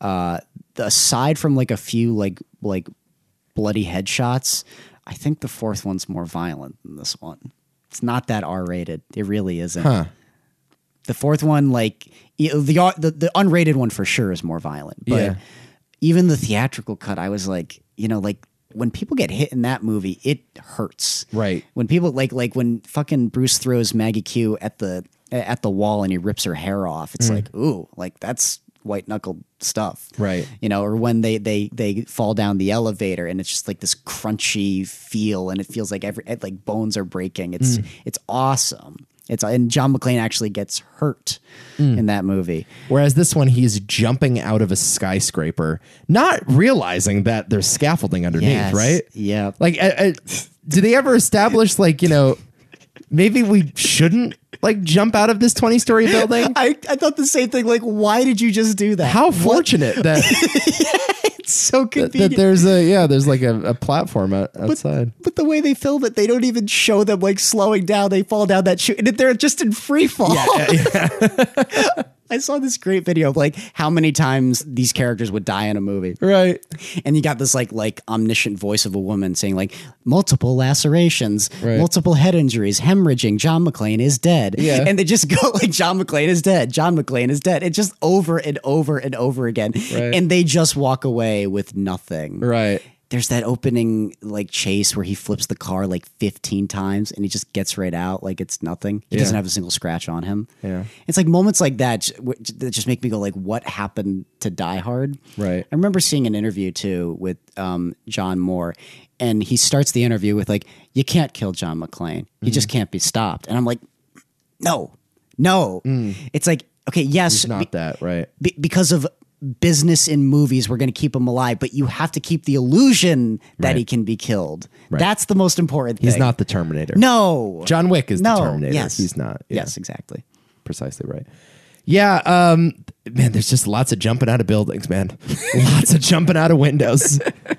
[SPEAKER 2] uh, aside from like a few like like bloody headshots, I think the fourth one's more violent than this one. It's not that R rated. It really isn't. The fourth one, like y- the, R- the the unrated one for sure, is more violent. But
[SPEAKER 1] Yeah.
[SPEAKER 2] even the theatrical cut, I was like, you know, like when people get hit in that movie, it hurts.
[SPEAKER 1] Right.
[SPEAKER 2] When people like like when fucking Bruce throws Maggie Q at the at the wall and he rips her hair off,
[SPEAKER 1] Mm.
[SPEAKER 2] it's like ooh, like that's white knuckled stuff.
[SPEAKER 1] Right.
[SPEAKER 2] You know, or when they they they fall down the elevator and it's just like this crunchy feel and it feels like every it- like bones are breaking. It's
[SPEAKER 1] Mm.
[SPEAKER 2] it's awesome. It's and John McClane actually gets hurt
[SPEAKER 1] Mm.
[SPEAKER 2] in that movie.
[SPEAKER 1] Whereas this one, he's jumping out of a skyscraper, not realizing that there's scaffolding underneath,
[SPEAKER 2] Yes.
[SPEAKER 1] right?
[SPEAKER 2] Yeah.
[SPEAKER 1] Like, I, I, do they ever establish, like, you know, maybe we shouldn't, like, jump out of this 20 story building?
[SPEAKER 2] I, I thought the same thing. Like, why did you just do that?
[SPEAKER 1] How fortunate that,
[SPEAKER 2] it's so
[SPEAKER 1] that
[SPEAKER 2] convenient.
[SPEAKER 1] there's a, yeah, there's like a, a platform out, outside.
[SPEAKER 2] but the way they film it, they don't even show them like slowing down. They fall down that chute, and they're just in free fall. I saw this great video of like how many times these characters would die in a movie,
[SPEAKER 1] right.
[SPEAKER 2] and you got this like like omniscient voice of a woman saying like multiple lacerations,
[SPEAKER 1] Right.
[SPEAKER 2] multiple head injuries, hemorrhaging. John McClane is dead.
[SPEAKER 1] Yeah.
[SPEAKER 2] and they just go like John McClane is dead. John McClane is dead. It's just over and over and over again,
[SPEAKER 1] Right.
[SPEAKER 2] and they just walk away with nothing.
[SPEAKER 1] Right.
[SPEAKER 2] there's that opening like chase where he flips the car like 15 times and he just gets right out like it's nothing. He
[SPEAKER 1] Yeah.
[SPEAKER 2] doesn't have a single scratch on him.
[SPEAKER 1] Yeah.
[SPEAKER 2] It's like moments like that j- w- j- that just make me go like what happened to Die Hard?
[SPEAKER 1] Right.
[SPEAKER 2] I remember seeing an interview too with um, John Moore and he starts the interview with like you can't kill John McClane. He just
[SPEAKER 1] Mm.
[SPEAKER 2] can't be stopped. And I'm like no. No. It's like okay, yes,
[SPEAKER 1] It's
[SPEAKER 2] be-
[SPEAKER 1] Mm. not that, right.
[SPEAKER 2] be- because of business in movies we're going to keep him alive but you have to keep the illusion that he can be killed that's the most important thing
[SPEAKER 1] He's not the Terminator.
[SPEAKER 2] no
[SPEAKER 1] John Wick is
[SPEAKER 2] no
[SPEAKER 1] the Terminator.
[SPEAKER 2] yes
[SPEAKER 1] He's not. Yeah.
[SPEAKER 2] yes exactly
[SPEAKER 1] precisely right. Yeah, um, man, there's just lots of jumping out of buildings, man. lots of jumping out of windows.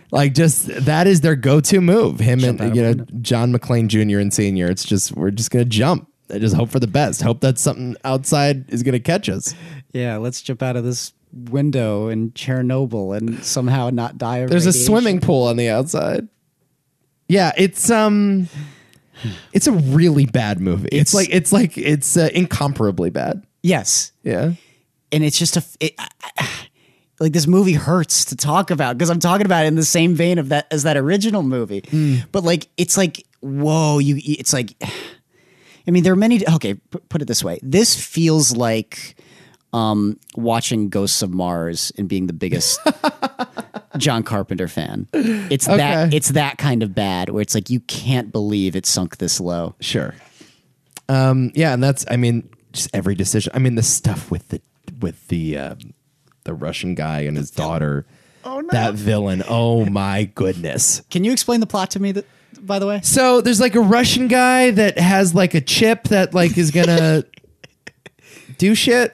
[SPEAKER 1] like just that is their go-to move. Him and you know John McClane Jr. and Senior. It's just we're just gonna jump. I just hope for the best. Hope that something outside is gonna catch us.
[SPEAKER 2] yeah let's jump out of this window in chernobyl and somehow not die of
[SPEAKER 1] There's a
[SPEAKER 2] radiation.
[SPEAKER 1] swimming pool on the outside. Yeah, it's um, it's a really bad movie. It's,
[SPEAKER 2] It's-
[SPEAKER 1] like it's like it's uh, incomparably bad.
[SPEAKER 2] yes
[SPEAKER 1] Yeah.
[SPEAKER 2] and it's just a f- it, I- I- like this movie hurts to talk about because I'm talking about it in the same vein of that as that original movie. But like it's like whoa, you it's like I mean there are many okay, p- put it this way. This feels like um watching Ghosts of Mars and being the biggest John Carpenter fan. It's that
[SPEAKER 1] Okay.
[SPEAKER 2] it's that kind of bad where it's like you can't believe it sunk this low.
[SPEAKER 1] Sure. Um, yeah, and that's I mean, just every decision. I mean, the stuff with the with the um the Russian guy and his daughter. Oh no. That villain. Oh my goodness.
[SPEAKER 2] Can you explain the plot to me that by the way?
[SPEAKER 1] So there's like a Russian guy that has like a chip that like is gonna do shit.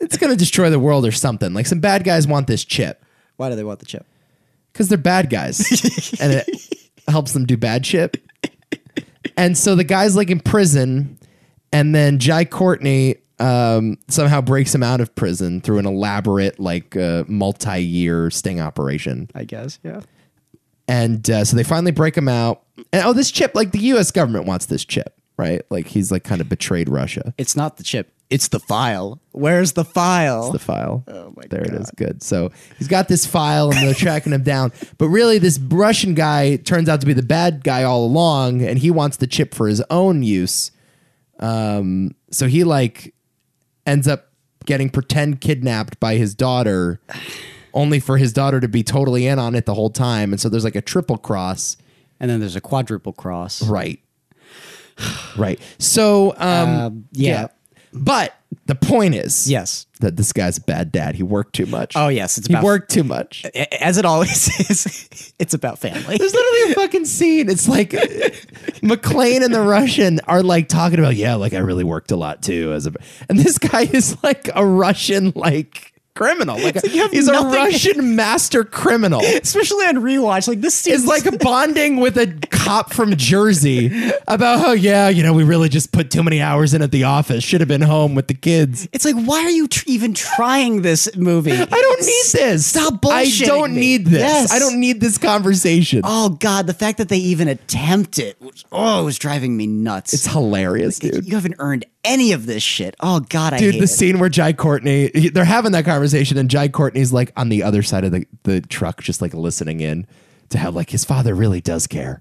[SPEAKER 1] it's gonna destroy the world or something. Like some bad guys want this chip
[SPEAKER 2] Why do they want the chip?
[SPEAKER 1] because they're bad guys and it helps them do bad shit. And so the guy's like in prison, and then Jai Courtney um, somehow breaks him out of prison through an elaborate, like, uh, multi year sting operation.
[SPEAKER 2] I guess, yeah.
[SPEAKER 1] And uh, so they finally break him out. And oh, this chip, like the U.S. government wants this chip, right? Like he's like kind of betrayed Russia.
[SPEAKER 2] It's not the chip. It's the file. Where's the file?
[SPEAKER 1] the file. Oh my there it is. Good. So he's got this file and they're tracking him down. But really, this Russian guy turns out to be the bad guy all along, and he wants the chip for his own use. Um, so he like ends up getting pretend kidnapped by his daughter, only for his daughter to be totally in on it the whole time. And so there's like a triple cross.
[SPEAKER 2] and then there's a quadruple cross.
[SPEAKER 1] Right. Right. So um,
[SPEAKER 2] Um, yeah.
[SPEAKER 1] But the point is
[SPEAKER 2] Yes.
[SPEAKER 1] that this guy's a bad dad. He worked too much.
[SPEAKER 2] Oh yes, it's
[SPEAKER 1] He
[SPEAKER 2] about
[SPEAKER 1] worked too much.
[SPEAKER 2] as it always is. It's about family.
[SPEAKER 1] There's literally a fucking scene. It's like McLean and the Russian are like talking about, yeah, like I really worked a lot too. As a, and this guy is like a Russian like criminal. Like a-
[SPEAKER 2] you have
[SPEAKER 1] he's a
[SPEAKER 2] nothing-
[SPEAKER 1] Russian master criminal.
[SPEAKER 2] Especially on rewatch, like this seems
[SPEAKER 1] Is like bonding with a cop from Jersey about how yeah, you know, we really just put too many hours in at the office. Should have been home with the kids.
[SPEAKER 2] it's like why are you tr- even trying this movie?
[SPEAKER 1] I don't need this.
[SPEAKER 2] Stop
[SPEAKER 1] I
[SPEAKER 2] bullshitting
[SPEAKER 1] don't
[SPEAKER 2] me.
[SPEAKER 1] need this.
[SPEAKER 2] Yes.
[SPEAKER 1] I don't need this conversation.
[SPEAKER 2] Oh God, the fact that they even attempt it, was, oh, it was driving me nuts.
[SPEAKER 1] It's hilarious, dude.
[SPEAKER 2] You haven't earned any of this shit. Oh God, I
[SPEAKER 1] Dude,
[SPEAKER 2] hate
[SPEAKER 1] the
[SPEAKER 2] it.
[SPEAKER 1] scene where Jai Courtney, he- they're having that conversation, and Jai Courtney's like on the other side of the, the truck, just like listening in to how like his father really does care.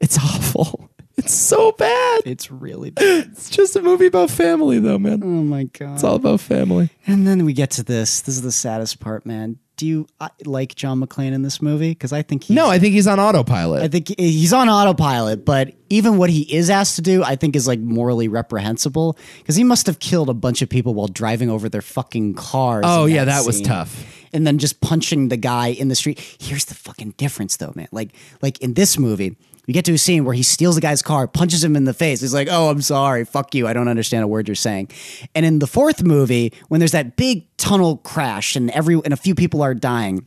[SPEAKER 1] It's awful. It's so bad.
[SPEAKER 2] It's really bad.
[SPEAKER 1] It's just a movie about family, though, man.
[SPEAKER 2] Oh my God.
[SPEAKER 1] It's all about family.
[SPEAKER 2] and then we get to this. This is the saddest part, man. Do you uh, like John McClane in this movie? Because I think he's,
[SPEAKER 1] No, I think he's on autopilot.
[SPEAKER 2] I think he's on autopilot, but even what he is asked to do, I think is like morally reprehensible because he must have killed a bunch of people while driving over their fucking cars.
[SPEAKER 1] oh
[SPEAKER 2] in
[SPEAKER 1] yeah, that was
[SPEAKER 2] scene.
[SPEAKER 1] tough.
[SPEAKER 2] And then just punching the guy in the street. Here's the fucking difference though, man. Like like in this movie, we get to a scene where he steals the guy's car, punches him in the face. He's like, "Oh, I'm sorry. Fuck you. I don't understand a word you're saying." And in the fourth movie, when there's that big tunnel crash and every and a few people are dying,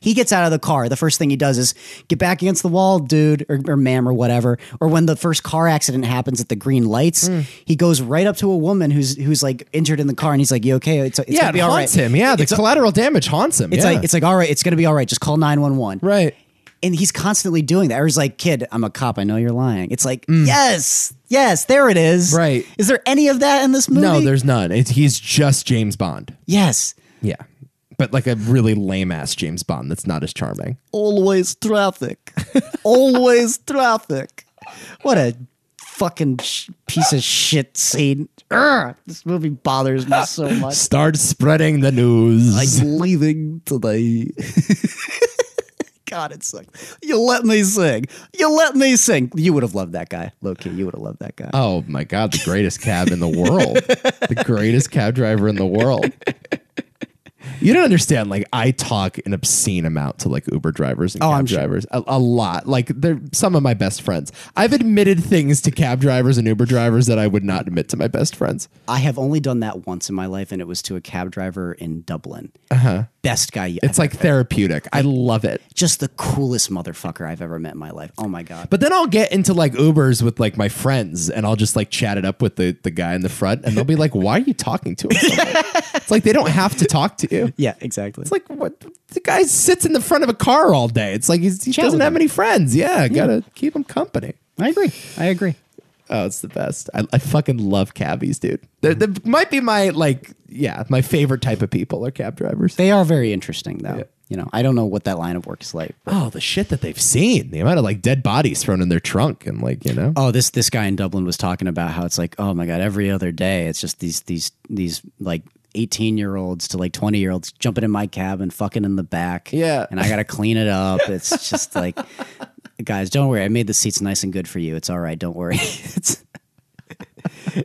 [SPEAKER 2] he gets out of the car. The first thing he does is get back against the wall, dude, or, or ma'am, or whatever. Or when the first car accident happens at the green lights,
[SPEAKER 1] Hmm.
[SPEAKER 2] he goes right up to a woman who's who's like injured in the car, and he's like, "You okay? It's, it's
[SPEAKER 1] Yeah,
[SPEAKER 2] gonna
[SPEAKER 1] it
[SPEAKER 2] be all
[SPEAKER 1] haunts
[SPEAKER 2] right."
[SPEAKER 1] him. Yeah, the collateral damage haunts him.
[SPEAKER 2] It's
[SPEAKER 1] yeah.
[SPEAKER 2] like it's like all right, it's gonna be all right. Just call nine one one.
[SPEAKER 1] right.
[SPEAKER 2] And he's constantly doing that. Or he's like, "Kid, I'm a cop. I know you're lying." It's like, yes, yes, there it is.
[SPEAKER 1] Right.
[SPEAKER 2] Is there any of that in this movie?
[SPEAKER 1] No, there's none. It's, he's just James Bond.
[SPEAKER 2] Yes.
[SPEAKER 1] Yeah, but like a really lame ass James Bond that's not as charming.
[SPEAKER 2] always traffic. always traffic. What a fucking sh- piece of shit scene. Urgh, this movie bothers me so much.
[SPEAKER 1] Start spreading the news.
[SPEAKER 2] I'm leaving today. God, it sucks. You let me sing. You let me sing. You would have loved that guy, low key. You would have loved that guy.
[SPEAKER 1] oh my god, the greatest cab in the world. the greatest cab driver in the world. You don't understand. Like I talk an obscene amount to like Uber drivers and
[SPEAKER 2] Oh,
[SPEAKER 1] cab
[SPEAKER 2] I'm sure.
[SPEAKER 1] drivers. A, a lot. Like they're some of my best friends. I've admitted things to cab drivers and Uber drivers that I would not admit to my best friends.
[SPEAKER 2] I have only done that once in my life, and it was to a cab driver in Dublin. Best guy. It's
[SPEAKER 1] Uh-huh. It's like therapeutic. I love it.
[SPEAKER 2] just the coolest motherfucker I've ever met in my life. Oh my God.
[SPEAKER 1] But then I'll get into like Ubers with like my friends and I'll just like chat it up with the, the guy in the front and they'll be like, why are you talking to him? so much?" it's like they don't have to talk to you.
[SPEAKER 2] Yeah, exactly.
[SPEAKER 1] It's like what the guy sits in the front of a car all day. It's like he's, he
[SPEAKER 2] Chat
[SPEAKER 1] doesn't
[SPEAKER 2] with
[SPEAKER 1] have
[SPEAKER 2] him.
[SPEAKER 1] any friends. Yeah, gotta keep him company.
[SPEAKER 2] I agree. I agree.
[SPEAKER 1] Oh, it's the best. I, I fucking love cabbies, dude. They they might be my like yeah my favorite type of people are cab drivers.
[SPEAKER 2] They are very interesting, though. You know, I don't know what that line of work is like. but-
[SPEAKER 1] oh, the shit that they've seen. The amount of like dead bodies thrown in their trunk and like you know.
[SPEAKER 2] Oh, this this guy in Dublin was talking about how it's like, oh my god, every other day, it's just these these these like eighteen year olds to like twenty year olds jumping in my cab and fucking in the back.
[SPEAKER 1] Yeah.
[SPEAKER 2] and I gotta clean it up. It's just like, guys, don't worry. I made the seats nice and good for you. It's all right. Don't worry. it's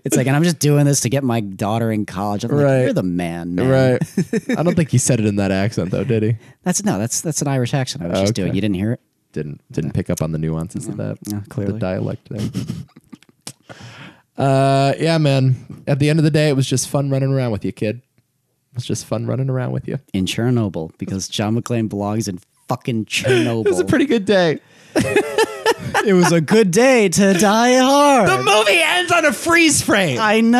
[SPEAKER 2] it's like, and I'm just doing this to get my daughter in college. I'm
[SPEAKER 1] Right.
[SPEAKER 2] like, you're the man, man.
[SPEAKER 1] Right. I don't think he said it in that accent though, did he?
[SPEAKER 2] That's no, that's that's an Irish accent. I was just
[SPEAKER 1] Okay.
[SPEAKER 2] doing. You didn't hear it.
[SPEAKER 1] didn't didn't pick up on the nuances of that
[SPEAKER 2] yeah,
[SPEAKER 1] the
[SPEAKER 2] clearly.
[SPEAKER 1] dialect there. uh, yeah, man. At the end of the day, it was just fun running around with you, kid. It was just fun running around with you. It
[SPEAKER 2] in Chernobyl because John McClane belongs in fucking Chernobyl. it,
[SPEAKER 1] was a pretty good day.
[SPEAKER 2] good day to die hard.
[SPEAKER 1] movie ends on a freeze frame.
[SPEAKER 2] I know.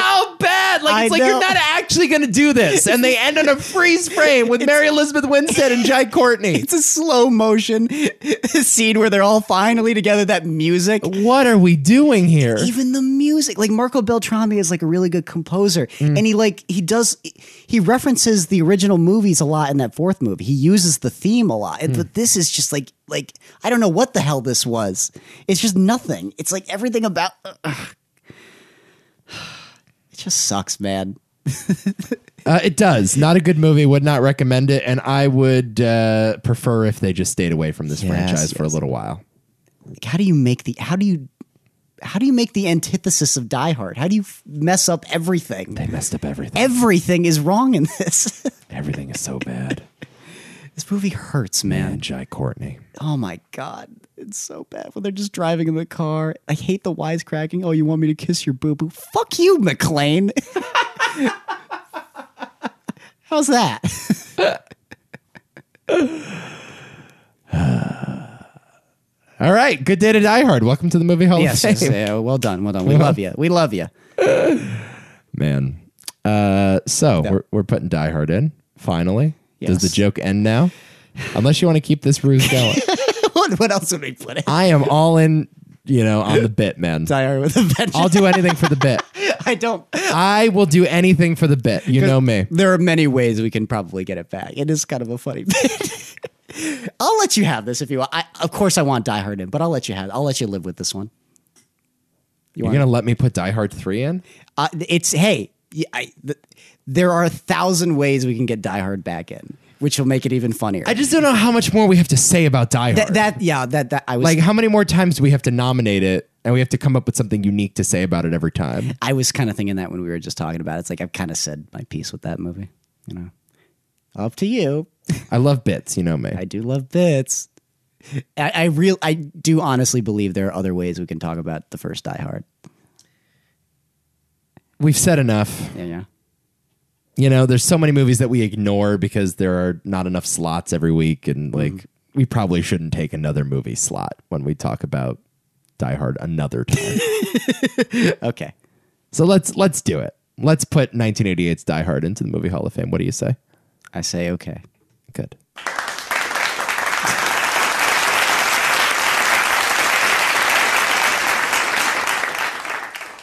[SPEAKER 1] how bad. Like it's
[SPEAKER 2] I
[SPEAKER 1] like you're
[SPEAKER 2] know.
[SPEAKER 1] not actually going to do this, and they end on a freeze frame with Mary Elizabeth Winstead and Jai Courtney.
[SPEAKER 2] It's a slow motion scene where they're all finally together. That music.
[SPEAKER 1] What are we doing here?
[SPEAKER 2] even the music like marco beltrami is like a really good composer and he like he does he references the original movies a lot in that fourth movie he uses the theme a lot And but this is just like like i don't know what the hell this was it's just nothing it's like everything about ugh. it just sucks man
[SPEAKER 1] Uh, it does. Not a good movie. Would not recommend it, and I would uh, prefer if they just stayed away from this
[SPEAKER 2] Yes,
[SPEAKER 1] franchise for a little while.
[SPEAKER 2] like how do you make the how do you how do you make the antithesis of die hard how do you f- mess up everything
[SPEAKER 1] They messed up everything.
[SPEAKER 2] everything is wrong in this
[SPEAKER 1] Everything is so bad.
[SPEAKER 2] this movie hurts man
[SPEAKER 1] And Jai Courtney.
[SPEAKER 2] Oh my god, it's so bad when they're just driving in the car. I hate the wisecracking. Oh, you want me to kiss your boo boo? Fuck you, McLean. How's that?
[SPEAKER 1] All right. Good day to Die Hard. Welcome to the movie Hall
[SPEAKER 2] yes,
[SPEAKER 1] of
[SPEAKER 2] yes,
[SPEAKER 1] Fame.
[SPEAKER 2] yeah, well done, well done. We love you. We love you.
[SPEAKER 1] Man. Uh, so we're, we're putting Die Hard in finally. Does
[SPEAKER 2] Yes.
[SPEAKER 1] the joke end now? Unless you want to keep this ruse going.
[SPEAKER 2] what, what else would we put in?
[SPEAKER 1] I am all in, you know, on the bit, man.
[SPEAKER 2] Die Hard with a vengeance.
[SPEAKER 1] I'll do anything for the bit.
[SPEAKER 2] I don't.
[SPEAKER 1] I will do anything for the bit. You know me.
[SPEAKER 2] There are many ways we can probably get it back. It is kind of a funny bit. I'll let you have this if you want. I, of course, I want Die Hard in, but I'll let you have. I'll let you live with this one.
[SPEAKER 1] You are going to let me put Die Hard 3 in?
[SPEAKER 2] Uh, it's hey, y- I- th- there are a thousand ways we can get Die Hard back in, which will make it even funnier.
[SPEAKER 1] I just don't know how much more we have to say about Die Hard.
[SPEAKER 2] Th- that yeah, that that I was
[SPEAKER 1] like, how many more times do we have to nominate it and we have to come up with something unique to say about it every time?
[SPEAKER 2] I was kind of thinking that when we were just talking about it. It's like I've kind of said my piece with that movie. You know, up to you.
[SPEAKER 1] I love bits. You know me.
[SPEAKER 2] I do love bits. I, I real I do honestly believe there are other ways we can talk about the first Die Hard.
[SPEAKER 1] We've said enough.
[SPEAKER 2] Yeah, yeah.
[SPEAKER 1] You know, there's so many movies that we ignore because there are not enough slots every week. And,
[SPEAKER 2] Mm-hmm.
[SPEAKER 1] like, we probably shouldn't take another movie slot when we talk about Die Hard another time.
[SPEAKER 2] Okay.
[SPEAKER 1] So let's let's do it. Let's put 1988's Die Hard into the movie Hall of Fame. What do you say?
[SPEAKER 2] I say okay.
[SPEAKER 1] Good.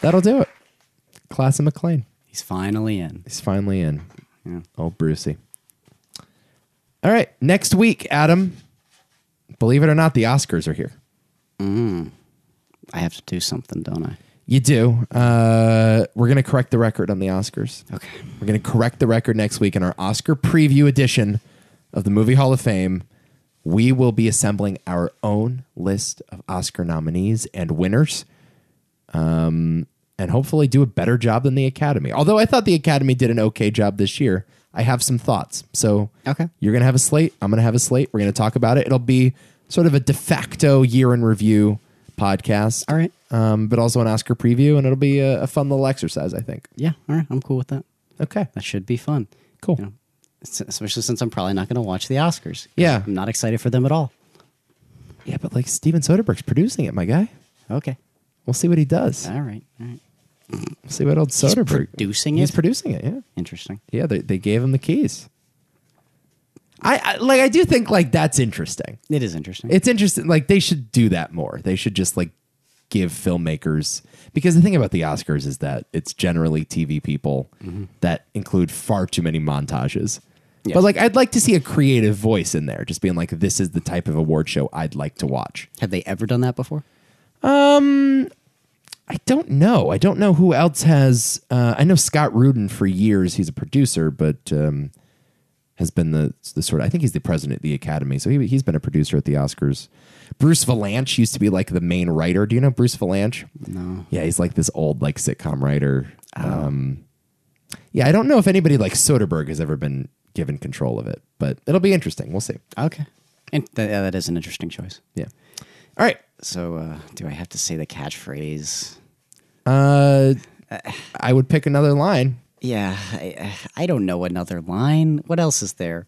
[SPEAKER 1] That'll do it. Class of McLean.
[SPEAKER 2] He's finally in.
[SPEAKER 1] He's finally in.
[SPEAKER 2] Yeah.
[SPEAKER 1] Oh, Brucey. All right. Next week, Adam. Believe it or not, the Oscars are here.
[SPEAKER 2] I have to do something, don't I?
[SPEAKER 1] You do. Uh, we're going to correct the record on the Oscars.
[SPEAKER 2] Okay.
[SPEAKER 1] We're going to correct the record next week in our Oscar preview edition of the Movie Hall of Fame. We will be assembling our own list of Oscar nominees and winners um, and hopefully do a better job than the Academy. Although I thought the Academy did an okay job this year, I have some thoughts. So
[SPEAKER 2] Okay.
[SPEAKER 1] you're gonna have a slate. I'm gonna have a slate. We're gonna talk about it. It'll be sort of a de facto year in review podcast.
[SPEAKER 2] All right.
[SPEAKER 1] um, but also an Oscar preview, and it'll be a, a fun little exercise. I think.
[SPEAKER 2] Yeah. All right. I'm cool with that.
[SPEAKER 1] Okay,
[SPEAKER 2] That should be fun.
[SPEAKER 1] cool.
[SPEAKER 2] You know, s- especially since I'm probably not going to watch the Oscars. 'cause
[SPEAKER 1] Yeah.
[SPEAKER 2] I'm not excited for them at all.
[SPEAKER 1] Yeah, but like Steven Soderbergh's producing it, my guy.
[SPEAKER 2] Okay.
[SPEAKER 1] We'll see what he does.
[SPEAKER 2] All right. All right.
[SPEAKER 1] We'll see what old Soderbergh
[SPEAKER 2] producing
[SPEAKER 1] He's
[SPEAKER 2] it?
[SPEAKER 1] Uh, producing it. Yeah,
[SPEAKER 2] Interesting.
[SPEAKER 1] yeah. They, they gave him the keys. I, I like. I do think like that's interesting.
[SPEAKER 2] It is interesting.
[SPEAKER 1] It's interesting. Like they should do that more. They should just like give filmmakers because the thing about the Oscars is that it's generally TV people that include far too many montages.
[SPEAKER 2] Yes.
[SPEAKER 1] But like I'd like to see a creative voice in there, just being like, "This is the type of award show I'd like to watch."
[SPEAKER 2] Have they ever done that before?
[SPEAKER 1] I don't know. I don't know who else has. Uh, I know Scott Rudin for years. He's a producer, but um, has been the the sort. Of, I think he's the president of the Academy, so he he's been a producer at the Oscars. Bruce Valanche used to be like the main writer. Do you know Bruce Valanche? No. Yeah, he's like this old like sitcom writer. Um, yeah, I don't know if anybody like Soderbergh has ever been given control of it, but it'll be interesting. We'll see.
[SPEAKER 2] Okay. And th- yeah, that is an interesting choice.
[SPEAKER 1] Yeah. All right.
[SPEAKER 2] So, uh, do I have to say the catchphrase?
[SPEAKER 1] Uh, I would pick another line.
[SPEAKER 2] Yeah, I, I don't know another line. What else is there?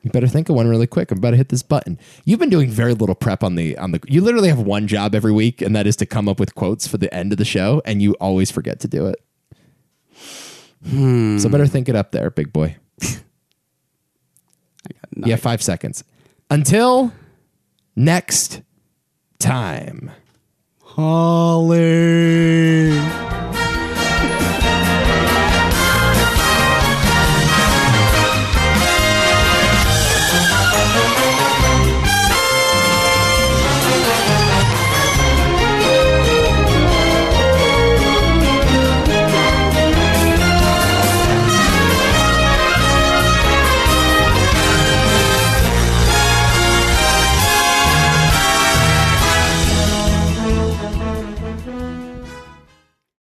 [SPEAKER 1] You better think of one really quick. I'm about to hit this button. You've been doing very little prep on the on the. You literally have one job every week, and that is to come up with quotes for the end of the show, and you always forget to do it.
[SPEAKER 2] Hmm.
[SPEAKER 1] So better think it up there, big boy.
[SPEAKER 2] I got nothing.
[SPEAKER 1] Yeah, five seconds. Until next time.
[SPEAKER 2] Holly.